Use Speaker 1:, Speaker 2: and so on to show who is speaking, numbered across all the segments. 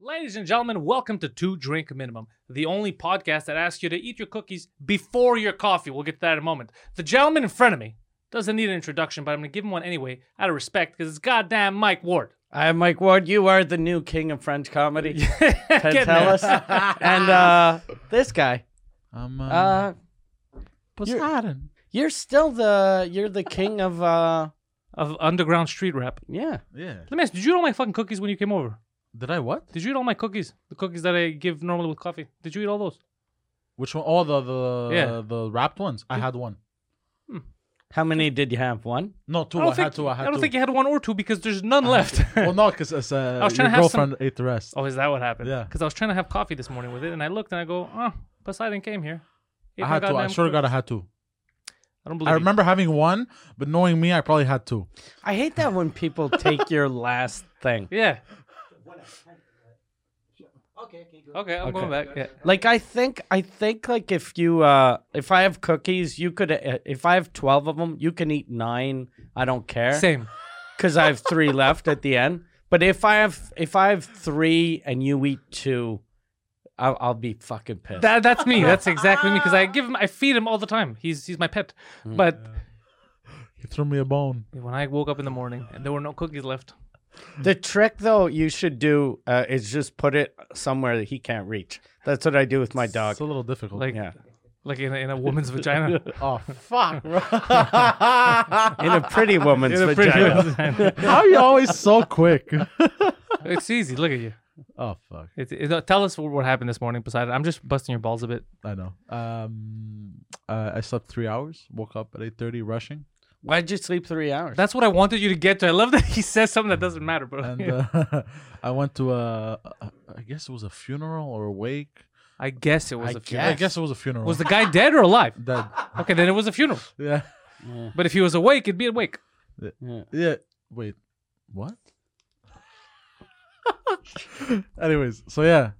Speaker 1: Ladies and gentlemen, welcome to Two Drink Minimum, the only podcast that asks you to eat your cookies before your coffee. We'll get to that in a moment. The gentleman in front of me doesn't need an introduction, but I'm going to give him one anyway, out of respect, because it's goddamn Mike Ward.
Speaker 2: I'm Mike Ward. You are the new king of French comedy,
Speaker 1: Getting there.
Speaker 2: Pentelis. and uh, this guy.
Speaker 3: I'm uh,
Speaker 2: Uh,
Speaker 3: Poseidon.
Speaker 2: you're still the you're the king of uh,
Speaker 1: of underground street rap.
Speaker 2: yeah.
Speaker 3: Yeah.
Speaker 1: Let me ask, did you eat all my fucking cookies when you came over?
Speaker 3: Did I what?
Speaker 1: Did you eat all my cookies? The cookies that I give normally with coffee. Did you eat all those?
Speaker 3: Which one? All the the
Speaker 1: Yeah.
Speaker 3: the wrapped ones. I had one.
Speaker 2: How many did you have? One.
Speaker 3: No, two.
Speaker 1: I
Speaker 3: I,
Speaker 1: don't,
Speaker 3: had
Speaker 1: think,
Speaker 3: two. I had
Speaker 1: I don't
Speaker 3: two.
Speaker 1: think you had one or two because there's none left.
Speaker 3: well, no, because uh,
Speaker 1: I was trying
Speaker 3: your
Speaker 1: to have some-
Speaker 3: girlfriend ate the rest.
Speaker 1: Oh, is that what happened?
Speaker 3: Yeah.
Speaker 1: Because I was trying to have coffee this morning with it, and I looked and I go, oh, Poseidon came here. Ate
Speaker 3: I
Speaker 1: my
Speaker 3: had two. I
Speaker 1: goddamn
Speaker 3: sure got. I
Speaker 1: cookies."
Speaker 3: had two.
Speaker 1: I don't believe.
Speaker 3: I
Speaker 1: you.
Speaker 3: remember having one, but knowing me, I probably had two.
Speaker 2: I hate that when people take your last thing.
Speaker 1: Yeah. Okay, I'm going back. Yeah.
Speaker 2: Like I think I think like if you uh, if I have cookies, you could uh, if I have twelve of them, you can eat nine. I don't care
Speaker 1: Same.
Speaker 2: because I have three left at the end. But if I have if I have three and you eat two, I'll, I'll be fucking pissed.
Speaker 1: That, that's me. That's exactly me. Because I give him, I feed him all the time. He's he's my pet. But
Speaker 3: You threw me a bone.
Speaker 1: when I woke up in the morning and there were no cookies left,
Speaker 2: The trick, though, you should do uh, is just put it somewhere that he can't reach. That's what I do with my dog.
Speaker 3: It's a little difficult.
Speaker 1: like
Speaker 2: Yeah,
Speaker 1: like in a, in a woman's vagina.
Speaker 3: oh fuck!
Speaker 2: in a pretty woman's
Speaker 1: In a pretty
Speaker 2: vagina.
Speaker 1: woman's vagina.
Speaker 3: How are you always so quick?
Speaker 1: it's easy. Look at you.
Speaker 3: oh fuck!
Speaker 1: It's it, uh, tell us what, what happened this morning, Poseidon. I'm just busting your balls a bit.
Speaker 3: I know. Um, uh, I slept three hours. Woke up at eight thirty, rushing,
Speaker 2: Why'd you sleep three hours?
Speaker 1: That's what I wanted you to get to. I love that he says something that doesn't matter, bro.
Speaker 3: and uh, I went to a. I guess it was a funeral or a wake.
Speaker 1: I guess it was a funeral.
Speaker 3: I guess it was a funeral.
Speaker 1: Was the guy dead or alive?
Speaker 3: Dead.
Speaker 1: Okay, then it was a funeral.
Speaker 3: Yeah.
Speaker 1: But if he was awake, it'd be awake.
Speaker 3: Yeah. Wait. What? Anyways, so yeah,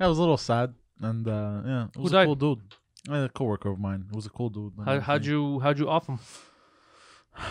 Speaker 3: I was a little sad, and uh, yeah, it was a
Speaker 1: died?
Speaker 3: cool dude. Uh, A coworker of mine. It was a cool dude. and
Speaker 1: How, how'd
Speaker 3: everything.
Speaker 1: you how'd you off him?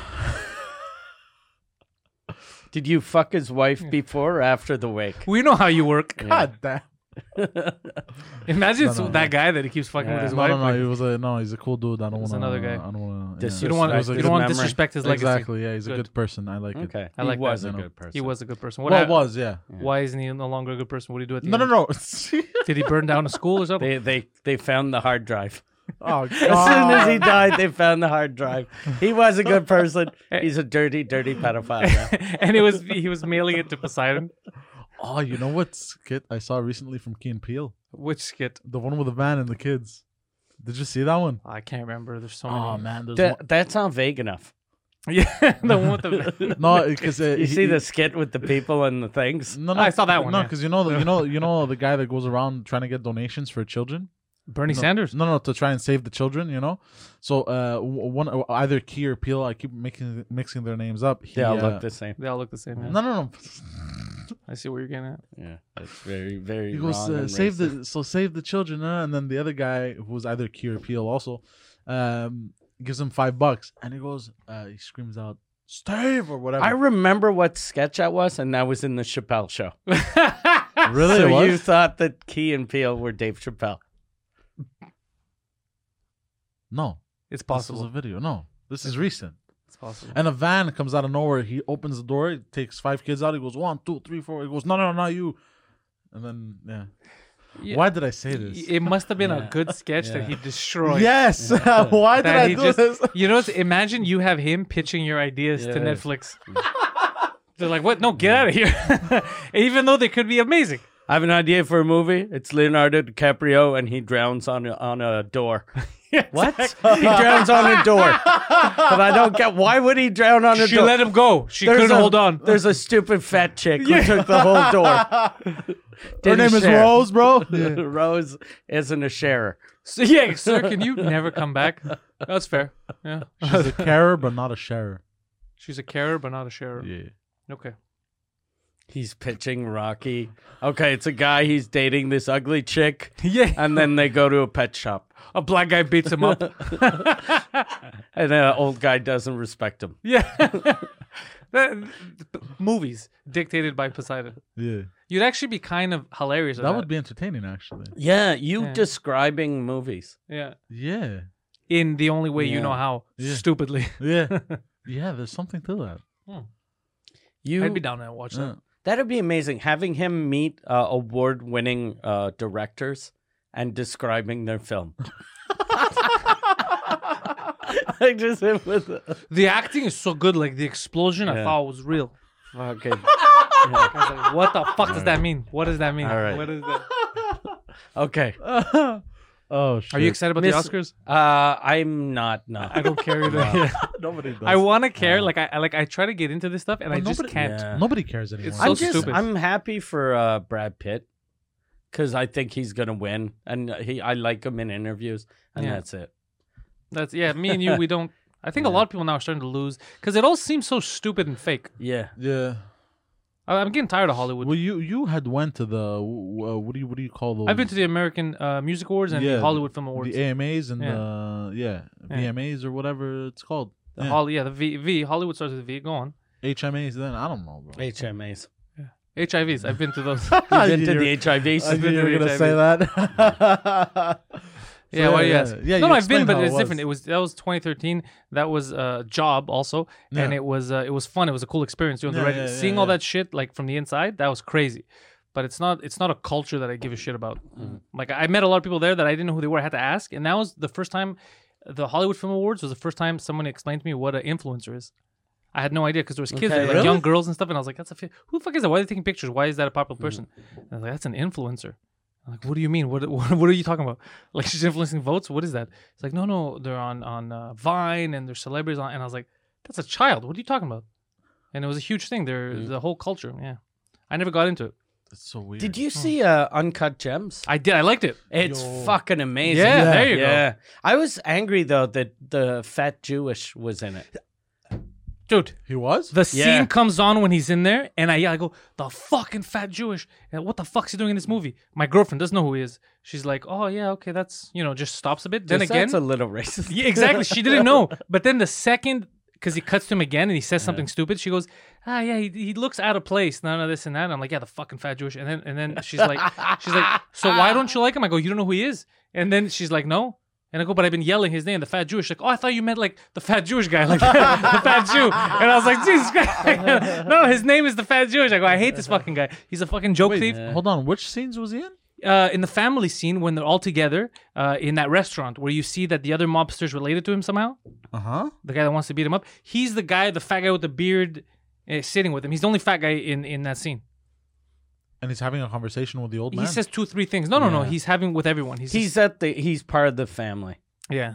Speaker 2: Did you fuck his wife before or after the wake?
Speaker 1: We know how you work.
Speaker 3: God damn.
Speaker 1: Imagine
Speaker 3: No, no,
Speaker 1: that guy that he keeps fucking with
Speaker 2: Yeah.
Speaker 1: his
Speaker 3: No,
Speaker 1: wife.
Speaker 3: no, no.
Speaker 1: like-
Speaker 3: He was a no. He's a cool dude. I don't
Speaker 1: was
Speaker 3: want to.
Speaker 1: another guy.
Speaker 3: I don't want to. Yeah.
Speaker 2: Disres-
Speaker 1: you don't want
Speaker 2: It
Speaker 1: to
Speaker 2: was a
Speaker 1: you
Speaker 2: good
Speaker 1: don't want to
Speaker 2: memory.
Speaker 1: disrespect his legacy.
Speaker 3: exactly. Yeah, he's a
Speaker 1: Good.
Speaker 3: good person. I like it.
Speaker 2: Okay,
Speaker 1: I
Speaker 2: he
Speaker 1: like that,
Speaker 2: was
Speaker 1: you
Speaker 2: a
Speaker 3: know.
Speaker 2: good person.
Speaker 1: He was a good person. What
Speaker 3: Well,
Speaker 1: hap-
Speaker 3: was yeah. Oh,
Speaker 1: Why isn't he no longer a good person? What do you do at the
Speaker 3: No, no,
Speaker 1: end?
Speaker 3: no.
Speaker 1: Did he burn down a school or something?
Speaker 2: They they they found the hard drive.
Speaker 3: oh
Speaker 2: As soon as he
Speaker 3: God.
Speaker 2: died, they found the hard drive. He was a good person. He's a dirty, dirty pedophile. now.
Speaker 1: and it was he was mailing it to Poseidon.
Speaker 3: Oh, you know what skit I saw recently from Keen Peel?
Speaker 1: Which skit?
Speaker 3: The one with the van and the kids. Did you see that one?
Speaker 1: I can't remember. There's so many.
Speaker 3: Oh man, there's
Speaker 2: That, that's not vague enough.
Speaker 1: Yeah, the one with the
Speaker 3: one. No, because uh,
Speaker 2: You
Speaker 3: he-
Speaker 2: see
Speaker 3: he-
Speaker 2: the skit with the people and the things.
Speaker 3: No, no,
Speaker 1: I saw that one,
Speaker 3: No,
Speaker 1: yeah.
Speaker 3: because you know, the, you know, you know, the guy that goes around trying to get donations for children.
Speaker 1: Bernie Sanders.
Speaker 3: No, no, to try and save the children. You know, so uh, w- one either Key or Peel. I keep making mixing their names up. He,
Speaker 2: They all
Speaker 3: uh,
Speaker 2: look the same.
Speaker 1: They all look the same. Yeah.
Speaker 3: No, no, no.
Speaker 1: I see what you're getting at.
Speaker 2: Yeah, that's very, very.
Speaker 3: He goes,
Speaker 2: wrong
Speaker 3: uh,
Speaker 2: and
Speaker 3: save
Speaker 2: racist.
Speaker 3: the so save the children, uh, and then the other guy who was either Key or Peel also um, gives him five bucks, and he goes, uh, he screams out, "Stave" or whatever.
Speaker 2: I remember what sketch that was, and that was in the Chappelle show.
Speaker 3: really
Speaker 2: so
Speaker 3: it was?
Speaker 2: you thought that Key and Peele were Dave Chappelle?
Speaker 3: no,
Speaker 1: It's
Speaker 3: This
Speaker 1: possible.
Speaker 3: was a video. No, this is recent.
Speaker 1: It's possible.
Speaker 3: And a van comes out of nowhere. He opens the door, takes five kids out. He goes, one, two, three, four. He goes, no, no, no, not you. And then, yeah.
Speaker 1: Yeah.
Speaker 3: Why did I say this?
Speaker 1: It must have been a
Speaker 2: Yeah.
Speaker 1: good sketch that
Speaker 2: Yeah.
Speaker 1: he destroyed.
Speaker 3: Yes. Why did
Speaker 1: That
Speaker 3: I
Speaker 1: he
Speaker 3: do
Speaker 1: just-
Speaker 3: this?
Speaker 1: You know, it's- imagine you have him pitching your ideas to
Speaker 2: Yeah.
Speaker 1: Netflix. They're like, what? No, get out of here. Even though they could be amazing.
Speaker 2: I have an idea for a movie. It's Leonardo DiCaprio, and he drowns on a, on a door. what? he drowns on a door. But I don't get why would he drown on a
Speaker 1: She
Speaker 2: door?
Speaker 1: let him go. She
Speaker 2: There's
Speaker 1: couldn't
Speaker 2: a-
Speaker 1: hold on.
Speaker 2: There's a stupid fat chick who took the whole door.
Speaker 3: Her
Speaker 2: Didn't
Speaker 3: name is
Speaker 2: share.
Speaker 3: Rose, bro.
Speaker 2: Rose isn't a sharer.
Speaker 1: So, yeah, sir, can you never come back? That's fair. Yeah.
Speaker 3: She's a carer, but not a sharer.
Speaker 1: She's a carer, but not a sharer.
Speaker 3: Yeah.
Speaker 1: Okay.
Speaker 2: He's pitching Rocky. Okay, it's a guy. He's dating this ugly chick,
Speaker 1: Yeah.
Speaker 2: and then they go to a pet shop,
Speaker 1: A black guy beats him up.
Speaker 2: and the old guy doesn't respect him.
Speaker 1: yeah. That- movies dictated by Poseidon.
Speaker 3: Yeah.
Speaker 1: You'd actually be kind of hilarious. at
Speaker 3: That would be entertaining, actually.
Speaker 2: Yeah, you
Speaker 1: Yeah.
Speaker 2: describing movies.
Speaker 1: yeah.
Speaker 3: Yeah,
Speaker 1: In the only way you
Speaker 2: Yeah.
Speaker 1: know how,
Speaker 3: Yeah.
Speaker 1: stupidly.
Speaker 3: yeah, yeah. There's something to that.
Speaker 2: You
Speaker 1: I'd be down there and watch
Speaker 3: Yeah.
Speaker 1: that.
Speaker 2: that'd be amazing having him meet uh, award-winning uh, directors and describing their film. like just him with a
Speaker 1: The acting is so good. Like the explosion, I
Speaker 2: Yeah.
Speaker 1: thought was real.
Speaker 2: fucking.
Speaker 1: I was like, what the fuck does that mean? What does that mean?
Speaker 2: All right.
Speaker 1: What is that?
Speaker 2: Okay,
Speaker 3: oh shit!
Speaker 1: Are you excited about
Speaker 2: Miss-
Speaker 1: the Oscars?
Speaker 2: uh, I'm not. No,
Speaker 1: I don't care either.
Speaker 2: No.
Speaker 3: nobody does.
Speaker 1: I want to care. Like I I- like I try to get into this stuff and
Speaker 3: But
Speaker 1: I just
Speaker 3: nobody-
Speaker 1: can't.
Speaker 2: Yeah.
Speaker 3: Nobody cares anymore.
Speaker 1: It's so
Speaker 2: I'm just.
Speaker 1: stupid.
Speaker 2: I'm happy for uh, Brad Pitt because I think he's gonna win, and uh, he. I like him in interviews, and
Speaker 1: Yeah.
Speaker 2: that's it.
Speaker 1: That's yeah. Me and you, we don't. I think a
Speaker 2: Yeah.
Speaker 1: lot of people now are starting to lose because it all seems so stupid and fake.
Speaker 2: Yeah.
Speaker 3: Yeah.
Speaker 1: I- I'm getting tired of Hollywood.
Speaker 3: Well, you you had went to the uh, what do you what do you call those?
Speaker 1: I've been to the American uh, Music Awards and
Speaker 3: Yeah,
Speaker 1: the
Speaker 3: the-
Speaker 1: Hollywood Film Awards.
Speaker 3: the AMAs and
Speaker 1: Yeah.
Speaker 3: the yeah
Speaker 1: Yeah.
Speaker 3: VMAs or whatever it's called.
Speaker 1: The
Speaker 3: yeah.
Speaker 1: Hol- yeah, the v-, v. Hollywood starts with V. Go on.
Speaker 3: HMAs. Then I don't know, bro.
Speaker 2: HMAs.
Speaker 1: HIVs. I've been to those.
Speaker 2: You've been to
Speaker 3: You're-
Speaker 2: the HIVs.
Speaker 3: I knew you
Speaker 1: You're
Speaker 3: were
Speaker 1: HIV.
Speaker 3: gonna say that. So,
Speaker 1: yeah, why do you ask?
Speaker 3: Yeah,
Speaker 1: no,
Speaker 3: you
Speaker 1: I've been,
Speaker 3: explained
Speaker 1: but
Speaker 3: how
Speaker 1: it's different. It was that was 2013. That was a uh, job also, and
Speaker 3: Yeah.
Speaker 1: it was uh, it was fun. It was a cool experience doing the
Speaker 3: Yeah,
Speaker 1: Reddit,
Speaker 3: yeah, yeah,
Speaker 1: seeing all
Speaker 3: yeah.
Speaker 1: that shit like from the inside. That was crazy, but it's not it's not a culture that I give a shit about.
Speaker 2: Mm.
Speaker 1: Like I met a lot of people there that I didn't know who they were. I had to ask, and that was the first time. The Hollywood Film Awards was the first time someone explained to me what an influencer is. I had no idea because there was kids,
Speaker 2: Okay.
Speaker 1: there were, like
Speaker 2: Really?
Speaker 1: young girls and stuff, and I was like, "That's a fi- who the fuck is that? Why are they taking pictures? Why is that a popular
Speaker 2: Mm-hmm.
Speaker 1: person?" And I was like, "That's an influencer." I'm like, what do you mean? What, what what are you talking about? Like she's influencing votes? What is that? It's like, no, no, they're on on uh, Vine and they're celebrities on. And I was like, that's a child. What are you talking about? And it was a huge thing. There,
Speaker 2: Mm.
Speaker 1: the whole culture. Yeah, I never got into it.
Speaker 3: That's so weird.
Speaker 2: Did you see uh, Uncut Gems?
Speaker 1: I did. I liked it.
Speaker 2: It's
Speaker 3: Yo.
Speaker 2: fucking amazing.
Speaker 1: Yeah, there you go.
Speaker 2: go. I was angry though that the fat Jewish was in it.
Speaker 1: Dude,
Speaker 3: He was.
Speaker 1: the
Speaker 2: Yeah.
Speaker 1: scene comes on when he's in there, and I, I go, the fucking fat Jewish. And what the fuck's he doing in this movie? My girlfriend doesn't know who he is. She's like, oh yeah, okay, that's you know, just stops a bit. Then
Speaker 2: Just
Speaker 1: again,
Speaker 2: that's a little racist.
Speaker 1: Yeah, exactly. She didn't know. But then the second, because he cuts to him again and he says something stupid, she goes, "Ah, yeah, he, he looks out of place. None of this and that." And I'm like, "Yeah, the fucking fat Jewish." And then and then she's like, she's like, "So why don't you like him?" I go, "You don't know who he is." And then she's like, "No." And I go, "But I've been yelling his name, the fat Jewish." Like, "Oh, I thought you meant like the fat Jewish guy, like the fat Jew." And I was like, "Jesus Christ!" no, his name is the fat Jewish. I go, "I hate this fucking guy. He's a fucking joke thief."
Speaker 3: Hold on. Which scenes was he in?
Speaker 1: uh, in the family scene when they're all together uh, in that restaurant where you see that the other mobster's related to him somehow,
Speaker 3: Uh
Speaker 2: Uh-huh.
Speaker 3: huh.
Speaker 1: the guy that wants to beat him up, he's the guy, the fat guy with the beard uh, sitting with him. He's the only fat guy in, in that scene.
Speaker 3: And he's having a conversation with the old man.
Speaker 1: He says two, three things. No, no, no.
Speaker 2: Yeah.
Speaker 1: He's having with everyone. He's,
Speaker 2: He's at the. He's part of the family.
Speaker 1: just- yeah.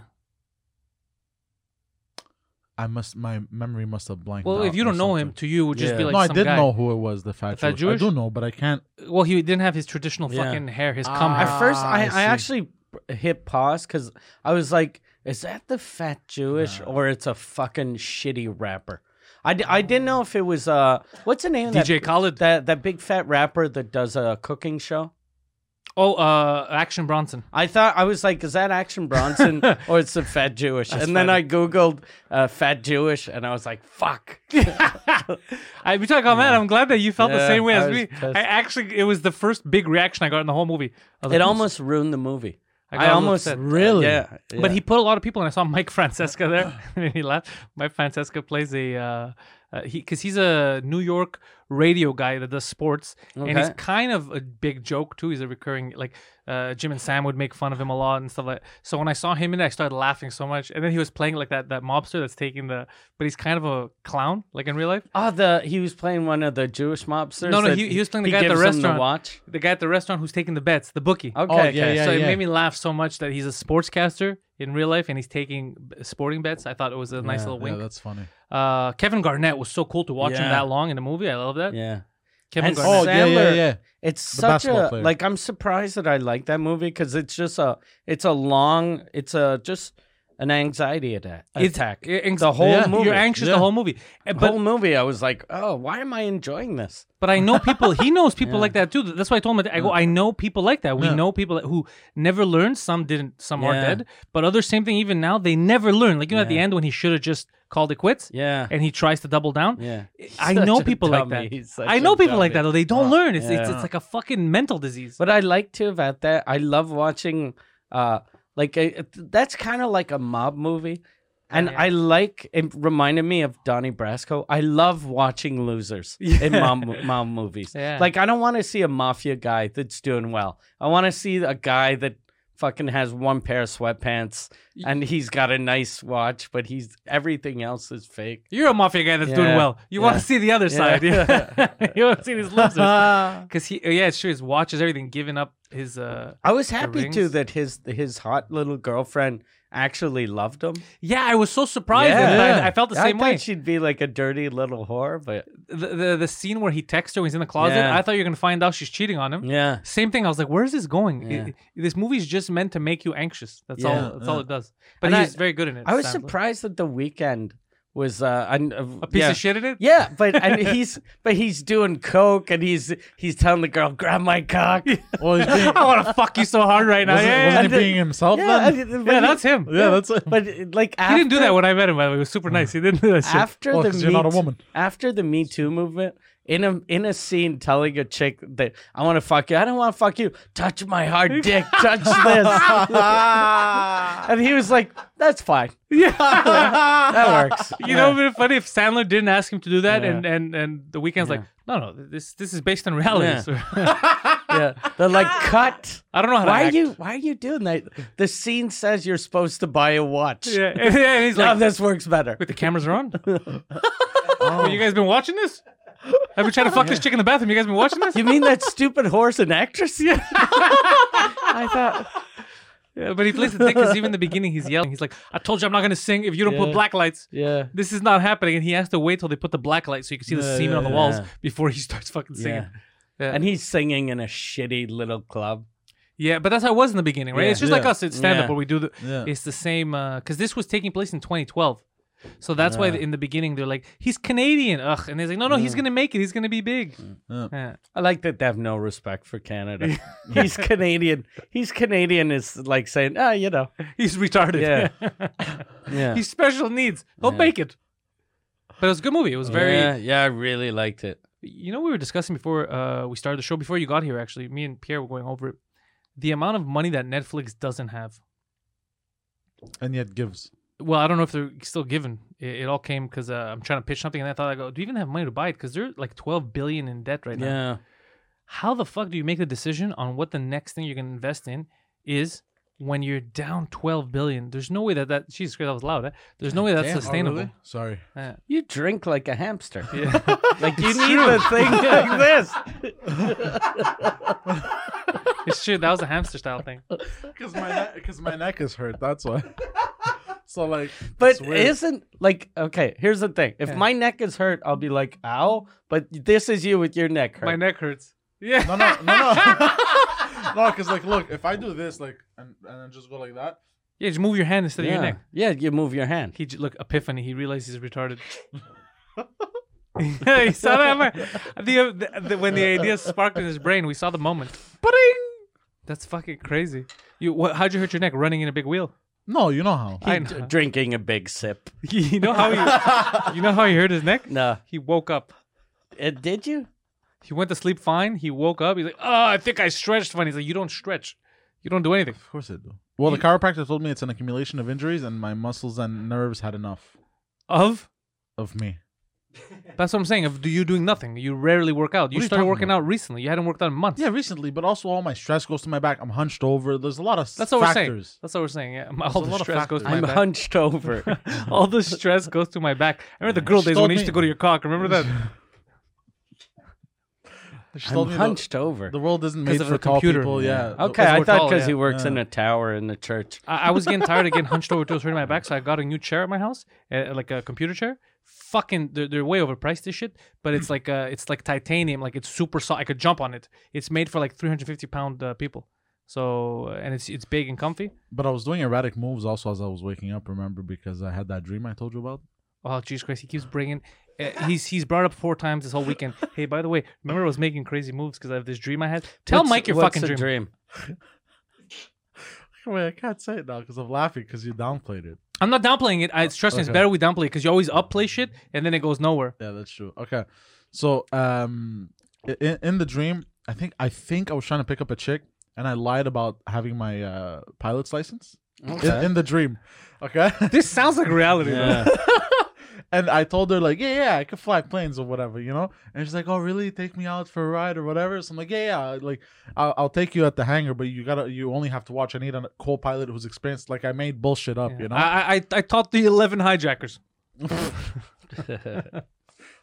Speaker 3: I must. My memory must have blanked.
Speaker 1: Well,
Speaker 3: out
Speaker 1: if you
Speaker 3: or
Speaker 1: don't know him,
Speaker 3: something.
Speaker 1: to you it would just
Speaker 2: Yeah.
Speaker 1: be like
Speaker 3: no, I
Speaker 1: some
Speaker 3: did
Speaker 1: guy.
Speaker 3: know who it was. The fat,
Speaker 1: The fat
Speaker 3: Jewish. I
Speaker 1: Jewish?
Speaker 3: do know, but I can't.
Speaker 1: Well, he didn't have his traditional
Speaker 2: Yeah.
Speaker 1: fucking hair, his
Speaker 3: Ah.
Speaker 1: cum hair.
Speaker 2: At first,
Speaker 3: Ah,
Speaker 2: I,
Speaker 3: I
Speaker 2: I,
Speaker 3: see.
Speaker 2: actually hit pause because I was like, "Is that the fat Jewish or it's a fucking shitty rapper?" I, d- I didn't
Speaker 1: Oh.
Speaker 2: know if it was uh what's the name of
Speaker 1: DJ
Speaker 2: that,
Speaker 1: Khaled.
Speaker 2: that that big fat rapper that does a cooking show.
Speaker 1: oh, uh, Action Bronson.
Speaker 2: I thought I was like, is that Action Bronson or it's the Fat Jewish? and then I googled uh, Fat Jewish, and I was like, fuck.
Speaker 1: I, we talk about that. I'm glad that you felt the
Speaker 2: Yeah,
Speaker 1: same way
Speaker 2: I
Speaker 1: as
Speaker 2: was
Speaker 1: me.
Speaker 2: pissed.
Speaker 1: I actually, it was the first big reaction I got in the whole movie. I was
Speaker 2: It
Speaker 1: like,
Speaker 2: almost ruined the movie.
Speaker 1: I
Speaker 2: I,
Speaker 1: got a little
Speaker 2: almost
Speaker 1: upset.
Speaker 3: Really?
Speaker 2: Yeah, yeah.
Speaker 1: But he put a lot of people, and I saw Mike Francesca there, and he laughed. Mike Francesca plays a uh, uh, he because he's a New York radio guy that does sports, and he's
Speaker 2: Okay.
Speaker 1: kind of a big joke too. He's a recurring like uh, Jim and Sam would make fun of him a lot and stuff like. So when I saw him in it, I started laughing so much, and then he was playing like that that mobster that's taking the, but he's kind of a clown like in real life.
Speaker 2: oh the he was playing one of the Jewish mobsters.
Speaker 1: No, no,
Speaker 2: that
Speaker 1: he- he was playing the guy at the
Speaker 2: gives 'em
Speaker 1: restaurant.
Speaker 2: watch.
Speaker 1: The guy at the restaurant who's taking the bets, the bookie.
Speaker 2: Okay,
Speaker 3: yeah,
Speaker 2: okay.
Speaker 3: Oh, yeah.
Speaker 1: so it made me laugh so much that he's a sportscaster in real life and he's taking b- sporting bets. I thought it was a nice
Speaker 2: Yeah,
Speaker 1: little
Speaker 3: Yeah,
Speaker 1: wink.
Speaker 3: that's funny.
Speaker 1: Uh, Kevin Garnett was so cool to watch him
Speaker 2: Yeah.
Speaker 1: that long in a movie. I love that.
Speaker 2: yeah.
Speaker 1: Kevin
Speaker 2: And-
Speaker 1: Garnett.
Speaker 3: Oh yeah, yeah,
Speaker 2: Sandler-
Speaker 3: yeah.
Speaker 2: It's
Speaker 3: The
Speaker 2: such
Speaker 3: basketball
Speaker 2: a
Speaker 3: player.
Speaker 2: like. I'm surprised that I like that movie because it's just a. It's a long. It's a just an anxiety attack.
Speaker 1: It's-
Speaker 2: attack.
Speaker 1: a- anx-
Speaker 2: the whole
Speaker 3: yeah,
Speaker 2: movie.
Speaker 1: You're anxious
Speaker 3: Yeah.
Speaker 1: the whole movie. Uh,
Speaker 2: the
Speaker 1: But
Speaker 2: whole movie, I was like, oh, why am I enjoying this?
Speaker 1: but I know people. He knows people like that too. That's why I told him. I go. I know people like that. We
Speaker 3: Yeah.
Speaker 1: know people who never learned. Some didn't. Some are
Speaker 2: Yeah.
Speaker 1: dead. But others, same thing. Even now, they never learn. Like you know, at the
Speaker 2: Yeah.
Speaker 1: end when he should have just called it quits,
Speaker 2: Yeah.
Speaker 1: and he tries to double down.
Speaker 2: Yeah.
Speaker 1: I
Speaker 2: Such
Speaker 1: know
Speaker 2: a
Speaker 1: people like
Speaker 2: dummy.
Speaker 1: that.
Speaker 2: He's such
Speaker 1: I
Speaker 2: a
Speaker 1: know people like that
Speaker 2: dummy.
Speaker 1: though. They don't learn. It's, it's
Speaker 2: Yeah.
Speaker 1: it's like a fucking mental disease.
Speaker 2: What I like too about that, I love watching. Uh, like uh, that's kind of like a mob movie, and
Speaker 1: Yeah.
Speaker 2: I like. It reminded me of Donnie Brasco. I love watching losers in mob mob movies.
Speaker 1: Yeah.
Speaker 2: Like I don't want to see a mafia guy that's doing well. I want to see a guy that fucking has one pair of sweatpants and he's got a nice watch, but he's everything else is fake.
Speaker 1: You're a mafia guy that's doing
Speaker 2: Yeah.
Speaker 1: well. You want
Speaker 2: Yeah.
Speaker 1: to see the other side.
Speaker 2: Yeah.
Speaker 1: you want to see these losers. Because he, yeah, it's true. His watch is everything, giving up his. uh
Speaker 2: I was happy too
Speaker 1: rings.
Speaker 2: that his his hot little girlfriend actually loved him.
Speaker 1: Yeah, I was so surprised.
Speaker 2: Yeah.
Speaker 1: that I, I felt the
Speaker 2: I
Speaker 1: same
Speaker 2: thought
Speaker 1: way.
Speaker 2: she'd be like a dirty little whore, but
Speaker 1: The, the the scene where he texts her when he's in the closet,
Speaker 2: Yeah.
Speaker 1: I thought you're gonna find out she's cheating on him.
Speaker 2: yeah,
Speaker 1: Same thing. I was like, where is this going?
Speaker 2: Yeah.
Speaker 1: It- this movie's just meant to make you anxious. That's
Speaker 2: Yeah.
Speaker 1: all. That's all it does. But
Speaker 2: And I-
Speaker 1: he's very good in it.
Speaker 2: I was
Speaker 1: Sandler.
Speaker 2: surprised that the weekend was uh, an, a
Speaker 1: A piece
Speaker 2: yeah.
Speaker 1: of shit in it.
Speaker 2: Yeah, but and he's but he's doing coke and he's he's telling the girl grab my cock. Yeah,
Speaker 3: Well, he's being,
Speaker 1: I want to fuck you so hard right now.
Speaker 3: wasn't,
Speaker 1: yeah,
Speaker 3: wasn't
Speaker 1: yeah,
Speaker 3: he being himself
Speaker 2: and-
Speaker 3: then?
Speaker 2: but
Speaker 1: yeah,
Speaker 2: he-
Speaker 1: that's him.
Speaker 3: yeah, that's it.
Speaker 2: But uh, like after, Hmm.
Speaker 1: He didn't do that when I met him. By the way, he was super nice. He didn't do that shit.
Speaker 2: after
Speaker 3: Well,
Speaker 2: the
Speaker 3: 'cause
Speaker 2: Me
Speaker 3: you're not a
Speaker 2: Too-
Speaker 3: woman.
Speaker 2: after the Me Too movement, in a in a scene telling a chick that I want to fuck you, I don't want to fuck you. Touch my hard dick, touch this, and he was like, "That's fine,
Speaker 1: yeah.
Speaker 2: that works."
Speaker 1: You know, it would be funny if Sandler didn't ask him to do that,
Speaker 2: Yeah.
Speaker 1: and and and the weekend's like, no, no, this this is based on
Speaker 2: Yeah.
Speaker 1: reality. So
Speaker 2: yeah, they're like, "Cut."
Speaker 1: I don't know how to
Speaker 2: Why are
Speaker 1: act.
Speaker 2: you Why are you doing that? The scene says you're supposed to buy a watch.
Speaker 1: Yeah, and, and he's
Speaker 2: Now
Speaker 1: like,
Speaker 2: this works better.
Speaker 1: wait, the cameras are on. oh. you guys been watching this? I've been trying to fuck this chick in the bathroom. You guys been watching this?
Speaker 2: You mean that stupid horse and actress? Yeah. I thought.
Speaker 1: yeah, but he plays the dick because even in the beginning he's yelling. He's like, I told you I'm not gonna sing if you don't put
Speaker 2: Yeah.
Speaker 1: black lights.
Speaker 2: Yeah.
Speaker 1: This is not happening, and he has to wait till they put the black light so you can see the
Speaker 3: Yeah,
Speaker 1: semen
Speaker 3: yeah,
Speaker 1: on the walls
Speaker 2: yeah.
Speaker 1: before he starts fucking singing.
Speaker 2: Yeah.
Speaker 1: Yeah.
Speaker 2: And he's singing in a shitty little club.
Speaker 1: Yeah, but that's how it was in the beginning, right?
Speaker 2: Yeah.
Speaker 1: It's just like
Speaker 3: Yeah.
Speaker 1: us at stand up
Speaker 2: Yeah.
Speaker 1: where we do the.
Speaker 3: Yeah.
Speaker 1: It's the same because this was taking place in 2012, so that's why in the beginning they're like, "He's Canadian," ugh, and they're like, "No, no, he's gonna make it. He's gonna be big."
Speaker 3: Yeah.
Speaker 1: Yeah.
Speaker 2: I like that they have no respect for Canada. he's Canadian. He's Canadian is like saying, ah, you know.
Speaker 1: He's retarded.
Speaker 2: Yeah. Yeah.
Speaker 1: he's special needs. He'll
Speaker 2: Yeah.
Speaker 1: make it. But it was a good movie. It was very.
Speaker 2: Yeah, yeah, I really liked it.
Speaker 1: You know, we were discussing before uh, we started the show. Before you got here, actually, me and Pierre were going over it. The amount of money that Netflix doesn't have.
Speaker 3: And yet gives.
Speaker 1: Well, I don't know if they're still given. It, it all came because uh, I'm trying to pitch something, and I thought I go, do you even have money to buy it? Because they're like 12 billion in debt right now.
Speaker 2: Yeah.
Speaker 1: How the fuck do you make the decision on what the next thing you're gonna invest in is when you're down 12 billion? There's no way that that Jesus Christ, that was loud. eh? There's no way that's
Speaker 2: Damn. Oh,
Speaker 1: sustainable.
Speaker 3: Sorry.
Speaker 1: Yeah.
Speaker 2: You drink like a hamster.
Speaker 1: Yeah.
Speaker 2: Like you need the thing like this.
Speaker 1: it's true. That was a hamster style thing.
Speaker 3: Because my, ne- my neck is hurt. That's why. so, like,
Speaker 2: But
Speaker 3: it's weird.
Speaker 2: isn't like okay, here's the thing. If
Speaker 1: Yeah.
Speaker 2: my neck is hurt, I'll be like, ow, but this is you with your neck hurt.
Speaker 1: My neck hurts. Yeah.
Speaker 3: No, no, no, no. no, because, like, look, if I do this, like, and, and then just go like that,
Speaker 1: Yeah, just move your hand instead of
Speaker 2: yeah.
Speaker 1: your neck.
Speaker 2: Yeah, you move your hand.
Speaker 1: He j- look epiphany. He realized he's retarded. he saw that mo- the, the, the- when the idea sparked in his brain. We saw the moment. Ba-ding! That's fucking crazy. You wha how'd you hurt your neck running in a big wheel?
Speaker 3: no, you know how.
Speaker 1: I
Speaker 2: He d-
Speaker 1: know.
Speaker 2: drinking a big sip.
Speaker 1: you know how he you know how he hurt his neck?
Speaker 2: No,
Speaker 1: He woke up.
Speaker 2: Uh, did you?
Speaker 1: He went to sleep fine. He woke up. He's like, oh, I think I stretched funny. He's like, you don't stretch. You don't do anything.
Speaker 3: Of course I do. Well, the chiropractor told me it's an accumulation of injuries, and my muscles and nerves had enough
Speaker 1: Of
Speaker 3: of me.
Speaker 1: that's what I'm saying. Of do you doing nothing? You rarely work out. You
Speaker 3: are you
Speaker 1: started
Speaker 3: talking
Speaker 1: working
Speaker 3: about?
Speaker 1: out recently. You hadn't worked out in months.
Speaker 3: Yeah, recently, but also all my stress goes to my back. I'm hunched over. There's a lot of
Speaker 1: That's what
Speaker 3: factors.
Speaker 1: we're saying. That's what we're saying. Yeah, all
Speaker 3: a
Speaker 1: the
Speaker 3: lot of
Speaker 1: stress goes to my
Speaker 2: I'm
Speaker 1: back.
Speaker 2: hunched over.
Speaker 1: all the stress goes to my back. I remember the girl
Speaker 3: She
Speaker 1: days
Speaker 3: told
Speaker 1: when I used to
Speaker 3: me-
Speaker 1: go to your cock. Remember that?
Speaker 3: She
Speaker 2: I'm
Speaker 3: told me the-
Speaker 2: hunched over.
Speaker 3: The world isn't
Speaker 1: 'Cause
Speaker 3: made
Speaker 1: of
Speaker 3: for
Speaker 1: the
Speaker 3: tall
Speaker 1: computer.
Speaker 3: people.
Speaker 1: Yeah.
Speaker 3: Yeah.
Speaker 2: okay,
Speaker 1: Because
Speaker 2: I
Speaker 1: we're tall,
Speaker 2: thought because
Speaker 1: yeah.
Speaker 2: he works
Speaker 3: Yeah.
Speaker 2: in a tower in the church.
Speaker 1: I, I was getting tired of getting hunched over to hurting my back, so I got a new chair at my house, uh, like a computer chair. Fucking, they're, they're way overpriced this shit, but it's like uh, it's like titanium, like it's super soft. I could jump on it. It's made for like 350 pound uh, people. So and it's it's big and comfy.
Speaker 3: But I was doing erratic moves also as I was waking up. Remember because I had that dream I told you about.
Speaker 1: Oh Jesus Christ! He keeps bringing. Uh, he's he's brought up four times this whole weekend. Hey, by the way, remember I was making crazy moves because I have this dream I had. Tell
Speaker 2: What's-
Speaker 1: Mike your
Speaker 2: what's
Speaker 1: fucking
Speaker 2: the
Speaker 1: dream.
Speaker 3: Wait, I can't say it now because I'm laughing because you downplayed it.
Speaker 1: I'm not downplaying it. I, it's trust me, it's
Speaker 3: Okay.
Speaker 1: better we downplay because you always upplay shit and then it goes nowhere.
Speaker 3: Yeah, that's true. Okay, so um, i- in, in the dream, I think I think I was trying to pick up a chick, and I lied about having my uh, pilot's license in,
Speaker 2: Okay.
Speaker 3: in the dream. Okay,
Speaker 1: This sounds like reality. though.
Speaker 2: Yeah.
Speaker 3: and I told her like, yeah, yeah, I could fly planes or whatever, you know. And she's like, oh, really? Take me out for a ride or whatever. So I'm like, yeah, yeah, like I'll, I'll take you at the hangar, but you gotta, you only have to watch. I need a co-pilot who's experienced. Like I made bullshit up,
Speaker 1: Yeah. Ah,
Speaker 3: you know.
Speaker 1: I, I I taught the eleven hijackers.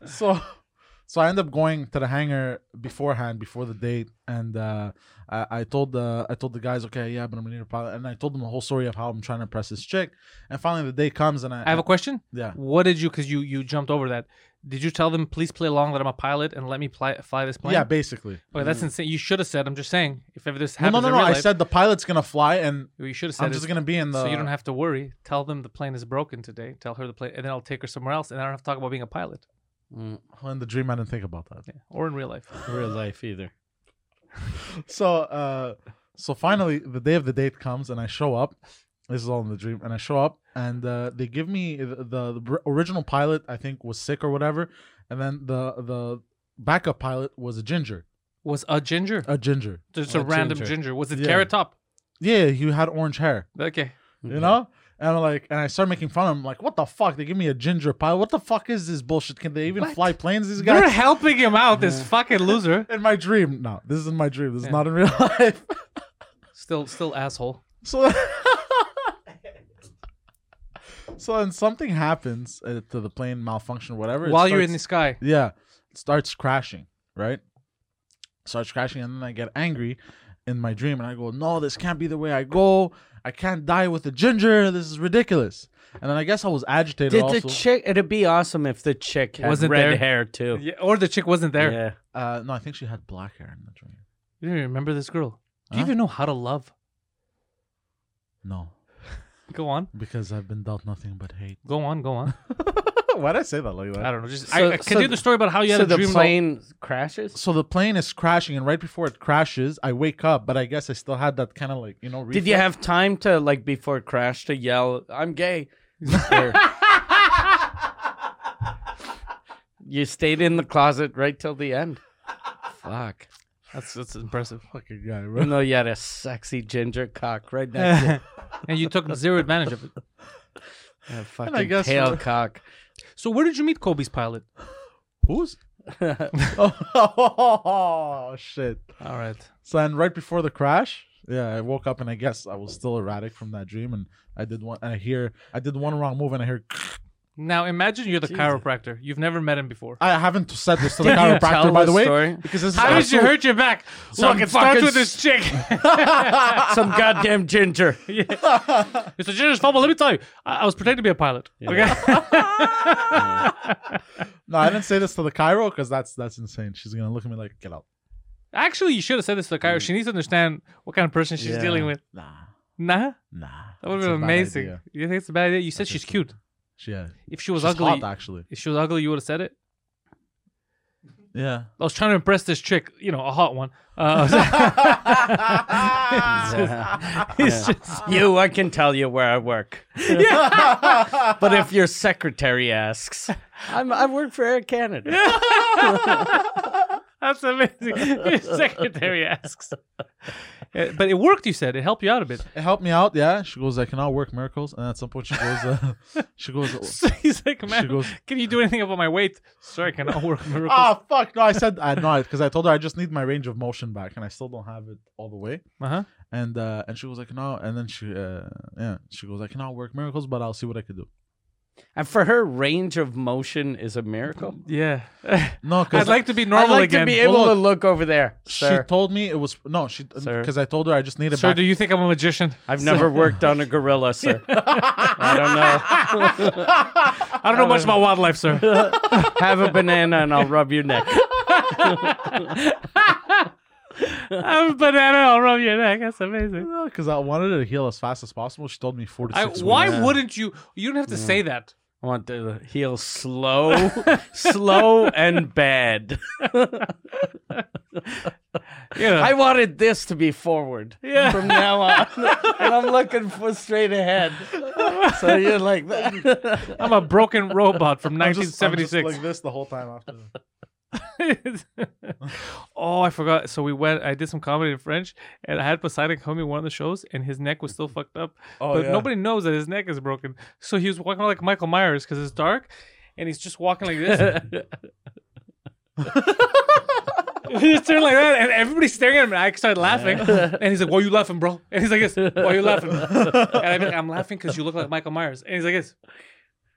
Speaker 3: so so I end up going to the hangar beforehand, before the date, and uh, I, I told the I told the guys, okay, yeah, but I'm gonna need a pilot, and I told them the whole story of how I'm trying to impress this chick, and finally the day comes, and I,
Speaker 1: I have a question.
Speaker 3: yeah,
Speaker 1: What did you? Because you you jumped over that. Did you tell them please play along that I'm a pilot and let me ply, fly this plane?
Speaker 3: yeah, basically.
Speaker 1: Okay, that's insane. You should have said. I'm just saying. If ever this
Speaker 3: No,
Speaker 1: happens,
Speaker 3: no, no,
Speaker 1: in
Speaker 3: no.
Speaker 1: real
Speaker 3: I
Speaker 1: life,
Speaker 3: said the pilot's gonna fly, and
Speaker 1: you should have said.
Speaker 3: I'm
Speaker 1: it.
Speaker 3: just gonna uh, be in the.
Speaker 1: so you don't have to worry. Tell them the plane is broken today. Tell her the plane, and then I'll take her somewhere else, and I don't have to talk about being a pilot
Speaker 2: Mm,
Speaker 3: Well, in the dream, I didn't think about that.
Speaker 1: yeah. or in real life.
Speaker 2: real life either.
Speaker 3: So, uh, so finally, the day of the date comes, and I show up. This is all in the dream, and I show up, and uh, they give me the, the, the br- original pilot. I think was sick or whatever, and then the the backup pilot was a ginger,
Speaker 1: Was a ginger?
Speaker 3: a ginger.
Speaker 1: Just
Speaker 2: a
Speaker 1: a, random
Speaker 2: ginger.
Speaker 1: ginger. Was it
Speaker 3: Yeah.
Speaker 1: carrot top?
Speaker 3: Yeah, he had orange hair,
Speaker 1: Okay.
Speaker 3: you know. And I'm like, and I start making fun of him, like, what the fuck? They give me a ginger pilot. What the fuck is this bullshit? Can they even
Speaker 1: What?
Speaker 3: fly planes? These
Speaker 1: You're
Speaker 3: guys.
Speaker 1: helping him out, this fucking loser.
Speaker 3: in my dream, no, this is in my dream. This
Speaker 1: Yeah.
Speaker 3: is not in real life.
Speaker 1: Still, still asshole.
Speaker 3: So, so then something happens uh, to the plane, malfunction, whatever. it
Speaker 1: While you're in the
Speaker 3: starts-
Speaker 1: sky,
Speaker 3: yeah, it starts crashing, right? Starts crashing, and then I get angry in my dream, and I go, "No, this can't be the way I go. I can't die with a ginger. This is ridiculous." And then I guess I was agitated.
Speaker 2: Did
Speaker 3: also,
Speaker 2: the chick? It'd be awesome if the chick had
Speaker 1: Wasn't
Speaker 2: red
Speaker 1: there.
Speaker 2: hair too.
Speaker 1: yeah, or the chick wasn't there.
Speaker 2: Yeah.
Speaker 3: uh, no, I think she had black hair in the dream.
Speaker 1: You don't even remember this girl. Do you
Speaker 3: Huh?
Speaker 1: even know how to love?
Speaker 3: No,
Speaker 1: Go on,
Speaker 3: because I've been dealt nothing but hate.
Speaker 1: go on, go on.
Speaker 3: Why did I say that like that?
Speaker 1: I don't know. Just
Speaker 2: So-
Speaker 1: I, I
Speaker 2: so-
Speaker 1: continue the story about how you had
Speaker 2: so
Speaker 1: a
Speaker 2: the
Speaker 1: dream. about-
Speaker 2: plane crashes.
Speaker 3: so the plane is crashing and right before it crashes i wake up but i guess i still had that kind of like you know
Speaker 2: Did you have time to like before it crashed to yell, "I'm gay"? Or- you stayed in the closet right till the end. Fuck.
Speaker 1: That's that's impressive.
Speaker 3: fucking guy
Speaker 2: Even
Speaker 3: bro
Speaker 2: though you had a sexy ginger cock right next to
Speaker 1: and you took zero advantage of it.
Speaker 2: you. A
Speaker 3: I
Speaker 2: fucking
Speaker 3: guess-
Speaker 2: tail cock.
Speaker 1: So where did you meet Kobe's pilot?
Speaker 3: who's oh, shit
Speaker 1: All right.
Speaker 3: so then right before the crash yeah i woke up and i guess i was still erratic from that dream and i did one and i hear i did one wrong move and i hear
Speaker 1: Now imagine you're the
Speaker 2: Jesus.
Speaker 1: chiropractor. You've never met him before.
Speaker 3: i haven't said this to the
Speaker 2: Did you
Speaker 3: chiropractor
Speaker 2: tell
Speaker 3: Oh, by the way
Speaker 2: story?
Speaker 3: because this is
Speaker 1: How did you
Speaker 3: absolute-
Speaker 1: hurt your back?
Speaker 2: Some
Speaker 1: Look, it starts
Speaker 2: fucking
Speaker 1: with this chick.
Speaker 2: Some goddamn ginger.
Speaker 1: It's a generous fumble. Let me tell you, I, I was pretending to be a pilot. Okay.
Speaker 3: no i didn't say this to the chiro because that's that's insane she's gonna look at me like get out
Speaker 1: Actually, you should have said this to the chiro. She needs to understand what kind of person she's
Speaker 2: Yeah.
Speaker 1: dealing with.
Speaker 3: nah
Speaker 1: Nah,
Speaker 3: nah
Speaker 1: that would
Speaker 3: That's
Speaker 1: have
Speaker 3: a
Speaker 1: been
Speaker 3: bad
Speaker 1: amazing.
Speaker 3: idea.
Speaker 1: You think it's a bad idea? You said
Speaker 3: That's
Speaker 1: she's
Speaker 3: just-
Speaker 1: cute.
Speaker 3: yeah
Speaker 1: If she was
Speaker 3: she's
Speaker 1: ugly,
Speaker 3: hot actually
Speaker 1: if she was ugly, you would have said it.
Speaker 3: yeah
Speaker 1: I was trying to impress this chick, you know, a hot one. Uh, it's just,
Speaker 2: You, I can tell you where I work. But if your secretary asks, I'm, I work for Air Canada.
Speaker 1: that's amazing. Your secretary asks. Uh, But it worked, you said. It helped you out a bit.
Speaker 3: it helped me out. Yeah, she goes, I cannot work miracles, and at some point she goes, uh, she goes,
Speaker 1: So he's like,
Speaker 3: she
Speaker 1: man,
Speaker 3: goes,
Speaker 1: can you do anything about my weight? Sorry, I cannot work miracles.
Speaker 3: ah, fuck, no, I said, I know, because I told her I just need my range of motion back, and I still don't have it all the way.
Speaker 1: Uh-huh.
Speaker 3: And uh, and she was like, no, and then she, uh, yeah, she goes, I cannot work miracles, but I'll see what I could do.
Speaker 2: And for her, range of motion is a miracle.
Speaker 1: Yeah.
Speaker 3: No, because
Speaker 1: I'd like to be normal
Speaker 2: I'd like
Speaker 1: again.
Speaker 2: to be able
Speaker 3: Well,
Speaker 2: to
Speaker 3: look,
Speaker 2: look over there,
Speaker 3: she
Speaker 2: sir.
Speaker 3: told me it was no, she
Speaker 2: Sir.
Speaker 3: because I told her I just needed
Speaker 1: Sir,
Speaker 3: back.
Speaker 1: do you think I'm a magician?
Speaker 2: I've never worked on a gorilla, sir. I don't know.
Speaker 1: I don't know much about wildlife, sir.
Speaker 2: Have a banana and I'll rub your neck.
Speaker 1: have a banana. I'll rub your neck. That's amazing.
Speaker 3: Because I wanted her to heal as fast as possible. She told me four to
Speaker 1: I,
Speaker 3: six
Speaker 1: why
Speaker 3: weeks.
Speaker 1: wouldn't you? You don't have to say that.
Speaker 2: I want the heel slow, slow and bad.
Speaker 1: You know.
Speaker 2: I wanted this to be forward
Speaker 1: Yeah.
Speaker 2: from now on, and I'm looking for straight ahead. So you're like, that.
Speaker 1: I'm a broken robot from
Speaker 3: I'm just- I'm just
Speaker 1: 1976.
Speaker 3: like this the whole time after.
Speaker 1: oh, I forgot. So we went. I did some comedy in French, and I had Poseidon come in one of the shows, and his neck was still fucked up.
Speaker 3: Oh,
Speaker 1: but
Speaker 3: yeah.
Speaker 1: nobody knows that his neck is broken. So he was walking like Michael Myers because it's dark, and he's just walking like this. he's turning like that, and everybody's staring at him. And I started laughing, and he's like, "Why you laughing, bro?" And he's like, "This, why you laughing?" And I'm like, "I'm laughing because you look like Michael Myers." And he's like, "This,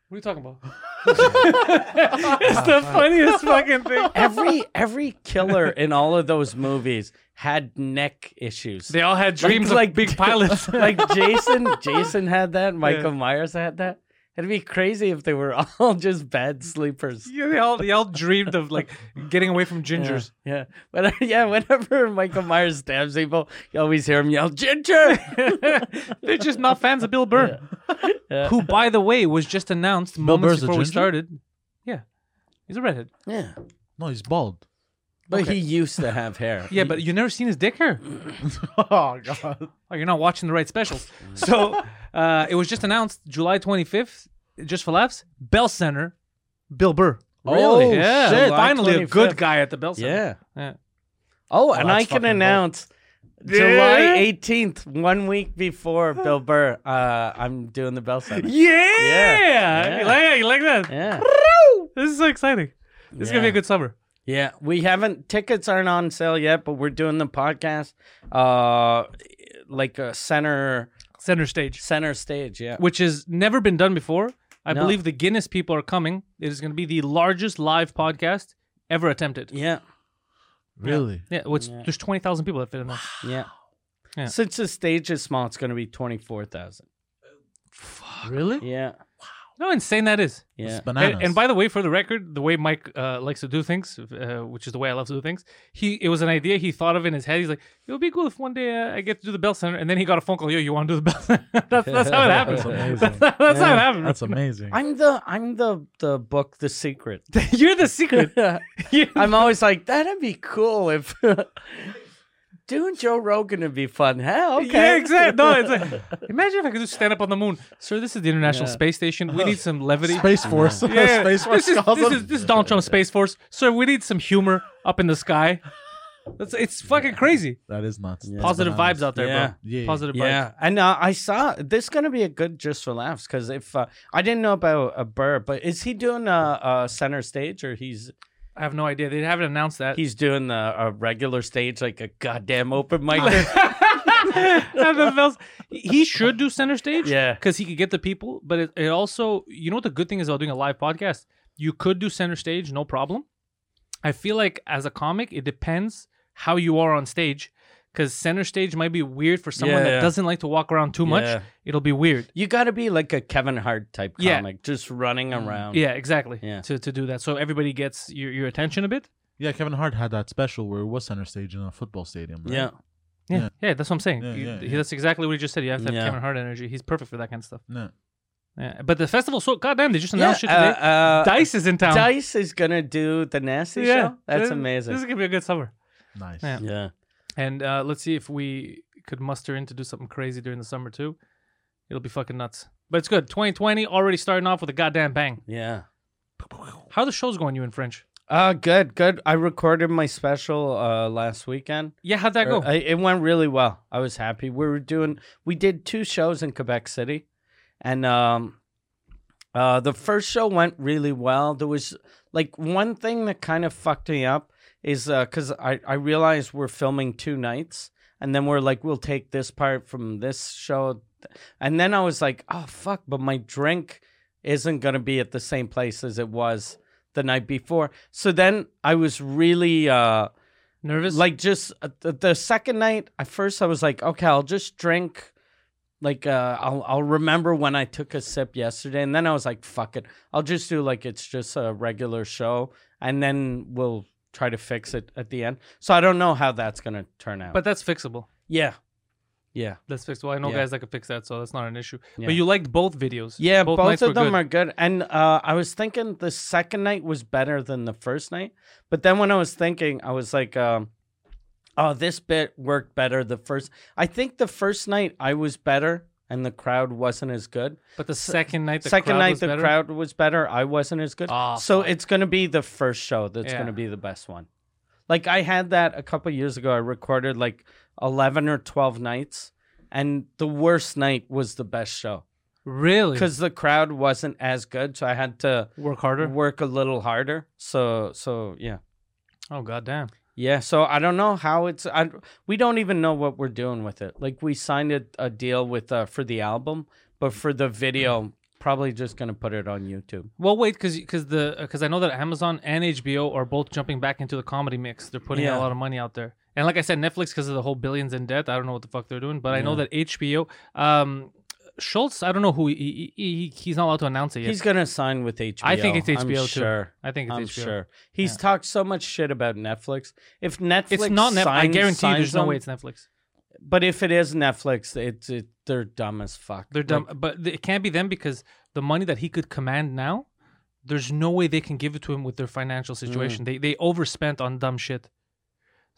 Speaker 1: what are you talking about?" it's the funniest fucking thing.
Speaker 2: every every killer in all of those movies had neck issues.
Speaker 1: They all had dreams like,
Speaker 2: like-
Speaker 1: of big pilots.
Speaker 2: like Jason, Jason had that. Michael Myers had that. It'd be crazy if they were all just bad sleepers.
Speaker 1: yeah, they all they all dreamed of like getting away from
Speaker 2: Yeah,
Speaker 1: gingers.
Speaker 2: yeah. But yeah, whenever Michael Myers stabs people, you always hear him yell, "Ginger!"
Speaker 1: They're just not fans of Bill Burr,
Speaker 2: Yeah.
Speaker 1: who, by the way, was just announced moments
Speaker 3: Burr's a
Speaker 1: before we
Speaker 3: ginger?
Speaker 1: started. Yeah, he's a redhead.
Speaker 2: Yeah.
Speaker 3: No, he's bald.
Speaker 2: But
Speaker 1: Okay.
Speaker 2: he used to have hair.
Speaker 1: Yeah, but you never seen his dick hair.
Speaker 3: oh god.
Speaker 1: Oh, you're not watching the right specials. so uh, it was just announced July 25th, just for laughs. Bell Center, Bill Burr.
Speaker 2: Really?
Speaker 3: Oh,
Speaker 1: yeah,
Speaker 3: shit.
Speaker 1: finally a
Speaker 2: 25th.
Speaker 1: good guy at the Bell Center.
Speaker 2: Yeah.
Speaker 1: Yeah.
Speaker 2: Oh, and
Speaker 3: that's
Speaker 2: I can
Speaker 3: fucking
Speaker 2: announce
Speaker 1: Yeah.
Speaker 2: July 18th, one week before Bill Burr, uh, I'm doing the Bell Center.
Speaker 1: Yeah,
Speaker 2: Yeah.
Speaker 1: you like that? You like that?
Speaker 2: Yeah.
Speaker 1: This is so exciting. This is gonna be a
Speaker 2: Yeah.
Speaker 1: good summer.
Speaker 2: Yeah, we haven't tickets aren't on sale yet, but we're doing the podcast uh like a center
Speaker 1: Center stage,
Speaker 2: center stage, yeah.
Speaker 1: which has never been done before. I
Speaker 2: No.
Speaker 1: believe the Guinness people are coming. It is gonna be the largest live podcast ever attempted.
Speaker 2: Yeah.
Speaker 3: Really?
Speaker 1: Yeah, well, it's,
Speaker 2: Yeah.
Speaker 1: there's twenty thousand people that fit in there.
Speaker 2: Yeah.
Speaker 1: Yeah.
Speaker 2: Since the stage is small, it's going to be 24,000.
Speaker 3: Really?
Speaker 2: Yeah.
Speaker 1: You know How insane that is.
Speaker 2: Yeah.
Speaker 3: It's
Speaker 1: And-
Speaker 3: bananas.
Speaker 1: And, by the way, for the record, the way Mike uh, likes to do things, uh, which is the way I love to do things, he it was an idea he thought of in his head. He's like, it would be cool if one day uh, I get to do the Bell Center, and then he got a phone call, yo, you want to do the Bell Center? that's, that's how it happens.
Speaker 3: That's
Speaker 1: that's
Speaker 3: amazing.
Speaker 1: how it happens.
Speaker 3: That's amazing.
Speaker 2: I'm the I'm the the book The Secret.
Speaker 1: You're the secret. You're-
Speaker 2: I'm always like that'd be cool if doing Joe Rogan would be fun. Hell, okay.
Speaker 1: Yeah, exactly. No, it's like, imagine if I could just stand up on the moon, sir. This is the International
Speaker 2: Yeah.
Speaker 1: Space Station. We need some levity.
Speaker 3: Space Force.
Speaker 1: Yeah, yeah.
Speaker 3: Space Force.
Speaker 1: This is,
Speaker 3: calls
Speaker 1: this
Speaker 3: him.
Speaker 1: is, this is Donald Trump's Space Force. Sir, we need some humor up in the sky. That's it's fucking crazy.
Speaker 3: that is nuts.
Speaker 2: Yeah.
Speaker 3: That's
Speaker 1: Positive
Speaker 3: bananas.
Speaker 1: vibes out there,
Speaker 2: Yeah.
Speaker 1: bro.
Speaker 3: Yeah.
Speaker 1: Positive vibes.
Speaker 2: Yeah, and uh, I saw this is gonna be a good just for laughs because if uh, I didn't know about uh, Burr, but is he doing a, a center stage or he's
Speaker 1: I have no idea. They haven't announced that.
Speaker 2: he's doing the, a regular stage like a goddamn open mic?
Speaker 1: And the bells- he should do center stage.
Speaker 2: Yeah.
Speaker 1: Because he could get the people. But it, it also, you know what the good thing is about doing a live podcast? You could do center stage, no problem. I feel like as a comic, it depends how you are on stage. Because center stage might be weird for someone
Speaker 2: Yeah,
Speaker 1: that
Speaker 2: yeah.
Speaker 1: doesn't like to walk around too much.
Speaker 2: Yeah.
Speaker 1: It'll be weird.
Speaker 2: you got to be like a Kevin Hart type
Speaker 1: Yeah.
Speaker 2: comic, just running around.
Speaker 1: Yeah, exactly.
Speaker 2: Mm, Um, Yeah.
Speaker 1: To, to do that. So everybody gets your, your attention a bit.
Speaker 3: Yeah, Kevin Hart had that special where it was center stage in a football stadium. Right?
Speaker 2: yeah.
Speaker 1: Yeah. Yeah,
Speaker 3: Yeah.
Speaker 1: that's what I'm saying.
Speaker 3: Yeah,
Speaker 1: You-
Speaker 3: yeah,
Speaker 1: he-
Speaker 3: yeah.
Speaker 1: That's exactly what he just said. You have to have
Speaker 2: Yeah.
Speaker 1: Kevin Hart energy. He's perfect for that kind of stuff.
Speaker 3: No.
Speaker 1: Yeah. But the festival, so goddamn, they just announced
Speaker 2: Yeah,
Speaker 1: shit today.
Speaker 2: uh, uh,
Speaker 1: Dice is in town.
Speaker 2: Dice is gonna do the nasty show. That's
Speaker 1: This-
Speaker 2: amazing.
Speaker 1: This is gonna be a good summer.
Speaker 3: Nice.
Speaker 1: Yeah.
Speaker 2: yeah.
Speaker 1: And uh, let's see if we could muster in to do something crazy during the summer too. It'll be fucking nuts. But it's good. 2020 already starting off with a goddamn bang.
Speaker 2: Yeah.
Speaker 1: How are the shows going? You in French?
Speaker 2: Uh good, good. I recorded my special uh last weekend.
Speaker 1: Yeah, how'd that go?
Speaker 2: Er, I, it went really well. I was happy. We were doing we did two shows in Quebec City, and um, uh, the first show went really well. There was like one thing that kind of fucked me up is because I I realized we're filming two nights, and then we're like we'll take this part from this show, and then I was like oh fuck, but my drink isn't gonna be at the same place as it was the night before. So then I was really uh
Speaker 1: Nervous?
Speaker 2: like just uh, the, the second night at first i was like okay i'll just drink like uh I'll, I'll remember when i took a sip yesterday and then i was like fuck it i'll just do like it's just a regular show and then we'll try to fix it at the end. So I don't know how that's gonna turn out.
Speaker 1: But that's fixable.
Speaker 2: yeah, yeah,
Speaker 1: That's fixable. I know
Speaker 2: Yeah.
Speaker 1: guys that can fix that, so that's not an issue.
Speaker 2: Yeah.
Speaker 1: But you liked both videos.
Speaker 2: yeah. Both,
Speaker 1: both, nights
Speaker 2: of
Speaker 1: were
Speaker 2: them
Speaker 1: good.
Speaker 2: are good. And uh, I was thinking the second night was better than the first night. But then when I was thinking, I was like, um, oh, this bit worked better the first. I think the first night I was better. And the crowd wasn't as good.
Speaker 1: But the second night, the
Speaker 2: Second
Speaker 1: crowd
Speaker 2: night,
Speaker 1: was
Speaker 2: the
Speaker 1: better.
Speaker 2: crowd was better. I wasn't as good.
Speaker 1: Ah,
Speaker 2: so it's going to be the first show that's going
Speaker 1: Yeah.
Speaker 2: to be the best one. Like I had that a couple years ago. I recorded like 11 or 12 nights and the worst night was the best show
Speaker 1: really
Speaker 2: cuz the crowd wasn't as good, so I had to
Speaker 1: work harder.
Speaker 2: work a little harder. So so yeah.
Speaker 1: Oh goddamn!
Speaker 2: Yeah, so I don't know how it's I, we don't even know what we're doing with it. Like we signed a, a deal with uh, for the album, but for the video probably just going to put it on YouTube.
Speaker 1: Well, wait, because because the because I know that Amazon and HBO are both jumping back into the comedy mix. They're putting
Speaker 2: Yeah.
Speaker 1: a lot of money out there, and like I said, Netflix because of the whole billions in debt. I don't know what the fuck they're doing, but I know
Speaker 2: Yeah.
Speaker 1: that HBO. Um, Schultz, I don't know who he, he, he he's not allowed to announce it yet.
Speaker 2: He's gonna sign with HBO.
Speaker 1: I think it's
Speaker 2: I'm
Speaker 1: HBO too.
Speaker 2: sure.
Speaker 1: I think it's
Speaker 2: I'm
Speaker 1: HBO.
Speaker 2: sure. He's
Speaker 1: Yeah.
Speaker 2: talked so much shit about Netflix. If Netflix,
Speaker 1: It's not Netflix. I
Speaker 2: signs-
Speaker 1: guarantee you,
Speaker 2: signs
Speaker 1: there's no
Speaker 2: them-
Speaker 1: way it's Netflix.
Speaker 2: But if it is Netflix, it's it, they're dumb as fuck.
Speaker 1: They're dumb,
Speaker 2: Like,
Speaker 1: but th- it can't be them because the money that he could command now, there's no way they can give it to him with their financial
Speaker 2: Mm.
Speaker 1: situation. They they overspent on dumb shit.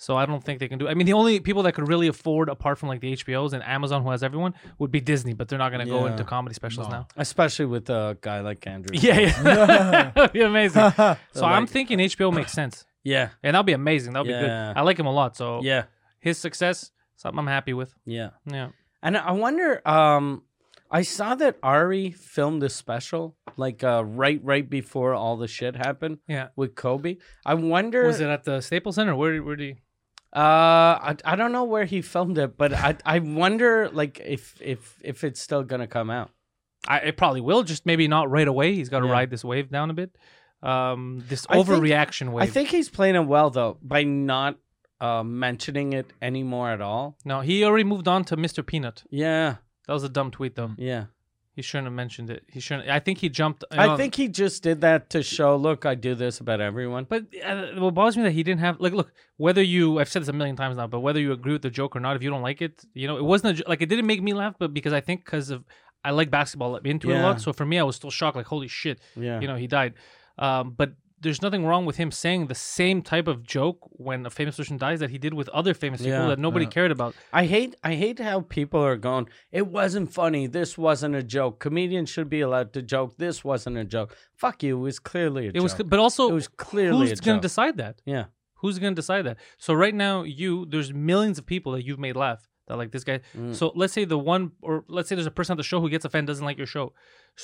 Speaker 1: So I don't think they can do. I mean, the only people that could really afford, apart from like the HBOs and Amazon, who has everyone, would be Disney. But they're not going to go
Speaker 2: Yeah.
Speaker 1: into comedy specials
Speaker 3: No.
Speaker 1: now.
Speaker 2: especially with a guy like Andrew.
Speaker 1: Yeah, yeah, that'd be amazing. So I'm
Speaker 2: like-
Speaker 1: thinking HBO makes sense,
Speaker 2: yeah,
Speaker 1: and that'd be amazing. That'd be
Speaker 2: Yeah.
Speaker 1: good. I like him a lot. So
Speaker 2: yeah,
Speaker 1: his success, something I'm happy with.
Speaker 2: yeah.
Speaker 1: Yeah,
Speaker 2: And I wonder. Um, I saw that Ari filmed a special like uh, right right before all the shit happened
Speaker 1: yeah.
Speaker 2: with Kobe. I wonder.
Speaker 1: Was it at the Staples Center? Where where do you?
Speaker 2: Uh, I, I don't know where he filmed it, but I I wonder like if if if it's still gonna come out.
Speaker 1: I, it probably will, just maybe not right away. He's got to
Speaker 2: Yeah.
Speaker 1: ride this wave down a bit. Um, this
Speaker 2: I think-
Speaker 1: overreaction wave.
Speaker 2: I think he's playing it well though by not uh mentioning it anymore at all.
Speaker 1: no, he already moved on to Mr. Peanut.
Speaker 2: Yeah,
Speaker 1: That was a dumb tweet, though.
Speaker 2: yeah.
Speaker 1: He shouldn't have mentioned it. He shouldn't. I think he jumped. you
Speaker 2: I
Speaker 1: know,
Speaker 2: think he just did that to show. Look, I do this about everyone.
Speaker 1: But uh, what bothers me that he didn't have like look whether you I've said this a million times now, but whether you agree with the joke or not, if you don't like it, you know it wasn't a, jo- like it didn't make me laugh, but because I think because of I like basketball I'm into it a
Speaker 2: Yeah.
Speaker 1: lot, so for me I was still shocked like holy shit,
Speaker 2: Yeah,
Speaker 1: you know he died um, but there's nothing wrong with him saying the same type of joke when a famous person dies that he did with other famous people
Speaker 2: Yeah,
Speaker 1: that nobody
Speaker 3: yeah.
Speaker 1: cared about
Speaker 2: I hate I hate how people are going. It wasn't funny. This wasn't a joke. Comedians should be allowed to joke. This wasn't a joke. Fuck you. It was clearly a
Speaker 1: it
Speaker 2: joke.
Speaker 1: was but also
Speaker 2: it was clearly a
Speaker 1: who's going
Speaker 2: joke.
Speaker 1: to decide that
Speaker 2: yeah.
Speaker 1: who's going to decide that so right now you there's millions of people that you've made laugh that like this guy
Speaker 2: Mm.
Speaker 1: so let's say the one or let's say there's a person at the show who gets offended doesn't like your show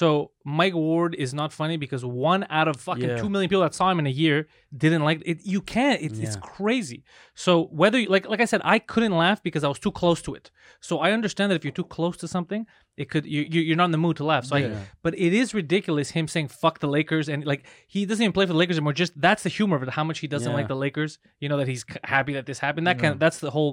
Speaker 1: so mike ward is not funny because one out of fucking
Speaker 2: Yeah.
Speaker 1: two million people that saw him in a year didn't like it you can't it's, it's
Speaker 2: Yeah.
Speaker 1: crazy so whether you, like like i said i couldn't laugh because i was too close to it so i understand that if you're too close to something it could you, you you're not in the mood to laugh so
Speaker 2: Yeah.
Speaker 1: I, but it is ridiculous him saying fuck the lakers and like he doesn't even play for the lakers anymore just that's the humor of it how much he doesn't
Speaker 2: Yeah.
Speaker 1: like the lakers you know that he's c- happy that this happened that kind of, that's the whole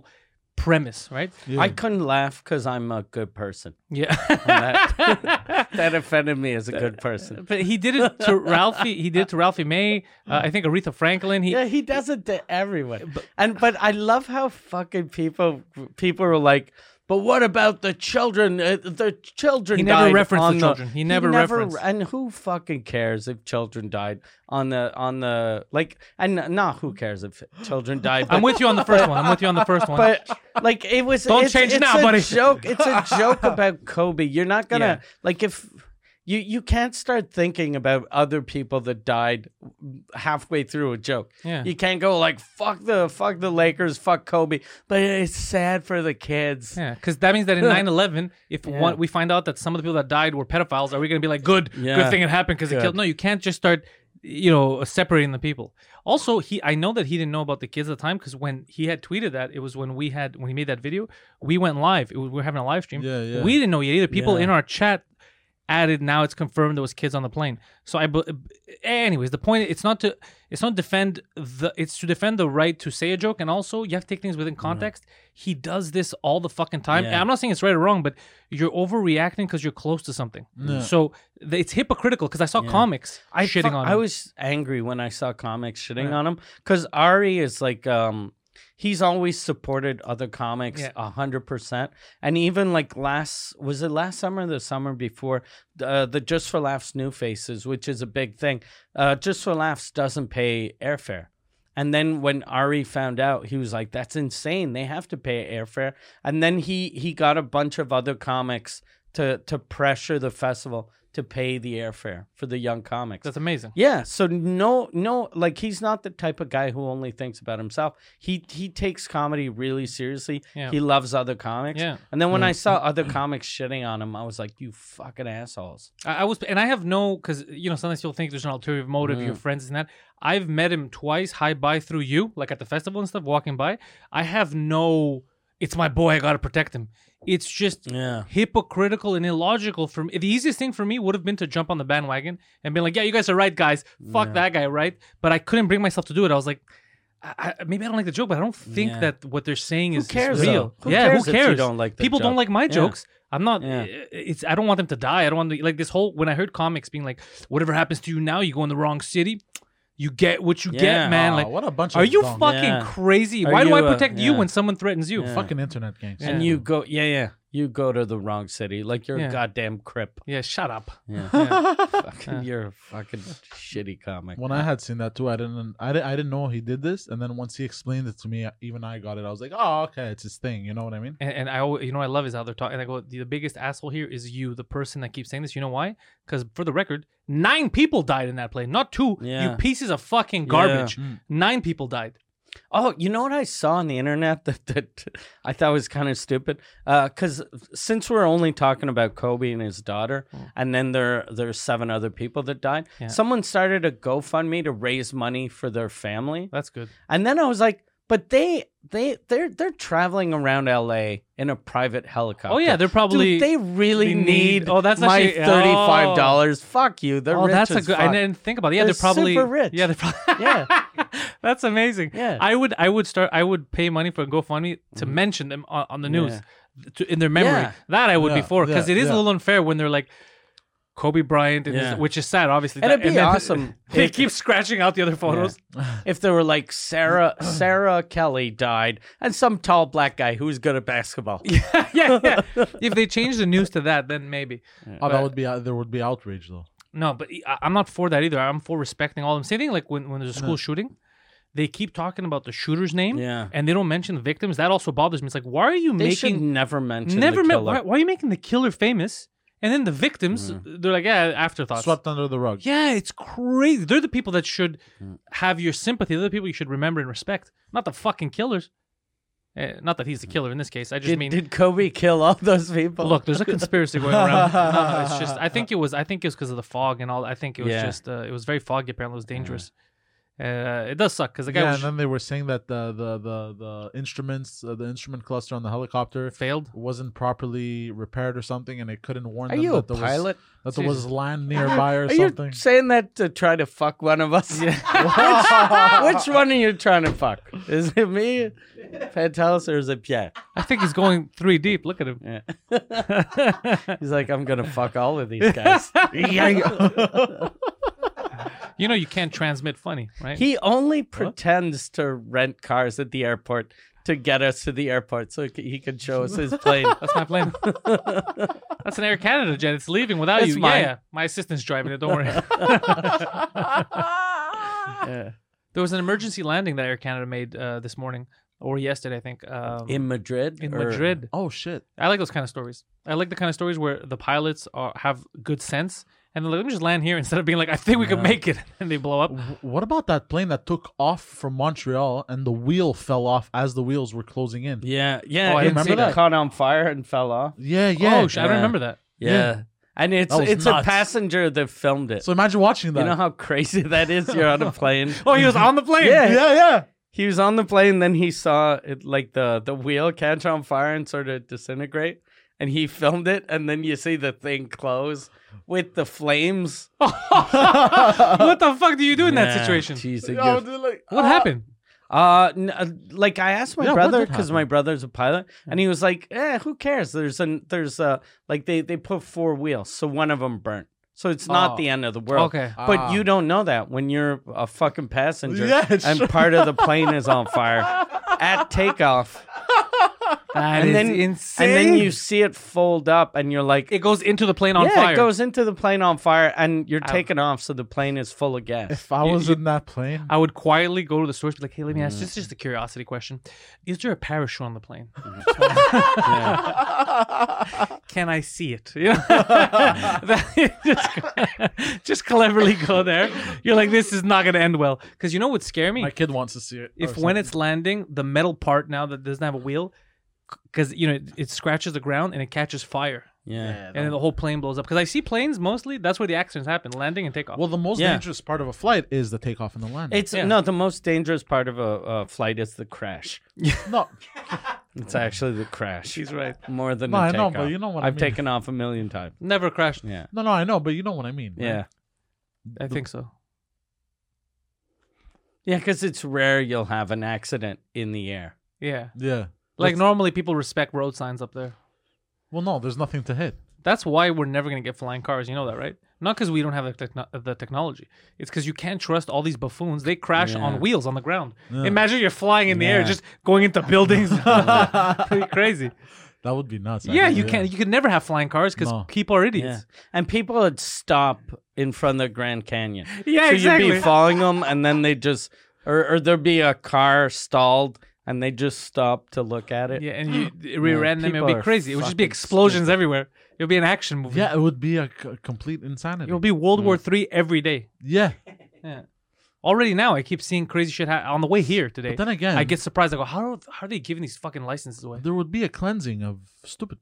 Speaker 1: premise right
Speaker 2: I couldn't laugh because I'm a good person.
Speaker 1: yeah
Speaker 2: that, that offended me as a good person.
Speaker 1: But he did it to Ralphie. He did it to Ralphie May. Uh, I think Aretha Franklin. He
Speaker 2: Yeah, he does it to everyone. and but I love how fucking people people are like, but what about the children? Uh, the children.
Speaker 1: He never
Speaker 2: died
Speaker 1: referenced the
Speaker 2: on
Speaker 1: children. He never referenced.
Speaker 2: And who fucking cares if children died on the on the like? And not who cares if children died.
Speaker 1: I'm
Speaker 2: but-
Speaker 1: with you on the first one. I'm with you on the first one.
Speaker 2: but like it was
Speaker 1: Don't
Speaker 2: it's,
Speaker 1: change
Speaker 2: it's
Speaker 1: now,
Speaker 2: a
Speaker 1: buddy.
Speaker 2: joke it's a joke about kobe you're not gonna like if you you can't start thinking about other people that died halfway through a joke
Speaker 1: Yeah.
Speaker 2: you can't go like fuck the fuck the lakers fuck kobe but it's sad for the kids
Speaker 1: yeah, because that means that in 9/11, if
Speaker 2: Yeah.
Speaker 1: one, we find out that some of the people that died were pedophiles, are we going to be like, good,
Speaker 2: Yeah.
Speaker 1: good thing it happened because it
Speaker 2: Good.
Speaker 1: killed? No, you can't just start, you know, separating the people. Also, he, I know that he didn't know about the kids at the time because when he had tweeted that, it was when we had when he made that video, we went live. It was, we were having a live stream.
Speaker 3: Yeah, yeah.
Speaker 1: We didn't know yet either. People
Speaker 2: Yeah.
Speaker 1: in our chat. added now it's confirmed there was kids on the plane so i bel- anyways the point it's not to it's not defend the it's to defend the right to say a joke and also you have to take things within context he does this all the fucking time and
Speaker 2: Mm-hmm. Yeah.
Speaker 1: i'm not saying it's right or wrong but you're overreacting because you're close to something
Speaker 3: Yeah.
Speaker 1: so th- it's hypocritical because i saw
Speaker 2: Yeah.
Speaker 1: comics
Speaker 2: I
Speaker 1: shitting
Speaker 2: fu-
Speaker 1: on
Speaker 2: I
Speaker 1: him.
Speaker 2: was angry when I saw comics shitting
Speaker 1: Yeah.
Speaker 2: on him because Ari is like, um, he's always supported other comics
Speaker 1: Yeah.
Speaker 2: a hundred percent, and even like last was it last summer or the summer before uh, the Just for Laughs new faces, which is a big thing. Uh, Just for Laughs doesn't pay airfare. And then when Ari found out, he was like, "That's insane! They have to pay airfare." And then he he got a bunch of other comics to to pressure the festival to pay the airfare for the young comics.
Speaker 1: that's amazing
Speaker 2: Yeah. So no, no, like he's not the type of guy who only thinks about himself. He he takes comedy really seriously.
Speaker 1: Yeah.
Speaker 2: He loves other comics.
Speaker 1: Yeah.
Speaker 2: And then when I saw other comics shitting on him, I was like, you fucking assholes.
Speaker 1: I, I was, and I have no, because you know sometimes people think there's an ulterior motive,
Speaker 2: Mm.
Speaker 1: your friends and that. I've met him twice, hi bye through you, like at the festival and stuff, walking by. I have no, it's my boy, I gotta protect him. It's just
Speaker 2: Yeah.
Speaker 1: hypocritical and illogical. From the easiest thing for me would have been to jump on the bandwagon and be like, yeah, you guys are right, guys. Fuck
Speaker 2: Yeah.
Speaker 1: that guy, right? But I couldn't bring myself to do it. I was like. I, I- maybe I don't like the joke, but I don't think
Speaker 2: Yeah.
Speaker 1: that what they're saying
Speaker 2: Who
Speaker 1: is is
Speaker 2: cares,
Speaker 1: real.
Speaker 2: though? Who
Speaker 1: yeah,
Speaker 2: cares
Speaker 1: who
Speaker 2: if you
Speaker 1: cares?
Speaker 2: don't like the
Speaker 1: people don't
Speaker 2: joke?
Speaker 1: like my
Speaker 2: Yeah.
Speaker 1: jokes. I'm not. eh,
Speaker 2: Yeah.
Speaker 1: It's. I don't want them to die. I don't want the, like this whole. When I heard comics being like, "Whatever happens to you now, you go in the wrong city. You get what you
Speaker 2: Yeah.
Speaker 1: get, man."
Speaker 3: Ah,
Speaker 1: Like,
Speaker 3: what a bunch
Speaker 1: are
Speaker 3: of
Speaker 1: you
Speaker 3: dumb-
Speaker 1: fucking
Speaker 2: Yeah.
Speaker 1: crazy?
Speaker 2: Are
Speaker 1: Why do
Speaker 2: you,
Speaker 1: I
Speaker 2: uh,
Speaker 1: protect you
Speaker 2: yeah.
Speaker 1: when someone threatens you?
Speaker 2: Yeah.
Speaker 3: fucking internet gangster?
Speaker 2: And you go, yeah, yeah. You go to the wrong city. Like you're
Speaker 1: Yeah.
Speaker 2: a goddamn crip.
Speaker 1: Yeah, Shut up.
Speaker 2: Yeah. fucking,
Speaker 1: Yeah.
Speaker 2: You're a fucking shitty comic.
Speaker 3: When I had seen that too, I didn't, I didn't, I didn't know he did this. And then once he explained it to me, even I got it. I was like, oh, okay, it's his thing. You know what I mean?
Speaker 1: And, and I, always, you know, what I love is how they're talking. And I go, the, the biggest asshole here is you, the person that keeps saying this. You know why? Because for the record, nine people died in that plane, not two.
Speaker 2: Yeah.
Speaker 1: You pieces of fucking
Speaker 2: Yeah. Hmm.
Speaker 1: garbage.
Speaker 3: Mm.
Speaker 1: Nine people died.
Speaker 2: Oh, you know what I saw on the internet that, that I thought was kind of stupid? Because since we're only talking about Kobe and his daughter, and then there there's seven other people that died,
Speaker 1: Mm. Yeah.
Speaker 2: someone started a GoFundMe to raise money for their family,
Speaker 1: That's good.
Speaker 2: and then I was like, but they they they're they're traveling around L.A. in a private helicopter.
Speaker 1: Oh yeah, they're probably.
Speaker 2: Dude, they really
Speaker 1: they
Speaker 2: need,
Speaker 1: need- oh, that's
Speaker 2: my
Speaker 1: actually- oh.
Speaker 2: thirty five dollars. Fuck you, they're
Speaker 1: oh,
Speaker 2: rich
Speaker 1: that's a
Speaker 2: as
Speaker 1: good. I
Speaker 2: fuck.
Speaker 1: didn't think about it. Yeah,
Speaker 2: They're
Speaker 1: they're, probably
Speaker 2: super rich.
Speaker 1: Yeah, they're probably.
Speaker 2: Yeah.
Speaker 1: that's amazing.
Speaker 2: Yeah. Mm-hmm.
Speaker 1: I would. I would start. I would pay money for a GoFundMe to mention them on, on the news, to, in their memory.
Speaker 2: Yeah.
Speaker 1: That I would
Speaker 3: Yeah,
Speaker 1: before because
Speaker 3: yeah,
Speaker 1: it is a
Speaker 3: yeah.
Speaker 1: little unfair when they're like. Kobe Bryant, and his-
Speaker 2: Yeah.
Speaker 1: which is sad, obviously.
Speaker 2: And
Speaker 1: that-
Speaker 2: it'd be
Speaker 1: then
Speaker 2: awesome
Speaker 1: They
Speaker 2: if-
Speaker 1: keep scratching out the other photos.
Speaker 2: if there were like Sarah Sarah Kelly died and some tall black guy who's good at basketball.
Speaker 1: Yeah, yeah. if they change the news to that, then maybe.
Speaker 3: Oh, that would be uh, there would be outrage though.
Speaker 1: No, but e, I- I'm not for that either. I'm for respecting all of them. Same thing like when, when there's a school shooting, they keep talking about the shooter's name
Speaker 2: Uh-huh. Yeah.
Speaker 1: and they don't mention the victims. That also bothers me. It's like, why are you
Speaker 2: They should
Speaker 1: making
Speaker 2: never mention
Speaker 1: never
Speaker 2: the
Speaker 1: ma-
Speaker 2: killer. Hmm.
Speaker 1: why, why are you making the killer famous? And then the victims, they're like, yeah, afterthoughts.
Speaker 3: Swept under the rug.
Speaker 1: Yeah, it's crazy. They're the people that should
Speaker 2: Hmm.
Speaker 1: have your sympathy. They're the people you should remember and respect, not the fucking killers. Eh, not that he's the killer in this case. I just
Speaker 2: Hmm. did,
Speaker 1: mean
Speaker 2: did Kobe kill all those people?
Speaker 1: Look, there's a conspiracy going around. No, it's just I think it was I think it was because of the fog and all. I think it was
Speaker 2: Yeah.
Speaker 1: just uh, it was very foggy. Apparently, it was dangerous. Uh, it does suck because the guy
Speaker 3: Yeah,
Speaker 1: was
Speaker 3: and then they were saying that the the the, the instruments, uh, the instrument cluster on the helicopter
Speaker 1: failed.
Speaker 3: wasn't properly repaired or something, and it couldn't warn
Speaker 2: are
Speaker 3: them
Speaker 2: you a
Speaker 3: that there
Speaker 2: pilot?
Speaker 3: was that there
Speaker 1: Jesus.
Speaker 3: was land nearby or
Speaker 2: Are you
Speaker 3: something.
Speaker 2: saying that to try to fuck one of us? which, which one are you trying to fuck? Is it me, Pantelis, or is it Pierre?
Speaker 1: I think he's going three deep. Look at him.
Speaker 2: Yeah. He's like, I'm gonna fuck all of these guys.
Speaker 1: You know you can't transmit funny, right?
Speaker 2: He only pretends to rent cars at the airport to get us to the airport so c- he can show us his plane.
Speaker 1: That's my plane. That's an Air Canada jet. It's leaving without
Speaker 2: It's
Speaker 1: you.
Speaker 2: mine.
Speaker 1: Yeah, yeah. My assistant's driving it. Don't worry.
Speaker 2: Yeah.
Speaker 1: there was an emergency landing that Air Canada made uh, this morning or yesterday, I think. Um,
Speaker 2: In Madrid?
Speaker 1: in
Speaker 2: or-
Speaker 1: Madrid.
Speaker 3: oh shit!
Speaker 1: I like those kind of stories. I like the kind of stories where the pilots are, have good sense and they're like, let me just land here instead of being like, I think we could make it, and they blow up.
Speaker 3: Wh- What about that plane that took off from Montreal and the wheel fell off as the wheels were closing in?
Speaker 2: Yeah, yeah.
Speaker 1: Oh, I
Speaker 2: it
Speaker 1: didn't see that.
Speaker 2: caught on fire and fell off.
Speaker 3: Yeah, yeah.
Speaker 1: oh, sh- I don't
Speaker 2: yeah.
Speaker 1: remember that.
Speaker 2: Yeah. And it's
Speaker 3: That was
Speaker 2: it's
Speaker 3: nuts.
Speaker 2: a passenger that filmed it.
Speaker 3: So imagine watching that.
Speaker 2: you know how crazy that is? You're on a plane.
Speaker 1: Oh, he was on the plane.
Speaker 2: Yeah.
Speaker 3: yeah, yeah.
Speaker 2: He was on the plane, then he saw it like the, the wheel catch on fire and sort of disintegrate. and he filmed it, and then you see the thing close with the flames.
Speaker 1: what the fuck do you do in that
Speaker 2: Yeah,
Speaker 1: situation?
Speaker 2: Jeez, it
Speaker 3: Oh,
Speaker 2: gets-
Speaker 3: dude, like,
Speaker 1: What
Speaker 3: ah.
Speaker 1: happened?
Speaker 2: Uh, n- uh, like I asked my
Speaker 3: Yeah, what
Speaker 2: brother
Speaker 3: did
Speaker 2: because
Speaker 3: happen?
Speaker 2: my brother's a pilot,
Speaker 1: Hmm.
Speaker 2: and he was like, "Eh, who cares?" There's an there's uh like they they put four wheels, so one of them burnt, so it's not
Speaker 3: Oh.
Speaker 2: the end of the world.
Speaker 1: Okay.
Speaker 2: But
Speaker 3: Ah.
Speaker 2: you don't know that when you're a fucking passenger
Speaker 3: Yeah, it's
Speaker 2: and
Speaker 3: true.
Speaker 2: part of the plane is on fire at takeoff,
Speaker 1: That
Speaker 2: is
Speaker 1: insane.
Speaker 2: and then you see it fold up, and you're like,
Speaker 1: it goes into the plane on
Speaker 2: yeah,
Speaker 1: fire.
Speaker 2: it goes into the plane on fire, and you're
Speaker 1: Ow.
Speaker 2: taking off, so the plane is full of gas.
Speaker 3: If I
Speaker 1: You-
Speaker 3: was
Speaker 1: you-
Speaker 3: in that plane,
Speaker 1: I would quietly go to the source, be like, "Hey, let me ask. This
Speaker 2: Mm.
Speaker 1: is just a curiosity question. Is there a parachute on the plane?
Speaker 2: Yeah.
Speaker 1: Can I see it? You know? That- just, just cleverly go there. You're like, this is not going to end well. Because you know what would scare me?
Speaker 3: my kid wants to see it.
Speaker 1: if when it's landing, the metal part now that doesn't have a wheel, because you know it, it scratches the ground and it catches fire,
Speaker 2: yeah.
Speaker 1: and then the whole plane blows up. Because I see planes mostly. That's where the accidents happen: landing and takeoff.
Speaker 3: well, the most
Speaker 2: Yeah.
Speaker 3: dangerous part of a flight is the takeoff and the landing.
Speaker 2: It's
Speaker 1: Yeah.
Speaker 2: no, the most dangerous part of a, a flight is the crash.
Speaker 3: no,
Speaker 2: It's actually the crash.
Speaker 1: He's right.
Speaker 2: More than
Speaker 3: No,
Speaker 2: the
Speaker 3: I know,
Speaker 2: takeoff.
Speaker 3: but you know what I
Speaker 2: I've
Speaker 3: mean.
Speaker 2: taken off a million times.
Speaker 1: Never crashed.
Speaker 2: Yeah.
Speaker 3: no, no, I know, but you know what I mean. right?
Speaker 2: Yeah.
Speaker 1: I think so.
Speaker 2: Yeah, because it's rare you'll have an accident in the air.
Speaker 1: Yeah.
Speaker 3: yeah.
Speaker 1: Like
Speaker 3: Let's-
Speaker 1: normally people respect road signs up there.
Speaker 3: Well, no, there's nothing to hit.
Speaker 1: That's why we're never going to get flying cars. You know that, right? Not because we don't have the, techno- the technology. It's because you can't trust all these buffoons. They crash
Speaker 2: Yeah.
Speaker 1: on wheels on the ground.
Speaker 3: Yeah.
Speaker 1: Imagine you're flying in the air,
Speaker 2: Yeah.
Speaker 1: just going into buildings. Pretty crazy.
Speaker 3: That would be nuts.
Speaker 1: yeah,
Speaker 3: actually,
Speaker 1: you can. You could never have flying cars because
Speaker 3: No.
Speaker 1: people are
Speaker 2: Yeah.
Speaker 1: idiots.
Speaker 2: And people would stop in front of the Grand Canyon.
Speaker 1: Yeah,
Speaker 2: so you'd
Speaker 1: exactly.
Speaker 2: be following them, and then they just, or, or there'd be a car stalled, and they just stop to look at it.
Speaker 1: Yeah, and you it rear
Speaker 2: Yeah,
Speaker 1: end them. It
Speaker 2: people
Speaker 1: would be
Speaker 2: are
Speaker 1: crazy. It would just be
Speaker 2: fucking
Speaker 1: explosions everywhere. It would be an action movie.
Speaker 3: Yeah, it would be a c- complete insanity.
Speaker 1: It would be World War Three every day.
Speaker 3: yeah,
Speaker 1: Already now, I keep seeing crazy shit ha- on the way here today.
Speaker 3: but then again,
Speaker 1: I get surprised. I go, how are, how are they giving these fucking licenses away?
Speaker 3: there would be a cleansing of stupid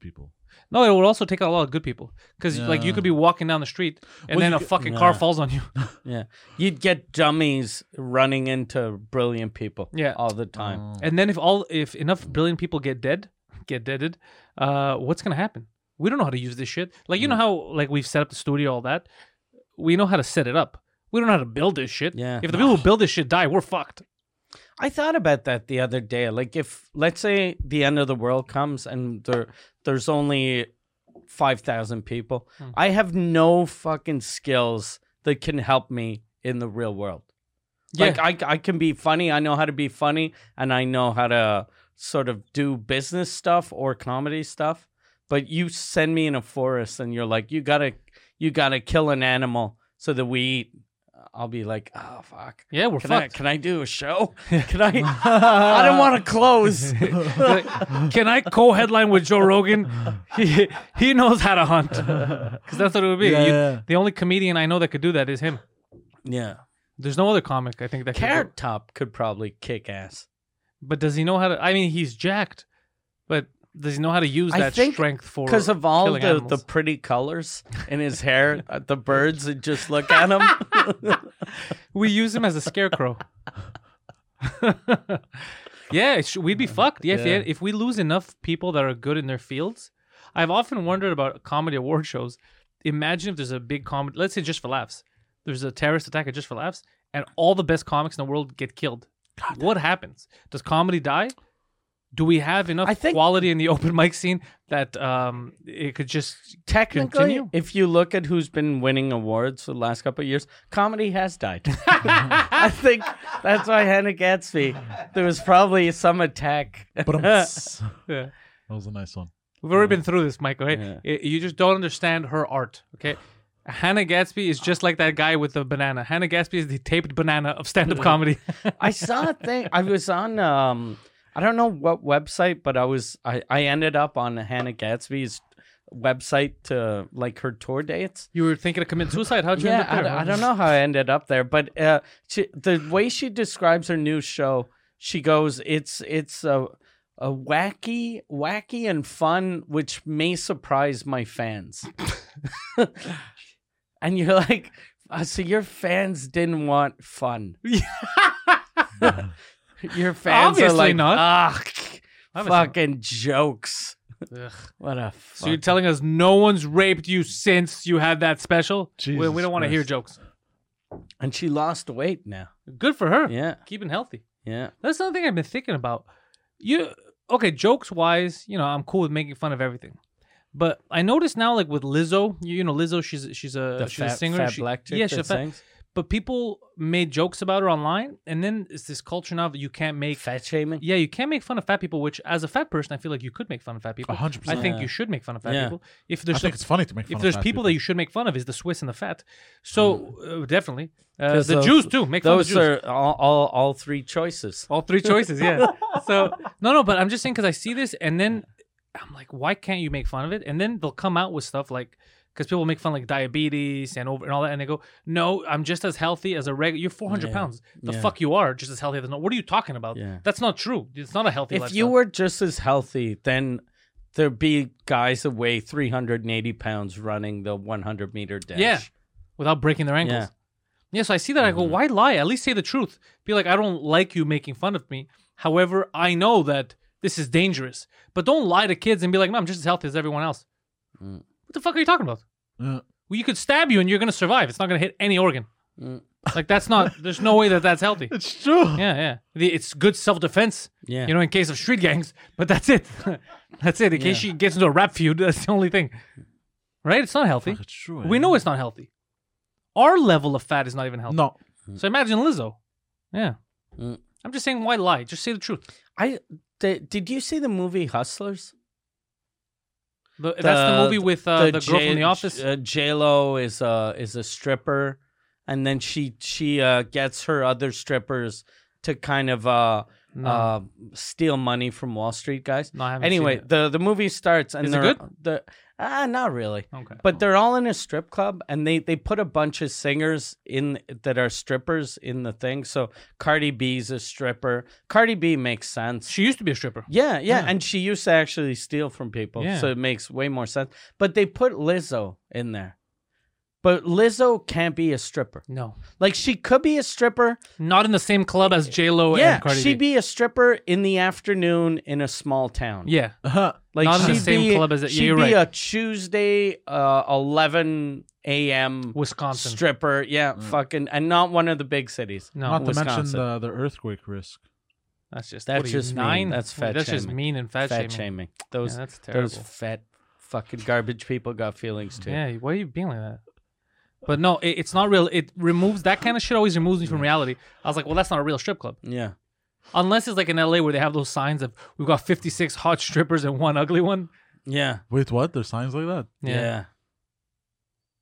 Speaker 3: people.
Speaker 1: No, it would also take out a lot of good people because like you
Speaker 3: Yeah.
Speaker 1: could be walking down the street and
Speaker 3: Well,
Speaker 1: then
Speaker 3: you
Speaker 1: a
Speaker 3: could-
Speaker 1: fucking car
Speaker 2: Yeah.
Speaker 1: falls on you.
Speaker 2: Yeah. You'd get dummies running into brilliant people
Speaker 1: Yeah.
Speaker 2: all the
Speaker 3: Oh.
Speaker 2: time.
Speaker 1: and then if all if enough brilliant people get dead, get deaded, uh, what's gonna happen? We don't know how to use this shit. Like you know how like we've set up the studio, all that. We know how to set it up. We don't know how to build this shit.
Speaker 2: Yeah.
Speaker 1: If the people who build this shit die, we're fucked.
Speaker 2: I thought about that the other day. Like, if let's say the end of the world comes and there there's only five thousand people, I have no fucking skills that can help me in the real world. Like, I I can be funny. I know how to be funny, and I know how to sort of do business stuff or comedy stuff. But you send me in a forest, and you're like, you gotta you gotta kill an animal so that we eat. I'll be like, oh fuck.
Speaker 1: yeah, we're
Speaker 2: Can I,
Speaker 1: fucked.
Speaker 2: can I do a show? Can I? I don't want to close.
Speaker 1: can I co-headline with Joe Rogan? He, he knows how to hunt because that's what it would be.
Speaker 3: Yeah,
Speaker 1: You-
Speaker 3: yeah.
Speaker 1: The only comedian I know that could do that is him.
Speaker 2: yeah.
Speaker 1: There's no other comic I think that could do-
Speaker 2: Carrot Top could probably kick ass.
Speaker 1: But does he know how to? I mean, he's jacked, but does he know how to use
Speaker 2: I
Speaker 1: that
Speaker 2: think
Speaker 1: strength for?
Speaker 2: Because of all
Speaker 1: killing
Speaker 2: the, the
Speaker 1: animals?
Speaker 2: pretty colors in his hair, uh, the birds would just look at him.
Speaker 1: we use him as a scarecrow. yeah, it sh- we'd be fucked. Yeah, if,
Speaker 3: Yeah.
Speaker 1: they- if we lose enough people that are good in their fields, I've often wondered about comedy award shows. Imagine if there's a big comedy. Let's say just for laughs, there's a terrorist attack at just for laughs, and all the best comics in the world get killed. what happens? Does comedy die? Do we have enough
Speaker 2: I think-
Speaker 1: quality in the open mic scene that um, it could just
Speaker 2: Technically,
Speaker 1: Continue.
Speaker 2: if you look at who's been winning awards for the last couple of years, comedy has died. I think that's why Hannah Gatsby, there was probably some attack.
Speaker 3: But um, that
Speaker 1: Yeah.
Speaker 3: was a nice one.
Speaker 1: We've already been through this, Michael. Right?
Speaker 2: Yeah.
Speaker 1: Y- You just don't understand her art. Okay. Hannah Gatsby is just like that guy with the banana. Hannah Gatsby is the taped banana of stand-up comedy.
Speaker 2: I saw a thing. I was on um I don't know what website, but I was I, I ended up on Hannah Gatsby's website to like her tour dates.
Speaker 1: you were thinking of commit suicide. How'd you
Speaker 2: Yeah,
Speaker 1: end up
Speaker 2: I,
Speaker 1: there?
Speaker 2: don't- I don't know how I ended up there, but uh, she, the way she describes her new show, she goes, "It's it's a, a wacky, wacky and fun, which may surprise my fans." and you're like, uh, "So your fans didn't want fun? your fans
Speaker 1: Obviously
Speaker 2: are like,
Speaker 1: not.
Speaker 2: ah,
Speaker 1: Obviously not.
Speaker 2: fucking jokes."
Speaker 1: Ugh.
Speaker 2: What a
Speaker 1: So you're
Speaker 2: fuck.
Speaker 1: telling us no one's raped you since you had that special? We- we,
Speaker 3: Jesus
Speaker 1: don't want to hear
Speaker 3: Christ.
Speaker 1: jokes.
Speaker 2: and she lost weight now.
Speaker 1: Good for her.
Speaker 2: Yeah,
Speaker 1: Keeping healthy.
Speaker 2: yeah.
Speaker 1: That's another thing I've been thinking about. You okay? Jokes wise, you know, I'm cool with making fun of everything. But I notice now, like with Lizzo, you, you know, Lizzo, she's she's a
Speaker 2: The
Speaker 1: she's
Speaker 2: fat,
Speaker 1: a singer.
Speaker 2: fat
Speaker 1: she-
Speaker 2: black chick
Speaker 1: yeah,
Speaker 2: that
Speaker 1: she's a fat-
Speaker 2: sings.
Speaker 1: But people made jokes about her online, and then it's this culture now that you can't make.
Speaker 2: Fat shaming.
Speaker 1: Yeah, you can't make fun of fat people. Which, as a fat person, I feel like you could make fun of fat people.
Speaker 3: A hundred
Speaker 1: I
Speaker 3: percent.
Speaker 1: think
Speaker 2: Yeah.
Speaker 1: you should make fun of fat
Speaker 2: Yeah.
Speaker 1: people. If
Speaker 3: I
Speaker 1: there's
Speaker 3: think it's funny to make fun
Speaker 1: if
Speaker 3: of
Speaker 1: there's
Speaker 3: fat Mm.
Speaker 1: people, that you should make fun of is the Swiss and the fat. So uh, definitely uh, the
Speaker 2: 'Cause those-
Speaker 1: Jews too. Make fun of the
Speaker 2: Those
Speaker 1: Jews.
Speaker 2: are all, all all three choices.
Speaker 1: All three choices, yeah. so no, no, but I'm just saying because I see this, and then I'm like, why can't you make fun of it? And then they'll come out with stuff like, because people make fun like diabetes and over and all that, and they go, no, I'm just as healthy as a regular. You're 400
Speaker 2: Yeah,
Speaker 1: pounds. The
Speaker 2: yeah.
Speaker 1: fuck you are just as healthy as no. What are you talking about?
Speaker 2: Yeah.
Speaker 1: That's not true. It's not a healthy.
Speaker 2: If you
Speaker 1: lifestyle.
Speaker 2: were just as healthy, then there'd be guys that weigh 380 pounds running the 100 meter dash.
Speaker 1: Yeah. without breaking their ankles. Yeah.
Speaker 2: Yeah. Mm-hmm.
Speaker 1: so I see that. I go, why lie? At least say the truth. Be like, I don't like you making fun of me. However, I know that this is dangerous. But don't lie to kids and be like, no, I'm just as healthy as everyone else.
Speaker 2: Mm.
Speaker 1: What the fuck are you talking about?
Speaker 3: Yeah.
Speaker 1: Well, you could stab you and you're going to survive. It's not going to hit any organ.
Speaker 2: Mm.
Speaker 1: Like, that's not, there's no way that that's healthy.
Speaker 3: It's true.
Speaker 1: Yeah, yeah. The- It's good self defense,
Speaker 2: Yeah.
Speaker 1: you know, in case of street gangs, but that's it. that's it. In case she gets into a rap feud, that's the only thing. Right? It's not healthy.
Speaker 3: Fuck, it's true.
Speaker 1: We
Speaker 3: eh?
Speaker 1: know it's not healthy. Our level of fat is not even healthy.
Speaker 3: No,
Speaker 1: So imagine Lizzo. Yeah.
Speaker 2: Mm.
Speaker 1: I'm just saying, why lie? Just say the truth.
Speaker 2: I di- did you see the movie Hustlers?
Speaker 1: The- that's the movie with uh, the, girl
Speaker 2: J-
Speaker 1: from The Office.
Speaker 2: Uh, J Lo is a is a stripper, and then she she uh, gets her other strippers to kind of uh,
Speaker 1: No.
Speaker 2: uh,
Speaker 1: Mm-hmm.
Speaker 2: steal money from Wall Street guys.
Speaker 1: no, I haven't seen
Speaker 2: Anyway,
Speaker 1: it.
Speaker 2: the the movie starts and
Speaker 1: Is it
Speaker 2: they're,
Speaker 1: good?
Speaker 2: they're ah not really.
Speaker 1: Okay.
Speaker 2: But they're all in a strip club, and they they put a bunch of singers in that are strippers in the thing. So Cardi B's a stripper. Cardi B makes sense.
Speaker 1: She used to be a stripper.
Speaker 2: Yeah, yeah,
Speaker 3: Yeah.
Speaker 2: and she used to actually steal from people,
Speaker 1: Yeah.
Speaker 2: so it makes way more sense. But they put Lizzo in there, but Lizzo can't be a stripper.
Speaker 1: No.
Speaker 2: Like she could be a stripper.
Speaker 1: Not in the same club as J-Lo
Speaker 2: yeah,
Speaker 1: Oh, and Cardi
Speaker 2: she'd
Speaker 1: B.
Speaker 2: be a stripper in the afternoon in a small town.
Speaker 1: Yeah.
Speaker 3: Uh-huh.
Speaker 2: Like
Speaker 1: Not in the
Speaker 2: she'd
Speaker 1: same
Speaker 2: be,
Speaker 1: club as it- yeah,
Speaker 2: She'd
Speaker 1: you're
Speaker 2: be
Speaker 1: right.
Speaker 2: a Tuesday, uh, eleven a.m.
Speaker 1: Wisconsin.
Speaker 2: stripper. Yeah, fucking, and not one of the big cities.
Speaker 1: no.
Speaker 3: not to mention
Speaker 2: Wisconsin.
Speaker 3: the, the earthquake risk.
Speaker 1: that's just,
Speaker 2: that's
Speaker 1: what are you,
Speaker 2: just mean.
Speaker 1: nine?
Speaker 2: That's fat
Speaker 1: That's just
Speaker 2: shaming.
Speaker 1: mean and fat,
Speaker 2: Fat
Speaker 1: shaming.
Speaker 2: shaming. Those
Speaker 1: Yeah, that's terrible.
Speaker 2: those fat fucking garbage people got feelings too.
Speaker 1: Yeah, why are you being like that? But no, it, it's not real. It removes that kind of shit. Always removes me from reality. I was like, well, that's not a real strip club,
Speaker 2: Yeah.
Speaker 1: unless it's like in LA where they have those signs of we've got fifty six hot strippers and one ugly one.
Speaker 2: Yeah.
Speaker 3: Wait, what? There's signs like that?
Speaker 2: Yeah.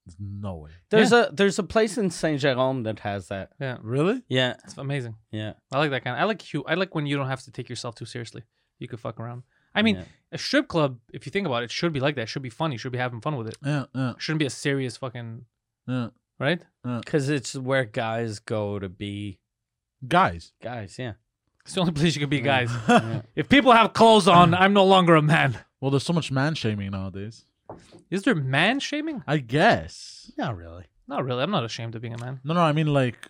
Speaker 3: There's no way.
Speaker 2: There's a there's a place in Saint Jerome that has that.
Speaker 1: yeah,
Speaker 3: Really?
Speaker 2: Yeah.
Speaker 1: it's amazing.
Speaker 2: Yeah.
Speaker 1: I like that kind. I like you. I like when you don't have to take yourself too seriously. You can fuck around. I mean,
Speaker 2: Yeah.
Speaker 1: a strip club, if you think about it, should be like that. Should be funny. Should be having fun with it.
Speaker 3: Yeah, yeah,
Speaker 1: Shouldn't be a serious fucking
Speaker 3: yeah.
Speaker 1: right.
Speaker 2: Cause it's where guys go to be
Speaker 3: Guys.
Speaker 2: guys, yeah.
Speaker 1: It's the only place you can be, guys.
Speaker 2: Yeah.
Speaker 1: if people have clothes on, I'm no longer a man.
Speaker 3: Well, there's so much man shaming nowadays.
Speaker 1: Is there man shaming?
Speaker 3: I guess.
Speaker 2: Not really.
Speaker 1: Not really. I'm not ashamed of being a man.
Speaker 3: No, no, I mean like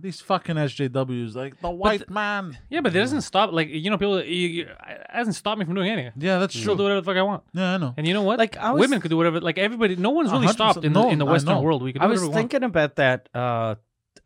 Speaker 3: these fucking SJWs, like the white
Speaker 1: th-
Speaker 3: man.
Speaker 1: Yeah, but it doesn't stop. Like you know, people. You, you, it hasn't stopped me from doing anything.
Speaker 3: Yeah, that's
Speaker 1: I still do
Speaker 3: true.
Speaker 1: whatever the fuck I want.
Speaker 3: Mm. Yeah, I know.
Speaker 1: And you know what?
Speaker 2: Like, I was-
Speaker 1: women could do whatever. Like everybody, no one's
Speaker 3: A
Speaker 1: really
Speaker 3: hundred
Speaker 1: stopped
Speaker 3: percent.
Speaker 1: in the
Speaker 3: No,
Speaker 1: in the
Speaker 3: I
Speaker 1: Western
Speaker 3: know.
Speaker 1: world. We could do
Speaker 2: I was
Speaker 1: whatever
Speaker 2: thinking about that uh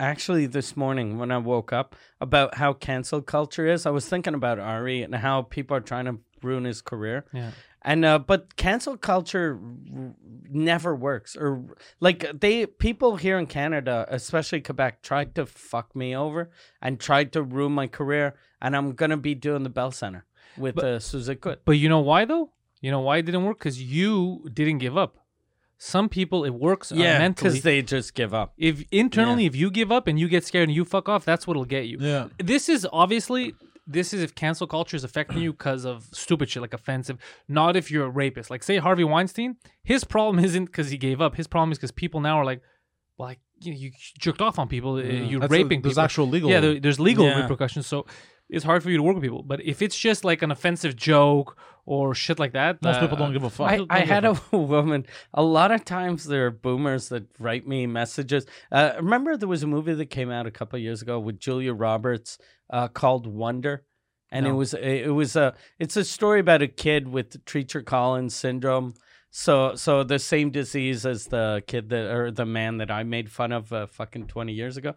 Speaker 2: actually this morning when I woke up about how cancel culture is. I was thinking about Ari and how people are trying to ruin his career.
Speaker 1: we want.
Speaker 2: And uh, but cancel culture r- never works, or like they people here in Canada, especially Quebec, tried to fuck me over and tried to ruin my career. And I'm gonna be doing the Bell Center with
Speaker 1: But-
Speaker 2: uh, Suzuki.
Speaker 1: But you know why though? You know why it didn't work? Because you didn't give up. Some people it works uh,
Speaker 2: Yeah,
Speaker 1: mentally.
Speaker 2: because they just give up.
Speaker 1: if internally, if you give up and you get scared and you fuck off, that's what'll get you.
Speaker 3: Yeah.
Speaker 1: This is obviously this is if cancel culture is affecting you because of stupid shit like offensive, not if you're a rapist. Like say Harvey Weinstein, his problem isn't because he gave up. His problem is because people now are like, like you, you jerked off on people, uh
Speaker 2: Mm.
Speaker 1: you're
Speaker 3: That's-
Speaker 1: raping
Speaker 3: There's
Speaker 1: people.
Speaker 3: actual legal.
Speaker 1: Yeah, there, there's legal
Speaker 2: Yeah.
Speaker 1: repercussions, so it's hard for you to work with people. But if it's just like an offensive joke or shit like that,
Speaker 3: Most
Speaker 1: uh,
Speaker 3: people don't give a fuck.
Speaker 2: I, I had a woman. A lot of times there are boomers that write me messages. Uh, remember, there was a movie that came out a couple years ago with Julia Roberts uh, called Wonder, and it
Speaker 3: No.
Speaker 2: was it was a it's a story about a kid with Treacher Collins syndrome. So so the same disease as the kid that or the man that I made fun of uh, fucking twenty years ago,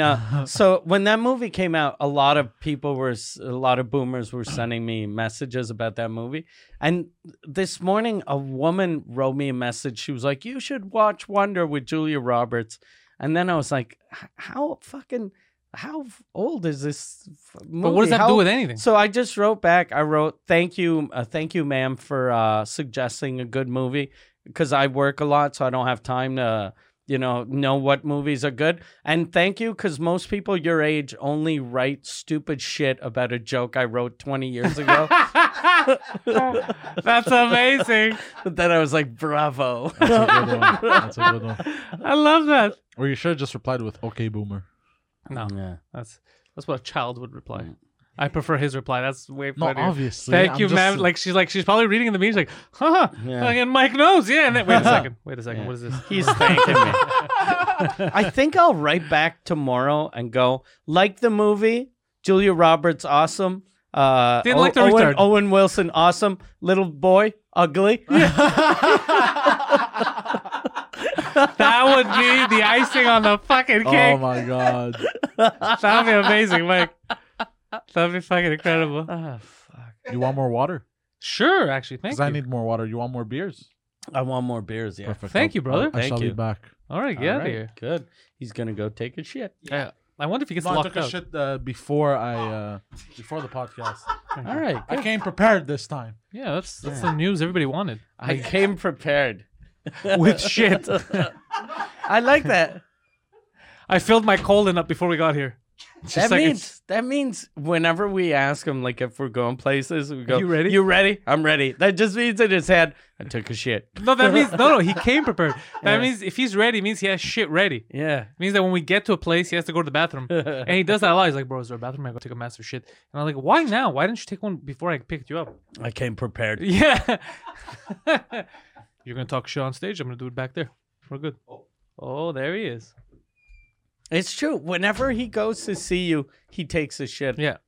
Speaker 2: uh, so when that movie came out, a lot of people were s- a lot of boomers were sending me messages about that movie, and this morning a woman wrote me a message. She was like, "You should watch Wonder with Julia Roberts," and then I was like, "H- "How fucking." How f- old is this f- movie?
Speaker 1: But what does that
Speaker 2: How-
Speaker 1: do with anything?
Speaker 2: so I just wrote back. I wrote, "Thank you, uh, thank you, ma'am, for uh, suggesting a good movie because I work a lot, so I don't have time to, you know, know what movies are good. And thank you because most people your age only write stupid shit about a joke I wrote 20 years ago.
Speaker 1: That's amazing.
Speaker 2: but then I was like, bravo.
Speaker 3: That's a good one. That's a good one.
Speaker 1: I love that.
Speaker 3: Or you should have just replied with "Okay, boomer."
Speaker 1: No,
Speaker 2: Yeah.
Speaker 1: that's that's what a child would reply. I prefer his reply. That's way
Speaker 3: No,
Speaker 1: funnier.
Speaker 3: obviously.
Speaker 1: Thank
Speaker 3: I'm
Speaker 1: you,
Speaker 3: just-
Speaker 1: ma'am. Like she's like she's probably reading in the meeting, like, huh?
Speaker 2: Yeah.
Speaker 1: Like, and Mike knows, yeah. And then, wait a second, wait a second.
Speaker 2: Yeah.
Speaker 1: What is this?
Speaker 2: He's thanking me. I think I'll write back tomorrow and go like the movie. Julia Roberts, awesome. Uh,
Speaker 1: Didn't like the
Speaker 2: Owen,
Speaker 1: retard.
Speaker 2: Owen Wilson, awesome. Little boy, ugly.
Speaker 1: that would be the icing on the fucking
Speaker 3: oh
Speaker 1: cake.
Speaker 3: my god.
Speaker 1: That'd be amazing, Mike. That'd be fucking incredible.
Speaker 2: Ah, fuck.
Speaker 3: You want more water?
Speaker 1: Sure, actually, thank you.
Speaker 3: Because I need more water. You want more beers?
Speaker 2: I want more beers. Yeah.
Speaker 3: Perfect.
Speaker 1: Thank
Speaker 3: I'll-
Speaker 1: you, brother.
Speaker 3: I
Speaker 2: Thank
Speaker 3: shall
Speaker 2: you.
Speaker 3: be back.
Speaker 1: All right,
Speaker 2: All
Speaker 1: get out
Speaker 2: right,
Speaker 1: of here.
Speaker 2: Good. He's gonna go take a shit.
Speaker 1: Uh, I wonder if he gets
Speaker 3: No, I
Speaker 1: locked
Speaker 3: took a
Speaker 1: out.
Speaker 3: shit uh, before I uh, before the podcast.
Speaker 2: All right.
Speaker 3: I came prepared this time.
Speaker 1: Yeah, that's that's the news everybody wanted.
Speaker 2: I came prepared.
Speaker 1: With shit,
Speaker 2: I like that.
Speaker 1: I filled my colon up before we got here.
Speaker 2: that
Speaker 1: Just like
Speaker 2: means that means whenever we ask him, like if we're going places, we go,
Speaker 1: You ready?
Speaker 2: You ready? I'm ready." That just means in his head, I took a shit.
Speaker 1: No, that means no, no. He came prepared. That means if he's ready, it means he has shit ready. It
Speaker 2: Yeah.
Speaker 1: means that when we get to a place, he has to go to the bathroom, and he does that a lot. He's like, "Bro, is there a bathroom? I gotta take a massive shit." And I'm like, "Why now? Why didn't you take one before I picked you up?"
Speaker 2: I came prepared.
Speaker 1: Yeah. You're gonna talk shit on stage. I'm gonna do it back there. We're good. Oh, there he is.
Speaker 2: It's true. Whenever he goes to see you, he takes a shit.
Speaker 1: Yeah.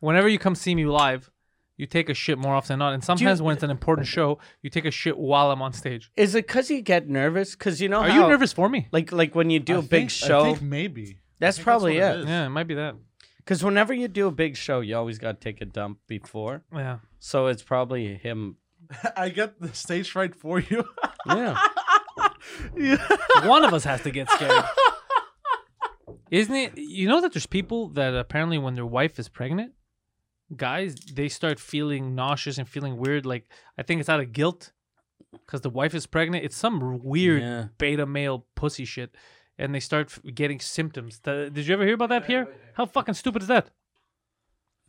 Speaker 1: Whenever you come see me live, you take a shit more often than not. And sometimes when it's an important show, you take a shit while I'm on stage.
Speaker 2: Is it because you get nervous? Because you know
Speaker 1: Are
Speaker 2: how,
Speaker 1: you nervous for me?
Speaker 2: Like like when you do
Speaker 3: I
Speaker 2: a big
Speaker 3: think- I
Speaker 2: show,
Speaker 3: think maybe.
Speaker 2: that's
Speaker 3: think that's
Speaker 2: probably
Speaker 3: what it
Speaker 2: it.
Speaker 3: is.
Speaker 1: Yeah, it might be that.
Speaker 2: Because whenever you do a big show, you always got to take a dump before.
Speaker 1: Yeah.
Speaker 2: So it's probably him.
Speaker 3: I get the stage fright for you.
Speaker 2: Yeah.
Speaker 1: One of us has to get scared. Isn't it? You know that there's people that apparently when their wife is pregnant, guys, they start feeling nauseous and feeling weird. Like, I think it's out of guilt because the wife is pregnant. It's some weird
Speaker 2: Yeah.
Speaker 1: beta male pussy shit. And they start f- getting symptoms. Th- did you ever hear about that, Pierre? How fucking stupid is that?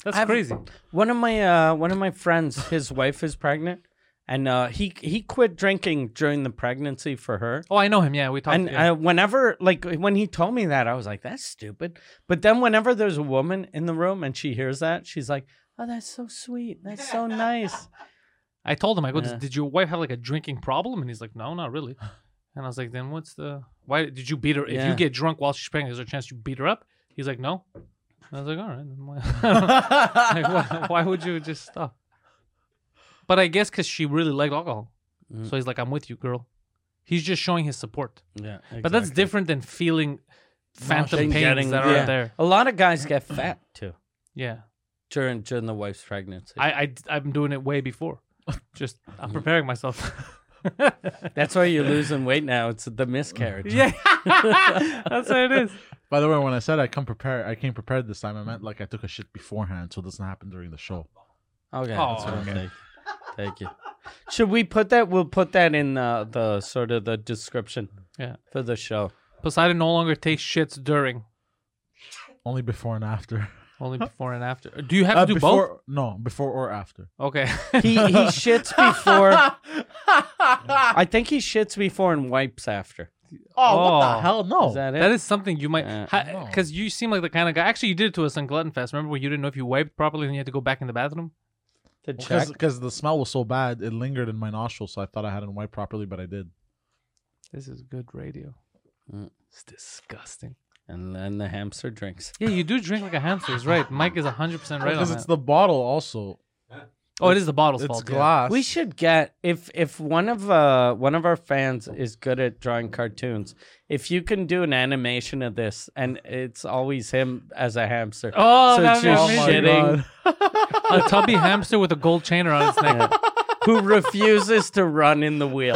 Speaker 1: That's
Speaker 2: I've-
Speaker 1: crazy.
Speaker 2: One of my uh, one of my friends, his wife is pregnant, and uh, he he quit drinking during the pregnancy for her.
Speaker 1: Oh, I know him. Yeah, we talked.
Speaker 2: And
Speaker 1: yeah.
Speaker 2: uh, whenever, like, when he told me that, I was like, "That's stupid." But then, whenever there's a woman in the room and she hears that, she's like, "Oh, that's so sweet. That's so nice."
Speaker 1: I told him, I go, "Does-
Speaker 2: Yeah.
Speaker 1: did your wife have like a drinking problem? And he's like, no, not really. And I was like, then what's the, why did you beat her? If
Speaker 2: Yeah.
Speaker 1: you get drunk while she's pregnant, is there a chance you beat her up? He's like, no. And I was like, all right. Then why, like, why, why would you just stop? But I guess because she really liked alcohol.
Speaker 2: Mm.
Speaker 1: So he's like, I'm with you, girl. He's just showing his support.
Speaker 2: Yeah,
Speaker 1: But that's different than feeling phantom
Speaker 2: Nothing
Speaker 1: pains
Speaker 2: getting-
Speaker 1: that are
Speaker 2: yeah.
Speaker 1: out there.
Speaker 2: A lot of guys get fat too
Speaker 1: Yeah.
Speaker 2: during during the wife's pregnancy.
Speaker 1: I, I, am doing it way before. Just, I'm preparing myself.
Speaker 2: that's why you're losing weight now. It's the miscarriage.
Speaker 1: yeah. that's what it is.
Speaker 3: By the way, when I said I come prepared, I came prepared this time. I meant like I took a shit beforehand, so it doesn't happen during the show.
Speaker 2: Okay.
Speaker 1: Oh,
Speaker 2: that's what I'm
Speaker 1: okay.
Speaker 2: thinking. Thank you. Should we put that? We'll put that in the, the sort of the description.
Speaker 1: Yeah.
Speaker 2: For the show.
Speaker 1: Poseidon no longer takes shits during,
Speaker 3: Only before and after.
Speaker 1: only before and after. Do you have
Speaker 3: Uh,
Speaker 1: to do
Speaker 3: before, No, before or after.
Speaker 1: both? Okay.
Speaker 2: He he shits before. I think he shits before and wipes after.
Speaker 1: Oh.
Speaker 3: hell? No.
Speaker 2: Is that it?
Speaker 1: That is something you might,
Speaker 2: Uh,
Speaker 1: because you seem like the kind of guy. Actually, you did it to us on Glutton Fest. Remember when you didn't know if you wiped properly and you had to go back in the bathroom?
Speaker 2: to check.
Speaker 3: Because the smell was so bad, it lingered in my nostrils, so I thought I hadn't wiped properly, but I did.
Speaker 1: This is good radio.
Speaker 2: Mm.
Speaker 1: It's disgusting.
Speaker 2: and then the hamster drinks.
Speaker 1: Yeah, you do drink like a hamster. Is right. Mike is hundred percent right on
Speaker 3: Because
Speaker 1: that.
Speaker 3: it's the bottle also.
Speaker 1: oh, it is the bottle's
Speaker 3: It's
Speaker 1: fault. yeah.
Speaker 3: glass.
Speaker 2: We should get if if one of uh one of our fans is good at drawing cartoons, if you can do an animation of this and it's always him as a hamster.
Speaker 1: Oh,
Speaker 2: So
Speaker 1: that'd
Speaker 2: it's
Speaker 1: be
Speaker 2: just
Speaker 1: amazing.
Speaker 2: shitting.
Speaker 1: a tubby hamster with a gold chain around its neck.
Speaker 2: Who refuses to run in the wheel.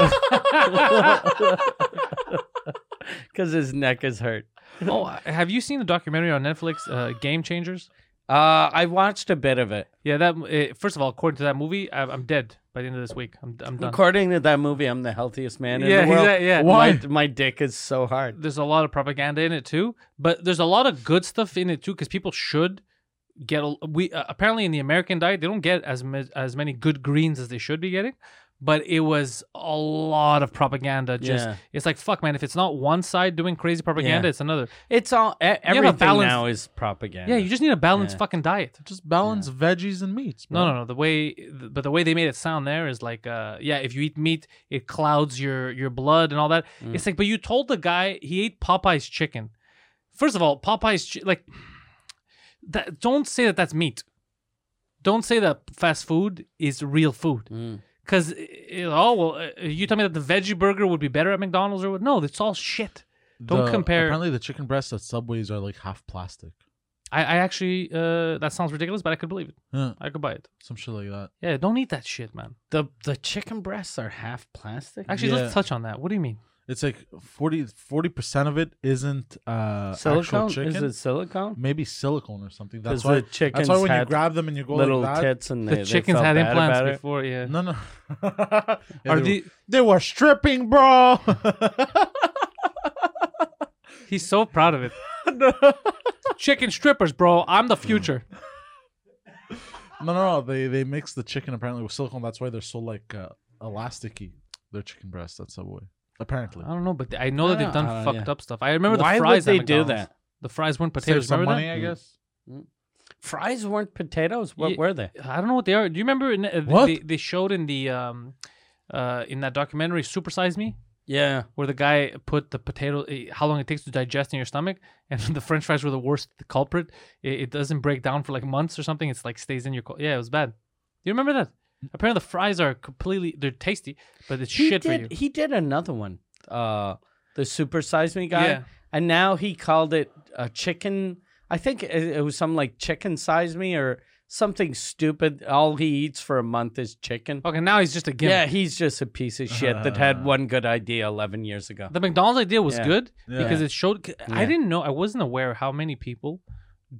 Speaker 2: Cause his neck is hurt.
Speaker 1: Oh, have you seen the documentary on Netflix, uh, Game Changers?
Speaker 2: Uh I watched a bit of it.
Speaker 1: Yeah, that. Uh, first of all, according to that movie, I, I'm dead by the end of this week. I'm, I'm done.
Speaker 2: According to that movie, I'm the healthiest man in
Speaker 1: Yeah,
Speaker 2: the world.
Speaker 1: yeah, yeah.
Speaker 2: My, my dick is so hard.
Speaker 1: There's a lot of propaganda in it too, but there's a lot of good stuff in it too because people should get. A, we uh, apparently in the American diet they don't get as ma- as many good greens as they should be getting, but it was a lot of propaganda. Just
Speaker 2: Yeah.
Speaker 1: it's like fuck, man. If it's not one side doing crazy propaganda,
Speaker 2: Yeah.
Speaker 1: it's another.
Speaker 2: It's all e- everything
Speaker 1: balanced-
Speaker 2: now is propaganda.
Speaker 1: Yeah, you just need a balanced
Speaker 2: Yeah.
Speaker 1: fucking diet.
Speaker 3: just balance veggies and meats.
Speaker 1: No,
Speaker 3: bro.
Speaker 1: no, no. The way, th- but the way they made it sound there is like, uh, yeah, if you eat meat, it clouds your your blood and all that. It's like, but you told the guy he ate Popeye's chicken. First of all, Popeye's chi- like, that, don't say that that's meat. Don't say that fast food is real food.
Speaker 2: Mm.
Speaker 1: Cause eh, oh well, uh, you tell me that the veggie burger would be better at McDonald's or what? No, it's all shit. Don't
Speaker 3: The-
Speaker 1: compare.
Speaker 3: Apparently, the chicken breasts at Subways are like half plastic.
Speaker 1: I, I actually, uh, that sounds ridiculous, but I could believe it.
Speaker 3: Yeah,
Speaker 1: I could buy it.
Speaker 3: some shit like that.
Speaker 1: Yeah, don't eat that shit, man.
Speaker 2: The the chicken breasts are half plastic.
Speaker 1: Actually,
Speaker 3: Yeah.
Speaker 1: let's touch on that. What do you mean?
Speaker 3: It's like 40 percent of it isn't uh, actual
Speaker 2: silicone?
Speaker 3: chicken.
Speaker 2: Is it silicone?
Speaker 3: Maybe silicone or something. That's
Speaker 2: Because
Speaker 3: why.
Speaker 2: the chickens
Speaker 3: That's why when you
Speaker 2: had
Speaker 3: grab them and you go
Speaker 2: little
Speaker 3: like that.
Speaker 2: tits and
Speaker 1: the
Speaker 2: they,
Speaker 1: chickens
Speaker 2: they felt
Speaker 1: had
Speaker 2: bad
Speaker 1: implants
Speaker 2: about it.
Speaker 1: before. Yeah.
Speaker 3: No, no. Yeah,
Speaker 1: Are
Speaker 3: they,
Speaker 1: the,
Speaker 3: were, they were stripping, bro.
Speaker 1: he's so proud of it. Chicken strippers, bro. I'm the future.
Speaker 3: Mm. No, no, no. They they mix the chicken apparently with silicone. That's why they're so like uh, elasticy. Their chicken breasts at Subway. Apparently,
Speaker 1: I don't know, but I know
Speaker 2: I
Speaker 1: that they've done
Speaker 2: don't- I don't-
Speaker 1: fucked
Speaker 2: yeah.
Speaker 1: up stuff. I remember the
Speaker 2: Why
Speaker 1: fries.
Speaker 2: would
Speaker 1: at
Speaker 2: they do
Speaker 1: McDonald's.
Speaker 2: that?
Speaker 1: The fries weren't potatoes.
Speaker 3: save some
Speaker 1: Remember
Speaker 3: money,
Speaker 1: that? Mm.
Speaker 3: I guess.
Speaker 2: Fries weren't potatoes. What
Speaker 1: Ye-
Speaker 2: were they?
Speaker 1: I don't know what they are. Do you remember? In, uh,
Speaker 3: What?
Speaker 1: They, they showed in the um, uh, in that documentary, Supersize Me,
Speaker 2: Yeah.
Speaker 1: where the guy put the potato, eh, how long it takes to digest in your stomach, and the French fries were the worst culprit. It, it doesn't break down for like months or something. It's like stays in your. Co- yeah, it was bad. Do you remember that? Apparently, the fries are completely. They're tasty, but it's
Speaker 2: Mm. He
Speaker 1: shit for you.
Speaker 2: did. He did another one. Uh, the super size me guy.
Speaker 1: Yeah.
Speaker 2: And now he called it a chicken. I think it, it was something like chicken size me or something stupid. All he eats for a month is chicken.
Speaker 3: Oh,
Speaker 1: Okay, now he's just a gimmick.
Speaker 2: Yeah, he's just a piece of shit that had one good idea 11 years ago.
Speaker 1: The McDonald's idea was
Speaker 2: Yeah.
Speaker 1: good
Speaker 3: Yeah.
Speaker 1: because it showed. c- I
Speaker 2: Yeah.
Speaker 1: didn't know. I wasn't aware how many people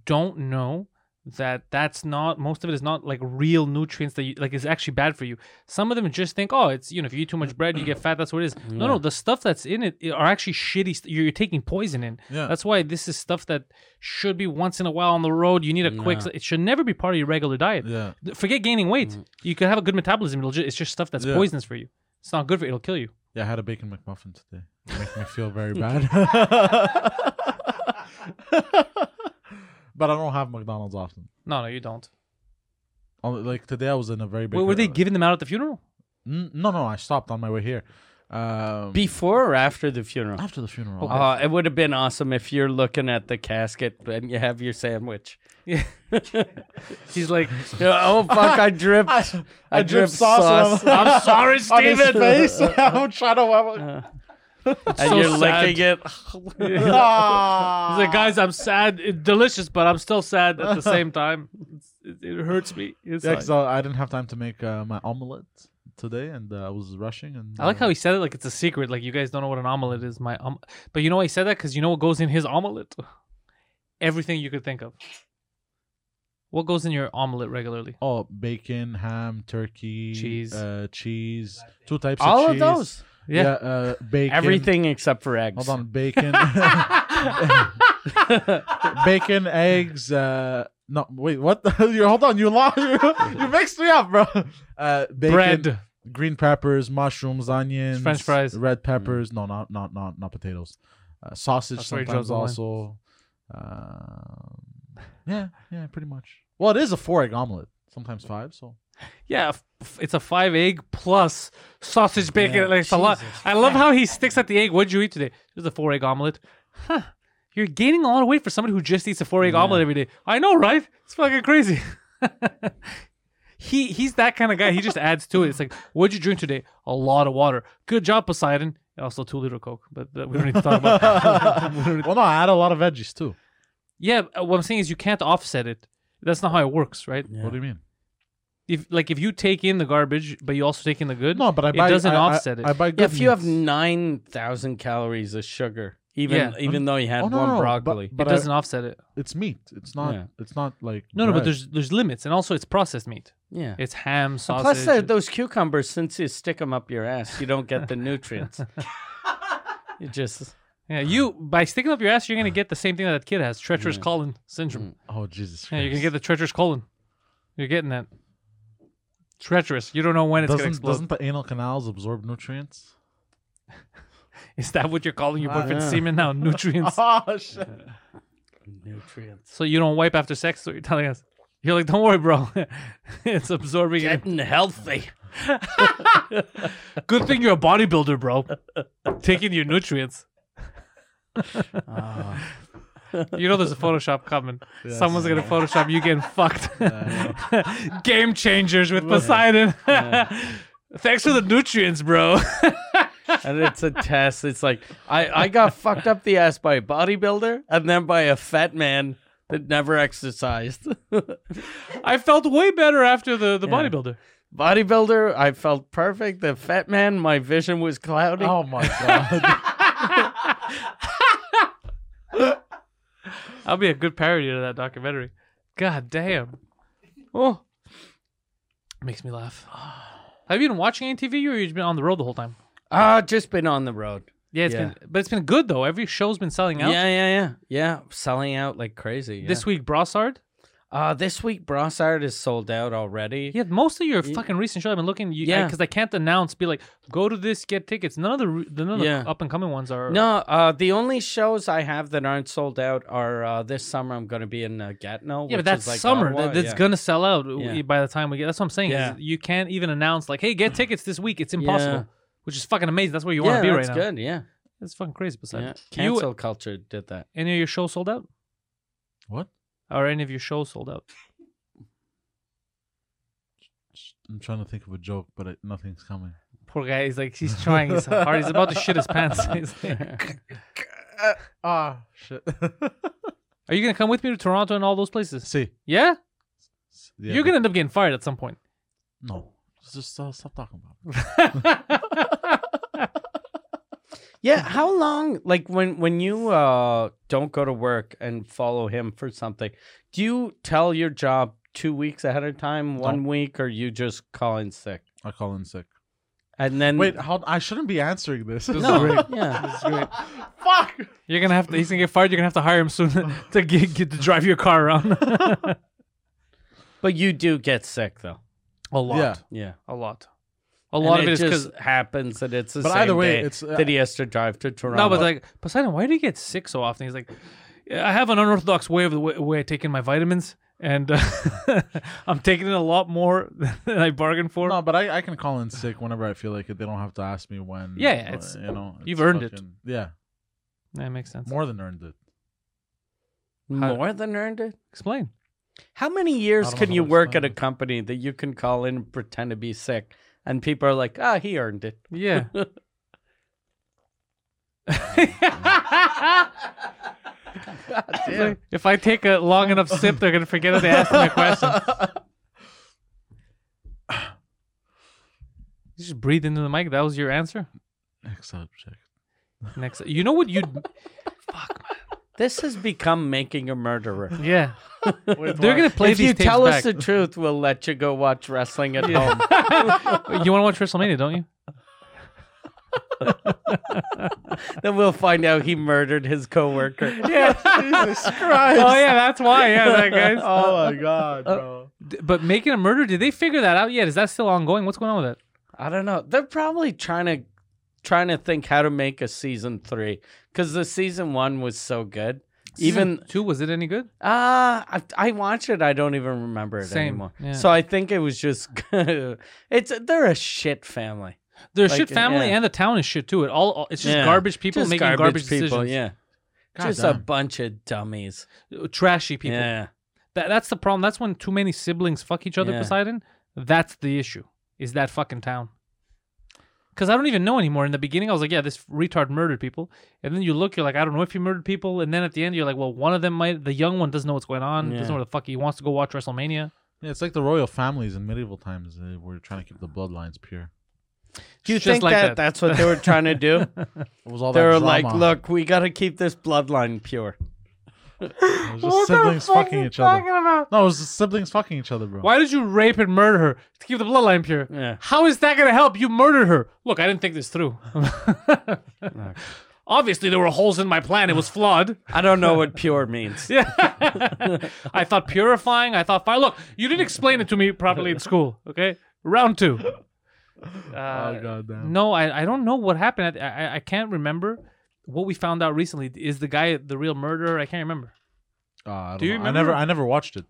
Speaker 1: don't know that that's not most of it is not like real nutrients that you, like is actually bad for you. Some of them just think, oh, it's you know if you eat too much bread you get fat. That's what it is. No, no, the stuff that's in it i- are actually shitty. St- you're, you're taking poison in.
Speaker 3: Yeah.
Speaker 1: That's why this is stuff that should be once in a while on the road. You need a quick. It should never be part of your regular diet.
Speaker 3: Yeah. Mm.
Speaker 1: Th- Forget gaining weight. You can have a good metabolism. It'll just, it's just stuff that's
Speaker 3: Yeah.
Speaker 1: poisonous for you. It's not good for you. It'll kill you.
Speaker 3: Yeah, I had a bacon McMuffin today. It makes me feel very bad. but I don't have McDonald's often.
Speaker 1: No, no, you don't.
Speaker 3: Only- Like today, I was in a very big. uh,
Speaker 1: Wait, were they giving them out at the funeral?
Speaker 3: N- No, no, I stopped on my way here. Um, Oh,
Speaker 2: Before or after the funeral?
Speaker 3: after the funeral.
Speaker 2: Uh, it would have been awesome if you're looking at the casket and you have your sandwich.
Speaker 1: Yeah. He's like,
Speaker 2: oh fuck! I dripped. I,
Speaker 3: I
Speaker 2: dripped
Speaker 3: dripped sauce
Speaker 2: sauce.
Speaker 3: on-
Speaker 2: I'm sorry,
Speaker 3: on his
Speaker 2: Steven.
Speaker 3: face. I'm trying to.
Speaker 2: and
Speaker 1: so
Speaker 2: you're
Speaker 1: sad.
Speaker 2: licking it.
Speaker 1: he's like, guys, I'm sad. It's delicious, but I'm still sad at the same time. It's, it, it hurts me. It's
Speaker 3: Yeah,
Speaker 1: like-
Speaker 3: 'cause, uh, I didn't have time to make uh, my omelet today, and uh, I was rushing. And
Speaker 1: I like
Speaker 3: uh,
Speaker 1: how he said it like it's a secret. Like you guys don't know what an omelet is. My um, but you know why he said that because you know what goes in his omelet. Everything you could think of. What goes in your omelet regularly?
Speaker 3: Oh, bacon, ham, turkey,
Speaker 1: Cheese.
Speaker 3: uh, cheese, two types
Speaker 2: All
Speaker 3: of
Speaker 2: of
Speaker 3: cheese.
Speaker 2: those.
Speaker 1: Yeah.
Speaker 3: Yeah, uh, bacon.
Speaker 2: Everything except for eggs.
Speaker 3: Hold on, bacon, bacon, eggs. Uh, no, wait, what? you hold on, you lost. You, you mixed me up, bro. Uh, bacon,
Speaker 1: Bread.
Speaker 3: green peppers, mushrooms, onions,
Speaker 1: French fries. Mm.
Speaker 3: red peppers. No, not not not not potatoes. Uh, sausage
Speaker 1: That's where he draws
Speaker 3: sometimes
Speaker 1: the line.
Speaker 3: also. Um, yeah, yeah, pretty much. Well, it is a four egg omelet. Sometimes five. So
Speaker 1: Yeah, f- f- it's a five egg plus sausage bacon.
Speaker 2: Yeah,
Speaker 1: like it's a lot.
Speaker 2: Jesus
Speaker 1: I love how he sticks at the egg. What'd you eat today? It was a four egg omelet. Huh. You're gaining a lot of weight for somebody who just eats a four egg omelet every day. I know, right? It's fucking crazy. he he's that kind of guy. He just adds to it. It's like, what'd you drink today? A lot of water. Good job, Poseidon. Also, two liter Coke, but that we don't need to talk about. that. We don't need-
Speaker 3: well, no, I had a lot of veggies too.
Speaker 1: yeah, but what I'm saying is you can't offset it. That's not how it works, right?
Speaker 3: What do you mean?
Speaker 1: If like if you take in the garbage, but you also take in the good.
Speaker 3: No, but I
Speaker 1: it
Speaker 3: buy.
Speaker 1: doesn't
Speaker 3: I- I-
Speaker 1: offset it.
Speaker 3: I buy.
Speaker 2: Yeah,
Speaker 3: Good
Speaker 2: if you have
Speaker 3: meats.
Speaker 2: nine thousand calories of sugar, even
Speaker 1: Yeah.
Speaker 2: even though you had
Speaker 3: Oh,
Speaker 2: one
Speaker 3: no, no, no, but-
Speaker 2: broccoli,
Speaker 1: it
Speaker 3: but I-
Speaker 1: doesn't offset it.
Speaker 3: it's meat. It's not.
Speaker 2: Yeah.
Speaker 3: It's not like
Speaker 1: No, no, but
Speaker 3: bread.
Speaker 1: there's there's limits, and also it's processed meat.
Speaker 2: yeah.
Speaker 1: It's ham, sausage.
Speaker 2: Plus, uh, those cucumbers, since you stick them up your ass, you don't get the nutrients. you just
Speaker 1: yeah, you by sticking up your ass, you're gonna get the same thing that, that kid has: treacherous
Speaker 2: Yeah.
Speaker 1: colon syndrome.
Speaker 3: Oh Jesus!
Speaker 1: Yeah, you're gonna
Speaker 3: Christ.
Speaker 1: get the treacherous colon. You're getting that. Treacherous. You don't know when it's gonna
Speaker 3: Doesn't
Speaker 1: explode.
Speaker 3: doesn't the anal canals absorb nutrients?
Speaker 1: Is that what you're calling your
Speaker 3: Ah,
Speaker 1: boyfriend's
Speaker 2: yeah.
Speaker 1: semen now? Nutrients.
Speaker 3: Oh shit!
Speaker 2: nutrients.
Speaker 1: so you don't wipe after sex. So you're telling us. You're like, don't worry, bro. it's absorbing. it.
Speaker 2: Getting healthy.
Speaker 1: Good thing you're a bodybuilder, bro. Taking your nutrients.
Speaker 2: Ah.
Speaker 1: You know there's a Photoshop coming.
Speaker 3: Yes.
Speaker 1: Someone's gonna Photoshop you getting fucked.
Speaker 3: I
Speaker 1: Game changers with Poseidon. Thanks for the nutrients, bro.
Speaker 2: and it's a test. It's like I, I got fucked up the ass by a bodybuilder and then by a fat man that never exercised.
Speaker 1: I felt way better after the, the
Speaker 2: Yeah.
Speaker 1: bodybuilder.
Speaker 2: bodybuilder, I felt perfect. The fat man, my vision was cloudy.
Speaker 3: oh my god!
Speaker 1: I'll be a good parody to that documentary. God damn. Oh. Makes me laugh. Have you been watching any TV or you've been on the road the whole time?
Speaker 2: Ah, just been on the road.
Speaker 1: Yeah, it's
Speaker 2: Yeah.
Speaker 1: been but it's been good though. Every show's been selling out.
Speaker 2: Yeah, yeah, yeah, yeah. Selling out like crazy. Yeah.
Speaker 1: This week Brossard.
Speaker 2: uh, this week Brossard is sold out already.
Speaker 1: Yeah, most of your fucking recent shows I've been looking. You, yeah,
Speaker 2: Yeah.
Speaker 1: because I can't announce. Be like, go to this, get tickets. None of the re- the- none of
Speaker 2: Yeah.
Speaker 1: the up and coming ones are.
Speaker 2: No, uh, the only shows I have that aren't sold out are uh, this summer. I'm going to be in uh, Gatineau.
Speaker 1: yeah,
Speaker 2: which
Speaker 1: but that's
Speaker 2: is, like
Speaker 1: summer.
Speaker 2: Ottawa,
Speaker 1: That, that's
Speaker 2: yeah.
Speaker 1: gonna sell out
Speaker 2: Yeah.
Speaker 1: by the time we get. That's what I'm saying. is
Speaker 2: Yeah.
Speaker 1: you can't even announce like, hey, get tickets this week. It's impossible.
Speaker 2: Yeah.
Speaker 1: Which is fucking amazing. That's where you
Speaker 2: yeah,
Speaker 1: want to be right
Speaker 2: that's
Speaker 1: now.
Speaker 2: good. Yeah,
Speaker 1: It's fucking crazy. Besides,
Speaker 2: yeah.
Speaker 1: you
Speaker 2: cancel culture did that.
Speaker 1: any of your shows sold out?
Speaker 3: what?
Speaker 1: Are any of your shows sold out?
Speaker 3: I'm trying to think of a joke, but it, nothing's coming.
Speaker 1: Poor guy. He's like, he's trying his hard. He's about to shit his pants. He's like,
Speaker 3: Ah shit!
Speaker 1: Are you gonna come with me to Toronto and all those places?
Speaker 3: See,
Speaker 1: Yeah,
Speaker 3: yeah,
Speaker 1: you're
Speaker 3: but-
Speaker 1: gonna end up getting fired at some point.
Speaker 3: no. Just uh, stop talking about it.
Speaker 2: yeah, how long? Like when when you uh, don't go to work and follow him for something, do you tell your job two weeks ahead of time, one week, or you just call in sick
Speaker 3: I call in sick.
Speaker 2: and
Speaker 1: Mm.
Speaker 2: then
Speaker 3: Wait, how? I shouldn't be answering this. This is
Speaker 2: No,
Speaker 3: great.
Speaker 2: yeah.
Speaker 3: Fuck!
Speaker 1: You're gonna have to. He's gonna get fired. You're gonna have to hire him soon to get, get to drive your car around.
Speaker 2: But you do get sick though.
Speaker 1: a lot.
Speaker 3: Yeah.
Speaker 2: Yeah.
Speaker 1: A lot. A lot of
Speaker 2: And
Speaker 1: it is
Speaker 2: just
Speaker 1: because
Speaker 2: happens that it's the
Speaker 3: But
Speaker 2: same
Speaker 3: either way,
Speaker 2: day
Speaker 3: it's, uh,
Speaker 2: that he has to drive to Toronto.
Speaker 1: no, but like Poseidon, why do you get sick so often? He's like, "Yeah, I have an unorthodox way of the way, way I take in my vitamins, and uh, I'm taking in a lot more than I bargained for.
Speaker 3: No, but I, I can call in sick whenever I feel like it. They don't have to ask me when.
Speaker 1: Yeah, yeah,
Speaker 3: uh,
Speaker 1: it's-
Speaker 3: you know,
Speaker 1: you've
Speaker 3: it's
Speaker 1: earned it.
Speaker 3: fucking- Yeah,
Speaker 1: That makes sense.
Speaker 3: more than earned it.
Speaker 2: more than earned it.
Speaker 1: Explain.
Speaker 2: How many years
Speaker 3: I don't
Speaker 2: can
Speaker 3: know
Speaker 2: you
Speaker 3: how to
Speaker 2: work at
Speaker 3: explain
Speaker 2: a company that you can call in and pretend to be sick, and people are like, "Ah, he earned it."
Speaker 1: Yeah.
Speaker 2: damn.
Speaker 1: if I take a long enough sip, they're gonna forget that they asked me a question. You just breathe into the mic. That was your answer.
Speaker 3: Next subject.
Speaker 1: Next, you know what you'd. Fuck
Speaker 2: This has become making a murderer.
Speaker 1: man. Yeah. They're gonna play
Speaker 2: if
Speaker 1: these
Speaker 2: you
Speaker 1: tapes
Speaker 2: tell
Speaker 1: back.
Speaker 2: us the truth, we'll let you go watch wrestling at home.
Speaker 1: you want to watch WrestleMania, don't you?
Speaker 2: then we'll find out he murdered his coworker.
Speaker 1: Yeah.
Speaker 3: Jesus Christ!
Speaker 1: oh yeah, that's why. Yeah, that guys.
Speaker 3: Oh my god,
Speaker 1: Uh,
Speaker 3: bro.
Speaker 1: D- But making a murder, did they figure that out yet? Is that still ongoing? What's going on with that?
Speaker 2: I don't know. They're probably trying to trying to think how to make a season three because the season one was so good. Even
Speaker 1: Season two, was it any good?
Speaker 2: uh I, I watch it. I don't even remember it
Speaker 1: Same,
Speaker 2: anymore.
Speaker 1: yeah.
Speaker 2: So I think it was just it's they're a shit family.
Speaker 1: Their
Speaker 2: Like, uh,
Speaker 1: shit family
Speaker 2: yeah.
Speaker 1: and the town is shit too. It all, all- it's just
Speaker 2: Yeah.
Speaker 1: garbage people
Speaker 2: Just
Speaker 1: making garbage,
Speaker 2: people.
Speaker 1: decisions. Uh,
Speaker 2: Yeah,
Speaker 3: God
Speaker 2: Just a
Speaker 3: damn.
Speaker 2: bunch of dummies.
Speaker 1: Trashy people.
Speaker 2: Yeah.
Speaker 1: That, that's the problem. That's when too many siblings fuck each other,
Speaker 2: Yeah.
Speaker 1: Poseidon. That's the issue, is that fucking town. Because I don't even know anymore. In the beginning, I was like, yeah, this retard murdered people. And then you look, you're like, I don't know if he murdered people. And then at the end, you're like, well, one of them might, the young one doesn't know what's going on,
Speaker 2: Yeah.
Speaker 1: doesn't know where the fuck he wants to go watch WrestleMania.
Speaker 3: Yeah, it's like the royal families in medieval times. They were trying to keep the bloodlines pure.
Speaker 2: Do you
Speaker 1: Just
Speaker 2: think
Speaker 1: like
Speaker 2: that,
Speaker 1: that.
Speaker 2: that's what they were trying to do?
Speaker 3: It was all
Speaker 2: they
Speaker 3: that
Speaker 2: were
Speaker 3: drama.
Speaker 2: like, look, we got to keep this bloodline pure.
Speaker 3: It was just siblings fucking each other. No, it was just siblings fucking each other, bro.
Speaker 1: Why did you rape and murder her to keep the bloodline pure?
Speaker 2: Yeah.
Speaker 1: How is that going to help? You murdered her. Look, I didn't think this through. Obviously, there were holes in my plan. It was flawed.
Speaker 2: I don't know what pure means.
Speaker 1: Yeah. I thought purifying. I thought fire. Look, you didn't explain it to me properly in school. Okay, round two.
Speaker 3: Oh
Speaker 1: Uh,
Speaker 3: god damn.
Speaker 1: no, I, I don't know what happened. I, I I can't remember what we found out recently. Is the guy the real murderer? I can't remember.
Speaker 3: Uh, I, don't
Speaker 1: Do you
Speaker 3: know. I never
Speaker 1: remember-
Speaker 3: I never watched it.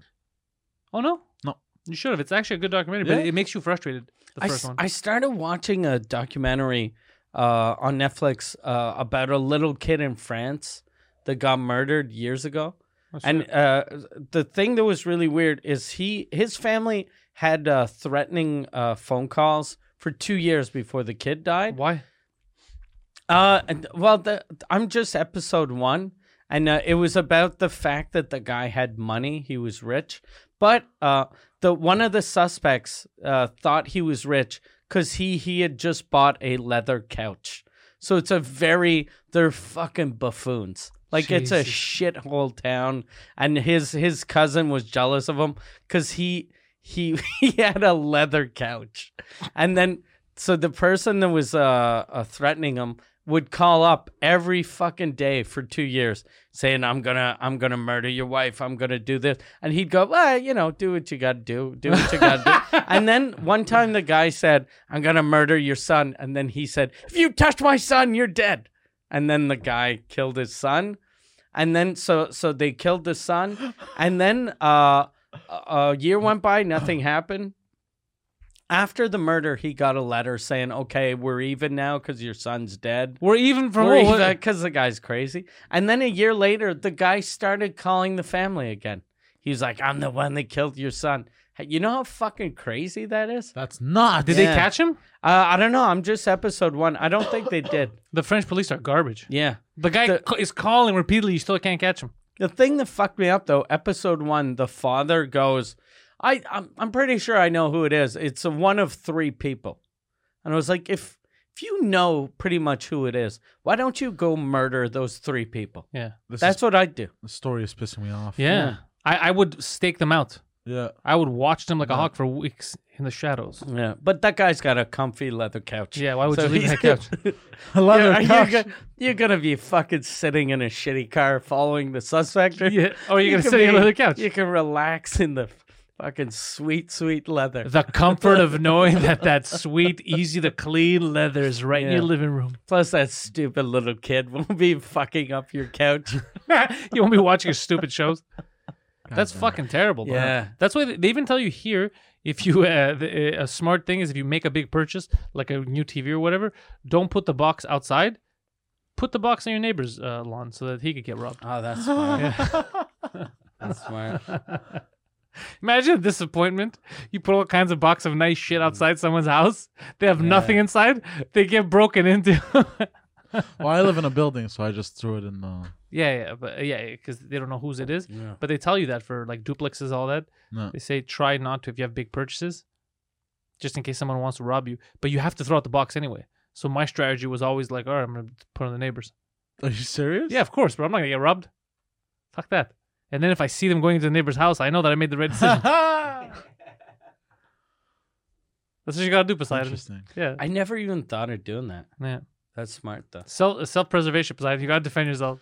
Speaker 1: Oh no,
Speaker 3: No.
Speaker 1: You should have. It's actually a good documentary, but
Speaker 3: Yeah.
Speaker 1: it makes you frustrated. The
Speaker 2: I,
Speaker 1: first
Speaker 2: s-
Speaker 1: one.
Speaker 2: I started watching a documentary uh, on Netflix uh, about a little kid in France that got murdered years ago.
Speaker 1: That's
Speaker 2: And uh, the thing that was really weird is he his family had uh, threatening uh, phone calls for two years before the kid died.
Speaker 1: why?
Speaker 2: Uh, and- well, the, I'm just episode one, and uh, it was about the fact that the guy had money; he was rich. But uh, the one of the suspects uh, thought he was rich because he he had just bought a leather couch. So it's a very they're fucking buffoons. Like it's a
Speaker 1: Jesus.
Speaker 2: shithole town, and his his cousin was jealous of him because he he he had a leather couch, and then so the person that was uh, uh threatening him would call up every fucking day for two years saying i'm gonna i'm gonna murder your wife i'm gonna do this and he'd go well you know do what you gotta do do what you gotta do and then one time the guy said i'm gonna murder your son and then he said if you touch my son you're dead and then the guy killed his son and then so so they killed the son and then uh a a year went by nothing happened after the murder he got a letter saying okay we're even now because your son's dead
Speaker 1: We're even from
Speaker 2: because
Speaker 1: what-
Speaker 2: the guy's crazy and then a year later the guy started calling the family again he was like i'm the one that killed your son Hey, you know how fucking crazy that is
Speaker 3: That's not.
Speaker 1: Did
Speaker 2: Yeah.
Speaker 1: they catch him?
Speaker 2: uh, i don't know i'm just episode one i don't think they did
Speaker 1: The French police are garbage.
Speaker 2: yeah
Speaker 1: The guy
Speaker 2: The-
Speaker 1: ca- is calling repeatedly. You still can't catch him.
Speaker 2: The thing that fucked me up though, episode one, the father goes, I I'm, I'm pretty sure I know who it is. It's a one of three people, and I was like, if if you know pretty much who it is, why don't you go murder those three people?
Speaker 1: Yeah.
Speaker 3: This
Speaker 2: That's
Speaker 3: is,
Speaker 2: what I'd do.
Speaker 3: the story is pissing me off.
Speaker 1: Yeah. I, I would stake them out.
Speaker 3: Yeah.
Speaker 1: I would watch them like a
Speaker 3: Yeah.
Speaker 1: hawk for weeks in the shadows.
Speaker 2: Yeah, but that guy's got a comfy leather couch.
Speaker 1: Yeah, why would
Speaker 2: So
Speaker 1: you leave
Speaker 2: he's-
Speaker 1: that couch?
Speaker 3: I love
Speaker 2: You're,
Speaker 3: it.
Speaker 2: you're go- you're gonna be fucking sitting in a shitty car following the suspect.
Speaker 1: yeah. Or you're gonna
Speaker 2: can
Speaker 1: sit on
Speaker 2: be-
Speaker 1: the couch.
Speaker 2: You can relax in the fucking sweet, sweet leather.
Speaker 1: The comfort of knowing that that sweet, easy to clean leather is right in
Speaker 2: Yeah.
Speaker 1: your living room.
Speaker 2: Plus, that stupid little kid won't be fucking up your couch.
Speaker 1: you won't be watching your stupid shows. That's
Speaker 3: damn.
Speaker 1: fucking terrible. bro.
Speaker 2: Yeah.
Speaker 1: That's why they- they even tell you here if you uh, the, uh, a smart thing is if you make a big purchase like a new TV or whatever, don't put the box outside. Put the box on your neighbor's uh, lawn so that he could get robbed.
Speaker 2: Oh, that's smart. That's smart.
Speaker 1: Imagine the disappointment. You put all kinds of box of nice shit outside someone's house. They have nothing inside. They get broken into.
Speaker 3: well, I live in a building, so I just threw it in the.
Speaker 1: yeah, yeah, but yeah, because they don't know whose it is.
Speaker 2: Yeah.
Speaker 1: But they tell you that for like duplexes, all that.
Speaker 3: No.
Speaker 1: They say try not to if you have big purchases, just in case someone wants to rob you. But you have to throw out the box anyway. So my strategy was always like, all right, I'm gonna put on the neighbors.
Speaker 3: Are you serious?
Speaker 1: Yeah, of course, but I'm not gonna get robbed. Fuck that. And then if I see them going into the neighbor's house, I know that I made the right decision. That's what you gotta do, Poseidon.
Speaker 3: Interesting.
Speaker 1: Yeah,
Speaker 2: I never even thought of doing that.
Speaker 1: yeah.
Speaker 2: That's smart, though.
Speaker 1: Self self preservation, Poseidon. You gotta defend yourself.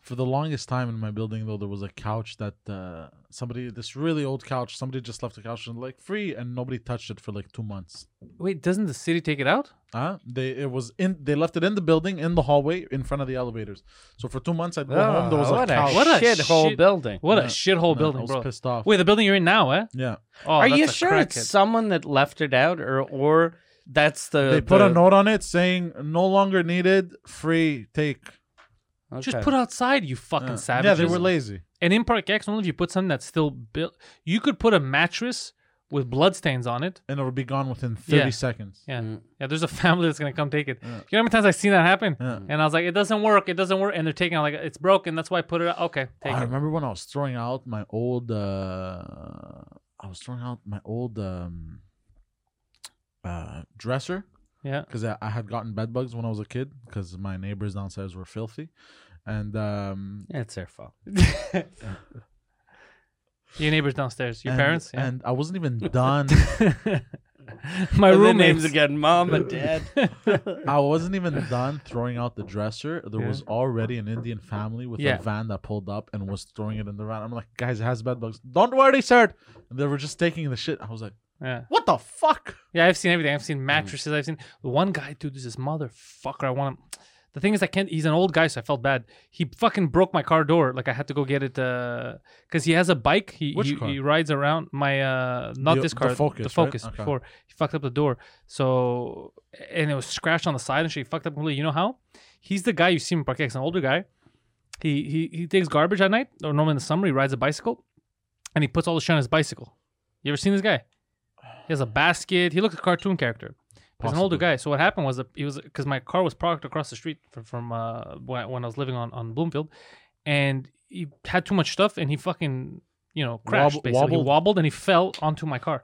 Speaker 3: For the longest time in my building, though, there was a couch that uh, somebody, this really old couch, somebody just left the couch and like free, and nobody touched it for like two months.
Speaker 1: Wait, doesn't the city take it out?
Speaker 3: Uh, they it was in they left it in the building in the hallway in front of the elevators. So for two months I'd go home.
Speaker 1: Ah,
Speaker 3: There was
Speaker 2: what
Speaker 3: a couch.
Speaker 1: What a
Speaker 2: shithole
Speaker 1: shit-
Speaker 2: building.
Speaker 1: What a
Speaker 3: No,
Speaker 1: shithole
Speaker 3: No, I
Speaker 1: oh, building,
Speaker 3: was
Speaker 1: bro.
Speaker 3: pissed off.
Speaker 1: Wait, the building you're in now, eh?
Speaker 3: yeah,
Speaker 1: Oh,
Speaker 2: Are
Speaker 1: that's
Speaker 2: you
Speaker 1: a
Speaker 2: sure
Speaker 1: crackhead.
Speaker 2: it's someone that left it out, or or that's the
Speaker 3: they put
Speaker 2: the-
Speaker 3: a note on it saying no longer needed, free take.
Speaker 1: Just put outside, you fucking
Speaker 3: Yeah.
Speaker 1: savage.
Speaker 3: Yeah, they were lazy.
Speaker 1: And in Park X, only if you put something that's still built. You could put a mattress with bloodstains on it.
Speaker 3: And it'll be gone within 30
Speaker 1: Yeah.
Speaker 3: seconds.
Speaker 1: Yeah.
Speaker 2: Mm.
Speaker 1: Yeah, there's a family that's going to come take it.
Speaker 3: Yeah.
Speaker 1: You know how many times I've seen that happen?
Speaker 3: Yeah.
Speaker 1: And I was like, it doesn't work. It doesn't work. And they're taking it. I'm like, it's broken. That's why I put it out. Okay, take it.
Speaker 3: I remember when I was throwing out my old, uh, I was throwing out my old um, uh, dresser
Speaker 1: Yeah.
Speaker 3: because I, I had gotten bed bugs when I was a kid because my neighbors downstairs were filthy, and um,
Speaker 2: Yeah, it's their fault.
Speaker 1: Your neighbors downstairs. Your
Speaker 3: and-
Speaker 1: parents. Yeah.
Speaker 3: and I wasn't even done.
Speaker 1: My
Speaker 2: And their
Speaker 1: roommates.
Speaker 2: names again, mom and dad.
Speaker 3: I wasn't even done throwing out the dresser. There
Speaker 1: Yeah.
Speaker 3: was already an Indian family with
Speaker 1: Yeah.
Speaker 3: a van that pulled up and was throwing it in the van. I'm like, guys, it has bed bugs. Don't worry, sir. And they were just taking the shit. I was like,
Speaker 1: Yeah.
Speaker 3: what the fuck?
Speaker 1: Yeah, I've seen everything. I've seen
Speaker 3: Mm.
Speaker 1: mattresses. I've seen the one guy, dude. There's this motherfucker. I want him. The thing is, I can't. He's an old guy, so I felt bad. He fucking broke my car door. Like I had to go get it because he has a bike. He
Speaker 3: Which
Speaker 1: he,
Speaker 3: car?
Speaker 1: he rides around. My uh, not
Speaker 3: The-
Speaker 1: this
Speaker 3: the
Speaker 1: car.
Speaker 3: Focus,
Speaker 1: The
Speaker 3: right?
Speaker 1: Focus.
Speaker 3: Okay.
Speaker 1: Before he fucked up the door. So and it was scratched on the side and shit. He fucked up completely. You know how? He's the guy you see in Park X, an older guy. He he he takes garbage at night or normally in the summer. He rides a bicycle, and he puts all the shit on his bicycle. You ever seen this guy? He has a basket. He looks like a cartoon character. He's an older
Speaker 3: Possibly.
Speaker 1: guy. So what happened was that he was because my car was parked across the street from, from uh, when when I was living on on Bloomfield, and he had too much stuff and he fucking you know crashed
Speaker 3: Wobble-
Speaker 1: basically
Speaker 3: wobbled.
Speaker 1: He wobbled and he fell onto my car.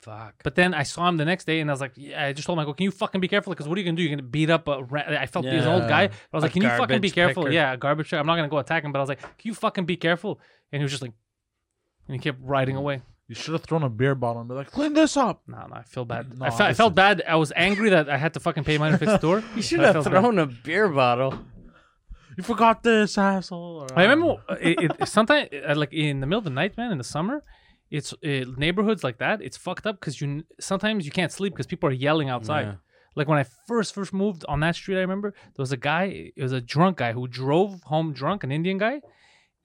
Speaker 2: Fuck.
Speaker 1: But then I saw him the next day and I was like, yeah, I just told him, I go, can you fucking be careful? Because what are you gonna do? You're gonna beat up a rat. I felt he's an old guy.
Speaker 3: Yeah.
Speaker 1: But I was
Speaker 2: A
Speaker 1: like, can you fucking be
Speaker 2: garbage
Speaker 1: careful?
Speaker 2: picker.
Speaker 1: Yeah, a garbage. truck. I'm not gonna go attack him. But I was like, can you fucking be careful? And he was just like, and he kept riding away.
Speaker 3: You should have thrown a beer bottle and be like, clean this up.
Speaker 1: No, no, I feel bad.
Speaker 3: No,
Speaker 1: I, fe- I felt bad. I was angry that I had to fucking pay money to fix the door.
Speaker 2: You should
Speaker 1: I
Speaker 2: have
Speaker 1: felt bad.
Speaker 2: thrown a beer bottle.
Speaker 3: You forgot this, asshole. Or, um,
Speaker 1: I
Speaker 3: don't
Speaker 1: remember
Speaker 3: know.
Speaker 1: uh, it, it, sometimes, uh, like in the middle of the night, man, in the summer, it's uh, neighborhoods like that. It's fucked up because you n- sometimes you can't sleep because people are yelling outside.
Speaker 2: Yeah.
Speaker 1: Like when I first first moved on that street, I remember there was a guy. It was a drunk guy who drove home drunk, an Indian guy,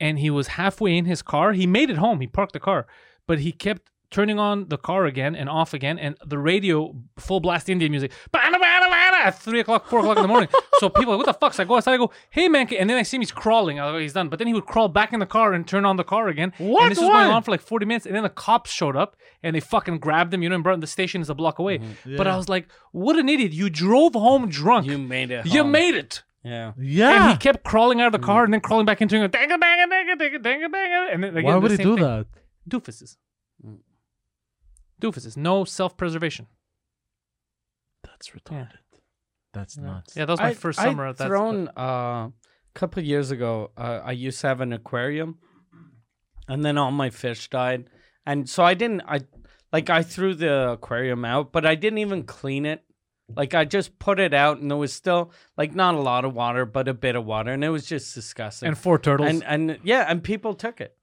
Speaker 1: and he was halfway in his car. He made it home. He parked the car, but he kept turning on the car again and off again, and the radio full blast Indian music "Bada, bada, bada," at three o'clock, four o'clock in the morning. so people, are like, what the fuck? So I go outside, I go, hey man, and then I see him, he's crawling. I go, he's done. But then he would crawl back in the car and turn on the car again.
Speaker 3: What?
Speaker 1: And this was going
Speaker 3: Why?
Speaker 1: on for like forty minutes, and then the cops showed up and they fucking grabbed him, you know, and brought him. The station is a block away. But
Speaker 3: Yeah.
Speaker 1: I was like, what an idiot! You drove home drunk.
Speaker 2: Mm-hmm. You
Speaker 1: You,
Speaker 2: made it. home.
Speaker 1: made it.
Speaker 2: Yeah.
Speaker 3: Yeah.
Speaker 1: And he kept crawling out of the car and then crawling back into it. Danga, danga, danga, danga, danga, danga. And then again,
Speaker 3: Why
Speaker 1: the
Speaker 3: would he
Speaker 1: same
Speaker 3: do
Speaker 1: thing
Speaker 3: that?
Speaker 1: doofuses.
Speaker 2: Mm.
Speaker 1: Doofuses. No self preservation.
Speaker 3: That's retarded. That's nuts.
Speaker 1: Yeah, that was my
Speaker 2: I-
Speaker 1: first
Speaker 2: I'd
Speaker 1: summer at that.
Speaker 2: thrown uh, a couple of years ago. Uh, I used to have an aquarium, and then all my fish died, and so I didn't. I like I threw the aquarium out, but I didn't even clean it. Like I just put it out, and there was still like not a lot of water, but a bit of water, and it was just disgusting.
Speaker 1: and four turtles.
Speaker 2: and, and yeah, and people took it.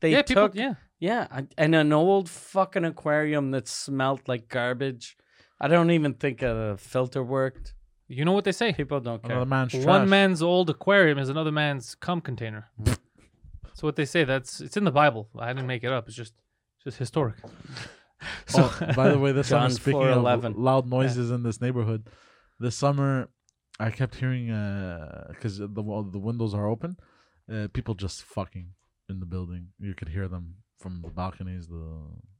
Speaker 2: They
Speaker 1: yeah, people.
Speaker 2: took
Speaker 1: Yeah.
Speaker 2: yeah, I- and an old fucking aquarium that smelled like garbage. I don't even think a filter worked.
Speaker 1: You know what they say?
Speaker 2: People don't care.
Speaker 3: Another man's trash.
Speaker 1: One man's old aquarium is another man's cum container. so what they say that's it's in the Bible. I didn't make it up. It's just it's just historic. So
Speaker 3: Oh, by the way, this summer,
Speaker 2: John
Speaker 3: speaking
Speaker 2: 4:11.
Speaker 3: of loud noises in this neighborhood, this summer I kept hearing because the well, the windows are open, uh, people just fucking in the building. You could hear them from the balconies. The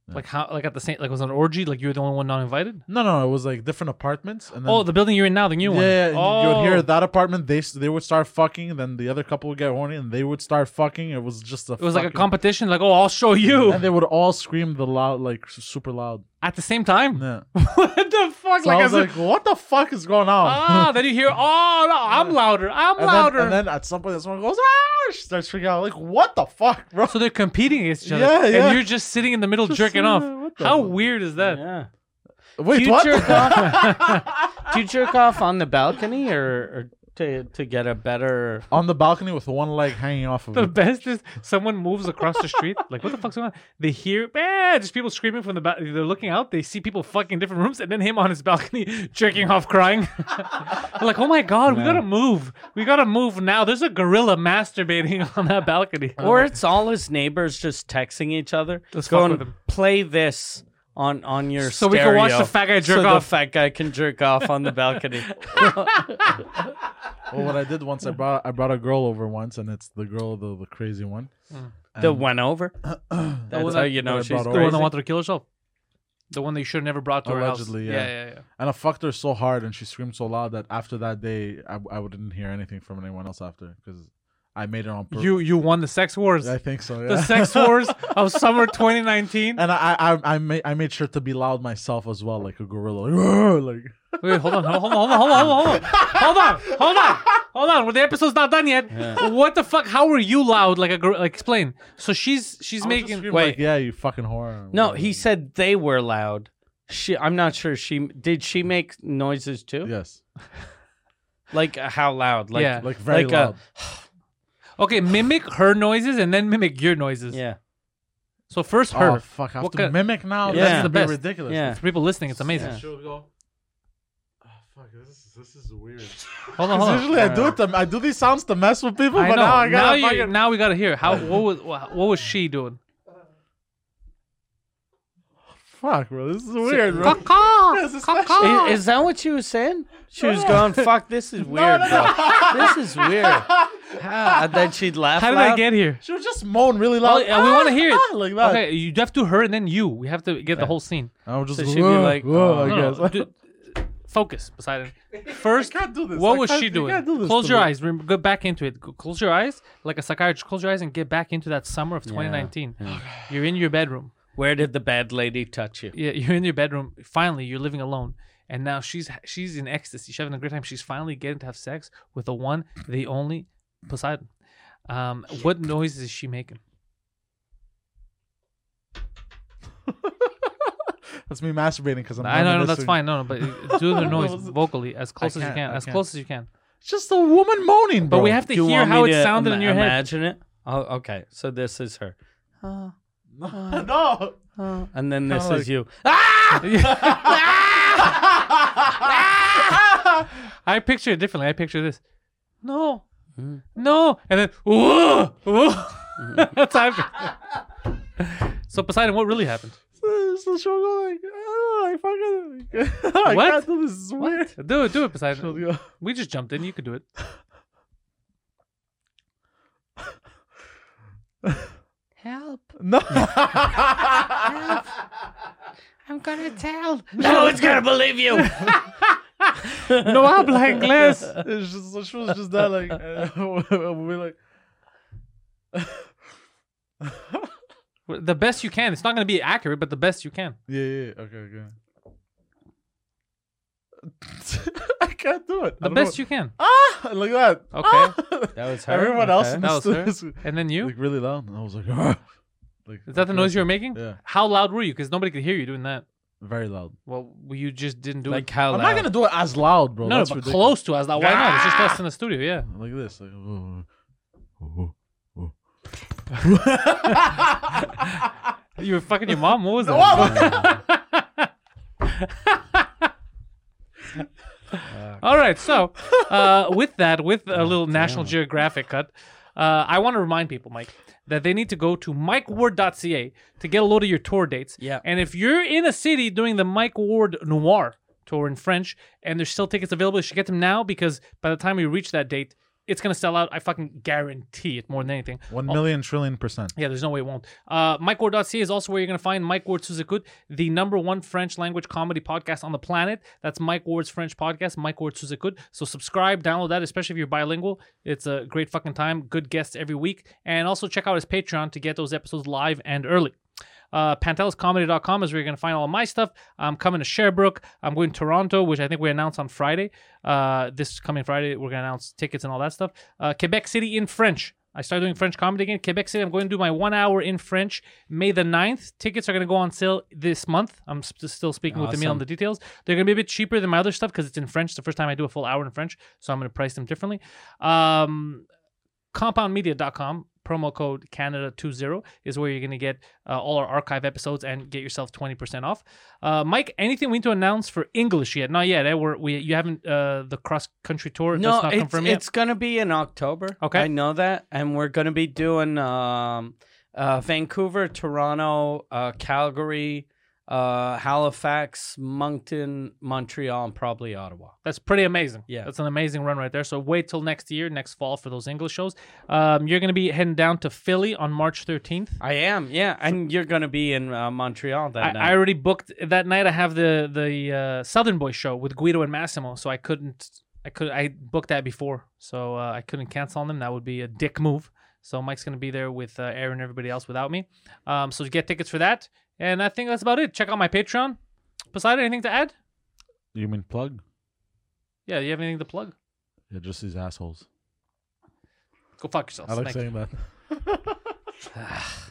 Speaker 3: yeah.
Speaker 1: like how like at the same like was it an orgy like you were the only one not invited.
Speaker 3: no, no, it was like different apartments. And then,
Speaker 1: Oh, the building you're in now, the new one.
Speaker 3: yeah,
Speaker 1: oh.
Speaker 3: yeah, you would hear that apartment. They s- they would start fucking, then the other couple would get horny, and they would start fucking. It was just a.
Speaker 1: It was like a
Speaker 3: fucking-
Speaker 1: competition. Like oh, I'll show you
Speaker 3: And they would all scream the loud, like s- super loud.
Speaker 1: at the same time.
Speaker 3: Yeah.
Speaker 1: what the fuck?
Speaker 3: So I
Speaker 1: as
Speaker 3: was
Speaker 1: if-
Speaker 3: like, what the fuck is going on?
Speaker 1: Ah, then you hear, oh, no, I'm louder, I'm
Speaker 3: And then-
Speaker 1: louder.
Speaker 3: and then at some point, someone goes, ah, she starts freaking out. Like, what the fuck, bro?
Speaker 1: so they're competing against each other,
Speaker 3: Yeah, yeah.
Speaker 1: and you're just sitting in the middle
Speaker 3: Just,
Speaker 1: jerking
Speaker 3: uh,
Speaker 1: off.
Speaker 3: what the
Speaker 1: How
Speaker 3: fuck?
Speaker 1: weird is that?
Speaker 2: Yeah.
Speaker 3: Wait,
Speaker 2: do you
Speaker 3: what?
Speaker 2: jerk off? do you jerk off on the balcony or, or to to get a better?
Speaker 3: On the balcony with one leg hanging off of
Speaker 1: The
Speaker 3: it.
Speaker 1: best is someone moves across the street. Like, what the fuck's going on? They hear, man, just people screaming from the back. They're looking out. They see people fucking in different rooms, and then him on his balcony jerking off, crying. They're like, oh my god, we gotta move. We gotta move now. There's a gorilla masturbating on that balcony.
Speaker 2: Or it's all his neighbors just texting each other,
Speaker 1: Oh, Let's fuck
Speaker 2: going,
Speaker 1: with him.
Speaker 2: "Play this on on your
Speaker 1: So we can watch
Speaker 2: stereo
Speaker 1: the fat guy jerk
Speaker 2: so
Speaker 1: off.
Speaker 2: The fat guy can jerk off on the balcony.
Speaker 3: Well, what I did once, I brought I brought a girl over once, and it's the girl, the, the crazy one.
Speaker 1: Mm.
Speaker 2: the
Speaker 3: And-
Speaker 2: went over. That's
Speaker 1: one
Speaker 2: how
Speaker 1: that-
Speaker 2: you
Speaker 3: that I
Speaker 2: know she's
Speaker 3: brought
Speaker 1: The
Speaker 3: over.
Speaker 1: one
Speaker 2: crazy.
Speaker 1: that wanted to kill herself. The one that you should have never brought to
Speaker 3: Allegedly,
Speaker 1: her
Speaker 3: yeah.
Speaker 1: house. yeah, yeah, yeah.
Speaker 3: And I fucked her so hard, and she screamed so loud that after that day, I, I didn't hear anything from anyone else after because I made it on purpose.
Speaker 1: You you won the sex wars.
Speaker 3: I think so. Yeah.
Speaker 1: The sex wars of summer 2019.
Speaker 3: And I, I, I made, I made sure to be loud myself as well, like a gorilla. Like, "Roar," like
Speaker 1: Wait, hold on, hold on, hold on, hold on, hold on, hold on, hold on, hold on. Well, the episode's not done yet. What the fuck? How were you loud? Like a girl? Like explain. So she's she's
Speaker 3: I would just
Speaker 1: making.
Speaker 3: scream,
Speaker 2: wait.
Speaker 3: like, yeah, you fucking whore.
Speaker 2: No, he said they were loud. She, I'm not sure. She did she make noises too?
Speaker 3: yes,
Speaker 2: Like uh, how loud? Like
Speaker 1: Yeah.
Speaker 3: like very
Speaker 2: Like, uh,
Speaker 3: loud.
Speaker 1: Okay, mimic her noises and then mimic your noises.
Speaker 2: yeah.
Speaker 1: So first her.
Speaker 3: Oh fuck! I have
Speaker 1: What
Speaker 3: to
Speaker 1: kind-
Speaker 3: mimic now.
Speaker 2: Yeah.
Speaker 3: That's
Speaker 2: That's
Speaker 3: the
Speaker 1: the
Speaker 3: be
Speaker 1: best.
Speaker 3: ridiculous.
Speaker 2: Yeah.
Speaker 1: For people listening, it's amazing.
Speaker 2: Yeah.
Speaker 3: She'll go. "Oh, fuck, this is this is weird.
Speaker 1: Hold on, hold
Speaker 3: 'Cause
Speaker 1: on.
Speaker 3: usually I do it. To, I do these sounds to mess with people,
Speaker 1: I
Speaker 3: but
Speaker 1: know.
Speaker 3: now I
Speaker 1: now,
Speaker 3: gotta
Speaker 1: you-
Speaker 3: fucking.
Speaker 1: now we gotta hear how what was what was she doing?
Speaker 3: Fuck, bro, this is weird, bro. This
Speaker 1: Caw-caw,
Speaker 3: is
Speaker 1: caw-caw.
Speaker 3: special.
Speaker 2: I- Is, that what she was saying? She was going, "Fuck, this is weird,
Speaker 3: Oh. no, no.
Speaker 2: bro. This is weird." Ah, and then she'd laugh.
Speaker 1: How did
Speaker 2: loud.
Speaker 1: I get here?
Speaker 3: She'll just moan really
Speaker 1: Oh,
Speaker 3: loud.
Speaker 1: yeah, we want to hear
Speaker 3: "Ah,"
Speaker 1: it.
Speaker 3: like that.
Speaker 1: Okay, you have to her and then you. We have to get the whole scene.
Speaker 3: I'll just
Speaker 2: So
Speaker 3: go,
Speaker 2: she'd be
Speaker 3: "Whoa,
Speaker 2: like,
Speaker 3: whoa,"
Speaker 2: "Oh,
Speaker 3: I
Speaker 1: No,
Speaker 3: guess.
Speaker 1: no, dude, focus, Poseidon. First,
Speaker 3: can't do this.
Speaker 1: what
Speaker 3: I
Speaker 1: was
Speaker 3: can't-
Speaker 1: she
Speaker 3: you
Speaker 1: doing?
Speaker 3: can't do this
Speaker 1: Close
Speaker 3: to
Speaker 1: your
Speaker 3: me.
Speaker 1: eyes. Rem- Go back into it. Go- Close your eyes, like a psychiatrist. Close your eyes and get back into that summer of 2019. You're in your bedroom.
Speaker 2: Where did the bad lady touch you?
Speaker 1: Yeah, you're in your bedroom. Finally, you're living alone, and now she's she's in ecstasy. She's having a great time. She's finally getting to have sex with the one, the only Poseidon. Um, what noises is she making?
Speaker 3: That's me masturbating because I'm.
Speaker 1: I know, I
Speaker 3: down
Speaker 1: know
Speaker 3: with
Speaker 1: that's
Speaker 3: this
Speaker 1: fine. No, no, but do the noise
Speaker 3: was-
Speaker 1: vocally as close as you
Speaker 3: can't,
Speaker 1: can,
Speaker 3: I
Speaker 1: as
Speaker 3: can't.
Speaker 1: close as you can.
Speaker 3: thing. Just a woman moaning, bro.
Speaker 1: But we have to
Speaker 2: Do you
Speaker 1: hear
Speaker 2: want
Speaker 1: how
Speaker 2: me
Speaker 1: it
Speaker 2: to
Speaker 1: sounded
Speaker 2: im-
Speaker 1: in your head.
Speaker 2: Imagine it. Oh, okay. So this is her. Oh,
Speaker 3: no.
Speaker 2: oh. And then this
Speaker 3: like-
Speaker 2: is you. Ah!
Speaker 1: I picture it differently. I picture this. No. No. And then, whoa, whoa. That's how I picture it. So, Poseidon, what really happened?
Speaker 3: So- so she'll go like, "Oh, I fucking. I
Speaker 1: What?
Speaker 3: can't do this. This is weird.
Speaker 1: Do it, do it,
Speaker 3: She'll
Speaker 1: Poseidon.
Speaker 3: go,
Speaker 1: We just jumped in. You could do it.
Speaker 4: Help.
Speaker 3: No.
Speaker 4: I'm gonna tell.
Speaker 2: No one's gonna believe you.
Speaker 1: No habla inglés.
Speaker 3: It's just, so she was just that like, uh, we're like,
Speaker 1: The best you can. It's not going to be accurate, but the best you can.
Speaker 3: yeah, yeah, yeah, okay, okay. I can't do it.
Speaker 1: The best you can.
Speaker 3: Ah, look at that.
Speaker 1: Okay.
Speaker 2: That was her.
Speaker 3: Everyone else
Speaker 2: okay.
Speaker 3: in
Speaker 1: That
Speaker 3: the
Speaker 1: was
Speaker 3: studio
Speaker 1: her.
Speaker 3: is
Speaker 1: And then you?
Speaker 3: like really loud. And I was like, "Ah." like
Speaker 1: Is that the noise you were making?
Speaker 3: Yeah,
Speaker 1: How loud were you? Because nobody could hear you doing that.
Speaker 3: very loud.
Speaker 1: Well, you just didn't do
Speaker 2: Like
Speaker 1: it.
Speaker 2: how
Speaker 3: I'm
Speaker 2: loud?
Speaker 3: not gonna do it as loud, bro.
Speaker 1: No, no,
Speaker 3: That's
Speaker 1: but
Speaker 3: ridiculous. Ah!
Speaker 1: close to us. That why not? It's just us in the studio. Yeah.
Speaker 3: Like this. Like, oh, oh, oh.
Speaker 1: You were fucking your mom. What was that? All right. So, uh, with that, with
Speaker 3: Oh,
Speaker 1: a little National Geographic cut, uh, I want to remind people, Mike, that they need to go to mikeward.ca to get a load of your tour dates.
Speaker 2: Yeah.
Speaker 1: And if you're in a city doing the Mike Ward Noir tour in French and there's still tickets available, you should get them now because by the time we reach that date, it's going to sell out. I fucking guarantee it more than anything.
Speaker 3: One million trillion percent.
Speaker 1: Yeah, there's no way it won't. Uh, MikeWard.ca is also where you're going to find Mike Ward Suzukut, the number one French language comedy podcast on the planet. That's Mike Ward's French podcast, Mike Ward Suzukut. So subscribe, download that, especially if you're bilingual. It's a great fucking time. Good guests every week. And also check out his Patreon to get those episodes live and early. Uh, PantelisComedy.com is where you're going to find all my stuff. I'm coming to Sherbrooke. I'm going to Toronto, which I think we announced on Friday. Uh, this coming Friday, we're going to announce tickets and all that stuff. Uh, Quebec City in French. I started doing French comedy again. Quebec City, I'm going to do my one hour in French May the 9th. Tickets are going to go on sale this month. I'm sp- still speaking with Emil on
Speaker 2: Awesome.
Speaker 1: the details. They're going to be a bit cheaper than my other stuff because it's in French. It's The first time I do a full hour in French, so I'm going to price them differently. Um, compoundmedia.com promo code canada20 is where you're going to get uh, all our archive episodes and get yourself 20% off uh, mike anything we need to announce for english yet not yet eh? We're, we you haven't uh, the cross country tour
Speaker 2: No,
Speaker 1: that's not
Speaker 2: it's,
Speaker 1: confirmed
Speaker 2: it's gonna be in October.
Speaker 1: Okay.
Speaker 2: I know that, and we're gonna be doing um, uh, Vancouver, Toronto, uh, Calgary, uh, Halifax, Moncton, Montreal, and probably Ottawa.
Speaker 1: That's pretty amazing.
Speaker 2: Yeah.
Speaker 1: That's an amazing run right there. So wait till next year, next fall for those English shows. Um, you're going to be heading down to Philly on March 13th.
Speaker 2: I am, yeah. And you're going to be in uh, Montreal that
Speaker 1: I, I
Speaker 2: night.
Speaker 1: already booked that night. I have the the uh, Southern Boy show with Guido and Massimo, so I couldn't. I could. I booked that before, so uh, I couldn't cancel on them. That would be a dick move. So Mike's gonna be there with uh, Aaron and everybody else without me. Um, so get tickets for that, and I think that's about it. Check out my Patreon. Poseidon, anything to add?
Speaker 3: You mean plug?
Speaker 1: Yeah, you have anything to plug?
Speaker 3: Yeah, just these assholes.
Speaker 1: Go fuck yourselves.
Speaker 3: I like
Speaker 1: Thank you.
Speaker 3: saying that.